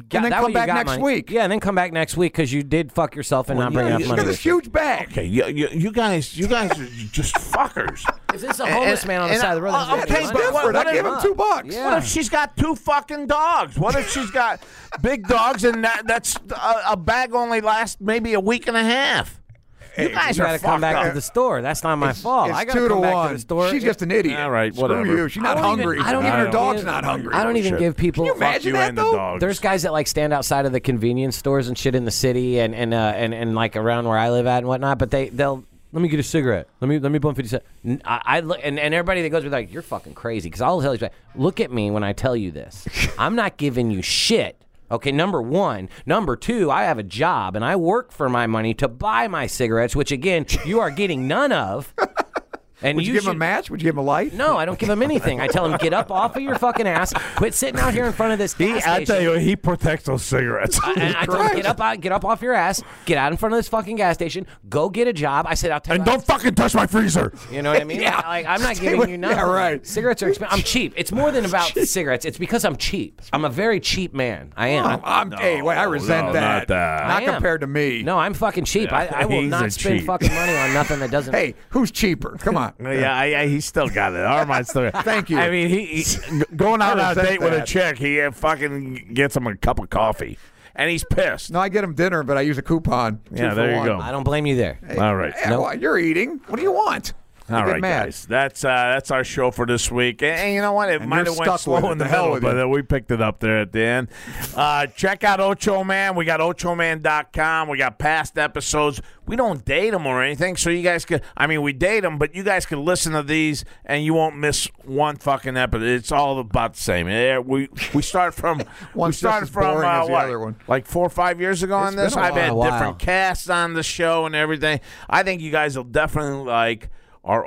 [SPEAKER 5] Got-
[SPEAKER 4] then
[SPEAKER 5] that
[SPEAKER 4] come
[SPEAKER 5] way you
[SPEAKER 4] back
[SPEAKER 5] got
[SPEAKER 4] next
[SPEAKER 5] money.
[SPEAKER 4] week.
[SPEAKER 5] Yeah, and then come back next week because you did fuck yourself and not bring
[SPEAKER 3] yeah,
[SPEAKER 5] enough
[SPEAKER 3] you-
[SPEAKER 4] Look
[SPEAKER 5] money.
[SPEAKER 4] at this huge bag.
[SPEAKER 3] Okay, you, you, you guys, you guys are just
[SPEAKER 4] [LAUGHS]
[SPEAKER 3] fuckers.
[SPEAKER 5] If this is a homeless man on the
[SPEAKER 3] and
[SPEAKER 5] side of the road,
[SPEAKER 3] I-
[SPEAKER 5] that's what
[SPEAKER 3] okay,
[SPEAKER 5] he
[SPEAKER 4] It's
[SPEAKER 3] but
[SPEAKER 5] wants.
[SPEAKER 3] what- what
[SPEAKER 4] different. I
[SPEAKER 3] if-
[SPEAKER 4] gave him two bucks.
[SPEAKER 5] Yeah.
[SPEAKER 3] What if she's got two fucking dogs? What if she's got big dogs and that, that's a, a bag only lasts maybe a week and a half? You guys
[SPEAKER 5] you
[SPEAKER 3] are
[SPEAKER 5] gotta
[SPEAKER 3] fucked
[SPEAKER 5] come back
[SPEAKER 3] up.
[SPEAKER 5] to the store. That's not my fault.
[SPEAKER 4] It's
[SPEAKER 5] I gotta
[SPEAKER 4] two
[SPEAKER 5] come
[SPEAKER 4] to
[SPEAKER 5] back
[SPEAKER 4] one.
[SPEAKER 5] to the store.
[SPEAKER 4] She's just an idiot.
[SPEAKER 3] All right, whatever.
[SPEAKER 4] Screw you. She's
[SPEAKER 5] I
[SPEAKER 4] not
[SPEAKER 5] don't even-
[SPEAKER 4] hungry.
[SPEAKER 5] I don't
[SPEAKER 4] even her
[SPEAKER 5] even
[SPEAKER 4] dog's
[SPEAKER 5] give-
[SPEAKER 4] not hungry.
[SPEAKER 5] I don't even
[SPEAKER 3] Shit.
[SPEAKER 5] give people.
[SPEAKER 4] Can you
[SPEAKER 3] Fuck
[SPEAKER 4] imagine
[SPEAKER 3] you
[SPEAKER 4] that
[SPEAKER 3] and
[SPEAKER 4] though?
[SPEAKER 3] the dogs.
[SPEAKER 5] There's guys that like stand outside of the convenience stores and shit in the city and and uh, and, and like around where I live at and whatnot. But they they'll let me get a cigarette. Let me let me bum fifty cent. N- I, I look and, and everybody that goes with like you're fucking crazy because I'll tell you back. Look at me when I tell you [LAUGHS] this. I'm not giving you shit. Okay, number one. Number two, I have a job and I work for my money to buy my cigarettes, which again, you are getting none [LAUGHS] of. And
[SPEAKER 4] Would you, give him a
[SPEAKER 5] should-
[SPEAKER 4] match? Would you give him a light?
[SPEAKER 5] no, I don't give him anything. I tell him, get up off of your fucking ass, quit sitting out here in front of this gas station.
[SPEAKER 3] he protects those cigarettes. [LAUGHS]
[SPEAKER 5] And I told him, get up, out, get up off your ass, get out in front of this fucking gas station, go get a job. I said, I'll tell you. how-
[SPEAKER 3] fucking touch my freezer.
[SPEAKER 5] you
[SPEAKER 3] [LAUGHS]
[SPEAKER 5] know what I mean?
[SPEAKER 4] Yeah.
[SPEAKER 5] Like, like, I'm not
[SPEAKER 4] Stay
[SPEAKER 5] giving
[SPEAKER 4] with-
[SPEAKER 5] you nothing.
[SPEAKER 4] yeah, right.
[SPEAKER 5] Cigarettes are expensive. I'm cheap. It's more than about cigarettes. It's because I'm cheap. I'm a very cheap man. I am.
[SPEAKER 4] I'm, I'm hey, wait, I resent
[SPEAKER 3] no,
[SPEAKER 4] that.
[SPEAKER 3] not that.
[SPEAKER 5] I am.
[SPEAKER 4] compared to me.
[SPEAKER 5] No, I'm fucking cheap.
[SPEAKER 3] [LAUGHS]
[SPEAKER 5] I, I will
[SPEAKER 3] He's a
[SPEAKER 5] not spend
[SPEAKER 3] cheap.
[SPEAKER 5] fucking money on nothing
[SPEAKER 3] [LAUGHS]
[SPEAKER 5] that doesn't.
[SPEAKER 4] Hey, who's cheaper? Come on.
[SPEAKER 3] Yeah, I, I, he still got it. Armand
[SPEAKER 5] [LAUGHS]
[SPEAKER 3] still.
[SPEAKER 4] Thank you.
[SPEAKER 3] I mean, he, he going out on
[SPEAKER 4] I
[SPEAKER 3] a
[SPEAKER 4] resent
[SPEAKER 3] date with a
[SPEAKER 4] that.
[SPEAKER 3] chick. He uh, fucking gets him a cup of coffee, and he's pissed.
[SPEAKER 4] No, I get him dinner, but I use a coupon. Two
[SPEAKER 3] Yeah,
[SPEAKER 4] for
[SPEAKER 3] there you
[SPEAKER 4] one.
[SPEAKER 3] go.
[SPEAKER 5] I don't blame you there.
[SPEAKER 3] All right.
[SPEAKER 4] Yeah, well, you're eating. What do you want? You
[SPEAKER 3] All
[SPEAKER 4] get
[SPEAKER 3] right,
[SPEAKER 4] mad.
[SPEAKER 3] guys. That's uh, that's our show for this week. And, and you know what? It
[SPEAKER 4] And
[SPEAKER 3] might have
[SPEAKER 4] you're stuck
[SPEAKER 3] went
[SPEAKER 4] with
[SPEAKER 3] slow
[SPEAKER 4] it.
[SPEAKER 3] in the
[SPEAKER 4] The hell
[SPEAKER 3] middle,
[SPEAKER 4] with
[SPEAKER 3] but
[SPEAKER 4] it.
[SPEAKER 3] uh, we picked it up there at the end. Uh, check out Ocho Man. We got OchoMan.com. We got past episodes. We don't date them or anything, so you guys could. I mean, we date them, but you guys can listen to these, and you won't miss one fucking episode. It's all about the same. Yeah, We we start
[SPEAKER 4] [LAUGHS]
[SPEAKER 3] from we
[SPEAKER 4] One's just
[SPEAKER 3] started
[SPEAKER 4] as
[SPEAKER 3] from
[SPEAKER 4] boring
[SPEAKER 3] uh,
[SPEAKER 4] as the
[SPEAKER 3] what,
[SPEAKER 4] other one.
[SPEAKER 3] like four or five years ago on
[SPEAKER 4] been
[SPEAKER 3] this.
[SPEAKER 4] a
[SPEAKER 3] I've
[SPEAKER 4] while.
[SPEAKER 3] had
[SPEAKER 5] A while.
[SPEAKER 3] different casts on the show and everything. I think you guys will definitely like our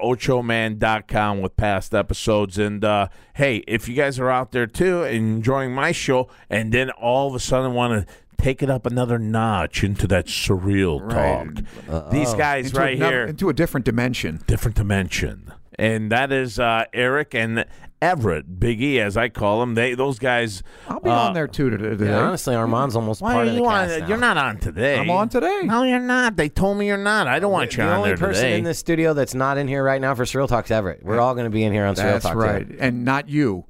[SPEAKER 3] ochoman.com with past episodes. And uh, hey, if you guys are out there too enjoying my show and then all of a sudden want to take it up another notch into that surreal talk, these guys
[SPEAKER 4] Into
[SPEAKER 3] right
[SPEAKER 4] another-
[SPEAKER 3] here
[SPEAKER 4] Into a different dimension.
[SPEAKER 3] different dimension. And that is uh, Eric and Everett, Big E, as I call them. They those guys.
[SPEAKER 4] I'll be
[SPEAKER 3] uh,
[SPEAKER 4] on there too today.
[SPEAKER 5] Yeah, honestly, Armand's almost
[SPEAKER 3] Why
[SPEAKER 5] part
[SPEAKER 3] are
[SPEAKER 5] of the
[SPEAKER 3] you on?
[SPEAKER 5] cast now.
[SPEAKER 3] You're not on today.
[SPEAKER 4] I'm on today.
[SPEAKER 3] No, you're not. They told me you're not. I don't want you
[SPEAKER 5] the
[SPEAKER 3] on
[SPEAKER 5] only
[SPEAKER 3] there
[SPEAKER 5] person
[SPEAKER 3] today.
[SPEAKER 5] in this studio that's not in here right now for Surreal Talks Everett. We're all going to be in here on Surreal
[SPEAKER 4] That's
[SPEAKER 5] Talks
[SPEAKER 4] right.
[SPEAKER 5] Everett.
[SPEAKER 4] And not you.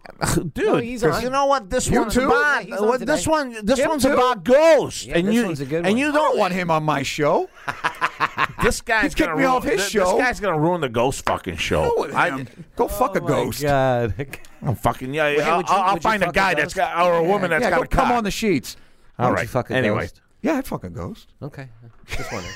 [SPEAKER 3] Dude,
[SPEAKER 5] he's on.
[SPEAKER 3] you know what? This
[SPEAKER 4] You
[SPEAKER 3] one's
[SPEAKER 4] too?
[SPEAKER 3] about
[SPEAKER 5] Yeah, he's on
[SPEAKER 3] what-
[SPEAKER 5] today.
[SPEAKER 3] this one. This
[SPEAKER 4] Him
[SPEAKER 3] one's
[SPEAKER 4] too?
[SPEAKER 3] about ghosts.
[SPEAKER 5] Yeah,
[SPEAKER 3] and
[SPEAKER 5] this
[SPEAKER 3] you
[SPEAKER 5] one's a good
[SPEAKER 3] and
[SPEAKER 5] one.
[SPEAKER 3] you
[SPEAKER 4] I don't
[SPEAKER 3] don't.
[SPEAKER 4] want him on my show.
[SPEAKER 3] This guy's
[SPEAKER 4] Oh, He's kicked
[SPEAKER 3] gonna
[SPEAKER 4] me
[SPEAKER 3] ruin-
[SPEAKER 4] off his
[SPEAKER 3] this,
[SPEAKER 4] show.
[SPEAKER 3] This guy's gonna ruin the ghost fucking show.
[SPEAKER 4] Go with him.
[SPEAKER 3] I-
[SPEAKER 4] go fuck a ghost.
[SPEAKER 5] Oh, God. [LAUGHS]
[SPEAKER 3] I'm fucking yeah.
[SPEAKER 5] you-
[SPEAKER 3] I'll,
[SPEAKER 5] would you
[SPEAKER 3] I'll
[SPEAKER 5] fuck
[SPEAKER 3] find
[SPEAKER 5] a
[SPEAKER 3] a guy that's
[SPEAKER 5] ghost?
[SPEAKER 3] got or a woman that's
[SPEAKER 4] yeah,
[SPEAKER 3] got
[SPEAKER 4] go
[SPEAKER 3] a
[SPEAKER 4] come
[SPEAKER 3] cock.
[SPEAKER 4] on the sheets.
[SPEAKER 3] All
[SPEAKER 5] Would you
[SPEAKER 3] right.
[SPEAKER 5] fuck a
[SPEAKER 3] anyway,
[SPEAKER 5] ghost?
[SPEAKER 4] Yeah, I'd fuck a ghost.
[SPEAKER 5] Okay. [LAUGHS] Just wondering.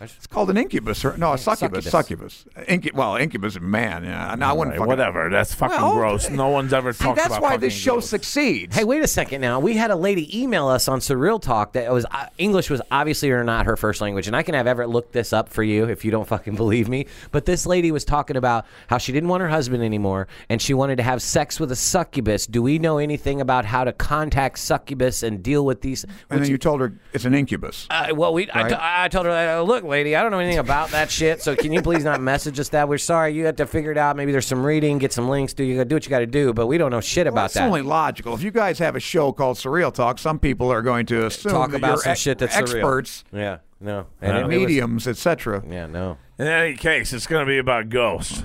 [SPEAKER 4] It's called an incubus, or no, a succubus. Succubus. Incu- well, incubus is man. Yeah, no, I wouldn't.
[SPEAKER 3] Hey,
[SPEAKER 4] fucking-
[SPEAKER 3] whatever. That's fucking
[SPEAKER 4] Well,
[SPEAKER 3] gross. No one's ever
[SPEAKER 4] See,
[SPEAKER 3] talked
[SPEAKER 4] that's
[SPEAKER 3] about
[SPEAKER 4] why this
[SPEAKER 3] fucking
[SPEAKER 4] show
[SPEAKER 3] gross.
[SPEAKER 4] succeeds.
[SPEAKER 5] Hey, wait a second now. We had a lady email us on Surreal Talk that it was uh, English was obviously or not her first language, and I can have Everett look this up for you if you don't fucking believe me. But this lady was talking about how she didn't want her husband anymore and she wanted to have sex with a succubus. Do we know anything about how to contact succubus and deal with these?
[SPEAKER 4] and then you told her it's an incubus.
[SPEAKER 5] Uh, well, we I, t- I told her, uh, look, lady, I don't know anything about that shit. So can you please not message us that? We're sorry. You have to figure it out. Maybe there's some reading, get some links. Do you do what you got to do? But we don't know shit about
[SPEAKER 4] Well, it's
[SPEAKER 5] that.
[SPEAKER 4] only logical. If you guys have a show called Surreal Talk, some people are going to assume
[SPEAKER 5] Talk
[SPEAKER 4] that
[SPEAKER 5] about
[SPEAKER 4] you're
[SPEAKER 5] some
[SPEAKER 4] ex-
[SPEAKER 5] shit that's surreal.
[SPEAKER 4] experts,
[SPEAKER 5] yeah, no,
[SPEAKER 3] Yeah.
[SPEAKER 5] it was-
[SPEAKER 4] mediums, etc.
[SPEAKER 5] yeah, no.
[SPEAKER 3] In any case, it's going to be about ghosts.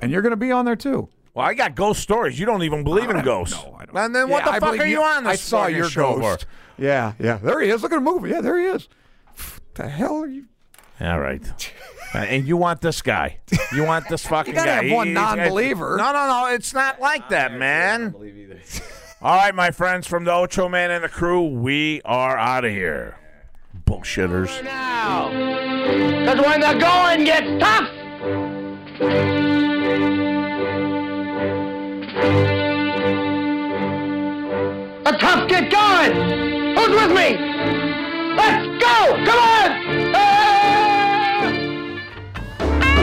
[SPEAKER 4] And you're going to be on there too.
[SPEAKER 3] Well, I got ghost stories. You don't even believe in ghosts.
[SPEAKER 4] [LAUGHS] No, I don't.
[SPEAKER 3] And then what
[SPEAKER 4] Yeah,
[SPEAKER 3] the
[SPEAKER 4] I
[SPEAKER 3] fuck
[SPEAKER 4] believe
[SPEAKER 3] are you on this
[SPEAKER 4] I saw
[SPEAKER 3] fucking
[SPEAKER 4] your
[SPEAKER 3] show
[SPEAKER 4] ghost. Yeah, yeah. There he is. Look at the movie. Yeah, there he is. The hell are you?
[SPEAKER 3] for? All
[SPEAKER 4] [LAUGHS]
[SPEAKER 3] right. Uh, and you want this guy. You want this fucking
[SPEAKER 4] gotta
[SPEAKER 3] guy.
[SPEAKER 4] have one
[SPEAKER 3] He- he's-
[SPEAKER 4] non-believer.
[SPEAKER 3] No, no, no. It's not like that, man.
[SPEAKER 4] [LAUGHS]
[SPEAKER 3] All right, my friends from the Ocho Man and the crew, we are out of here. Bullshitters.
[SPEAKER 7] now. Because when the going gets tough, the tough get going. Who's with me? Let's go! Come on! Ah!
[SPEAKER 8] behind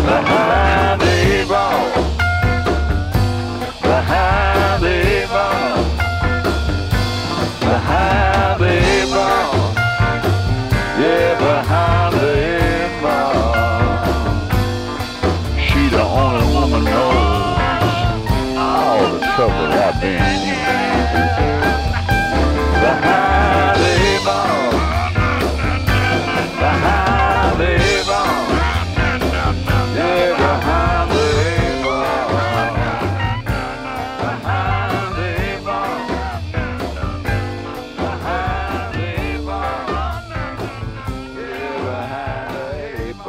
[SPEAKER 8] Behind the eight ball. Behind the eight ball. Behind the eight ball. Yeah, behind the eight ball. She the only woman knows all the trouble I've been in. Behind the eight ball. Behind the eight ball. Yeah, behind the eight ball. Behind the eight ball. Behind the eight ball. Yeah, behind the eight ball.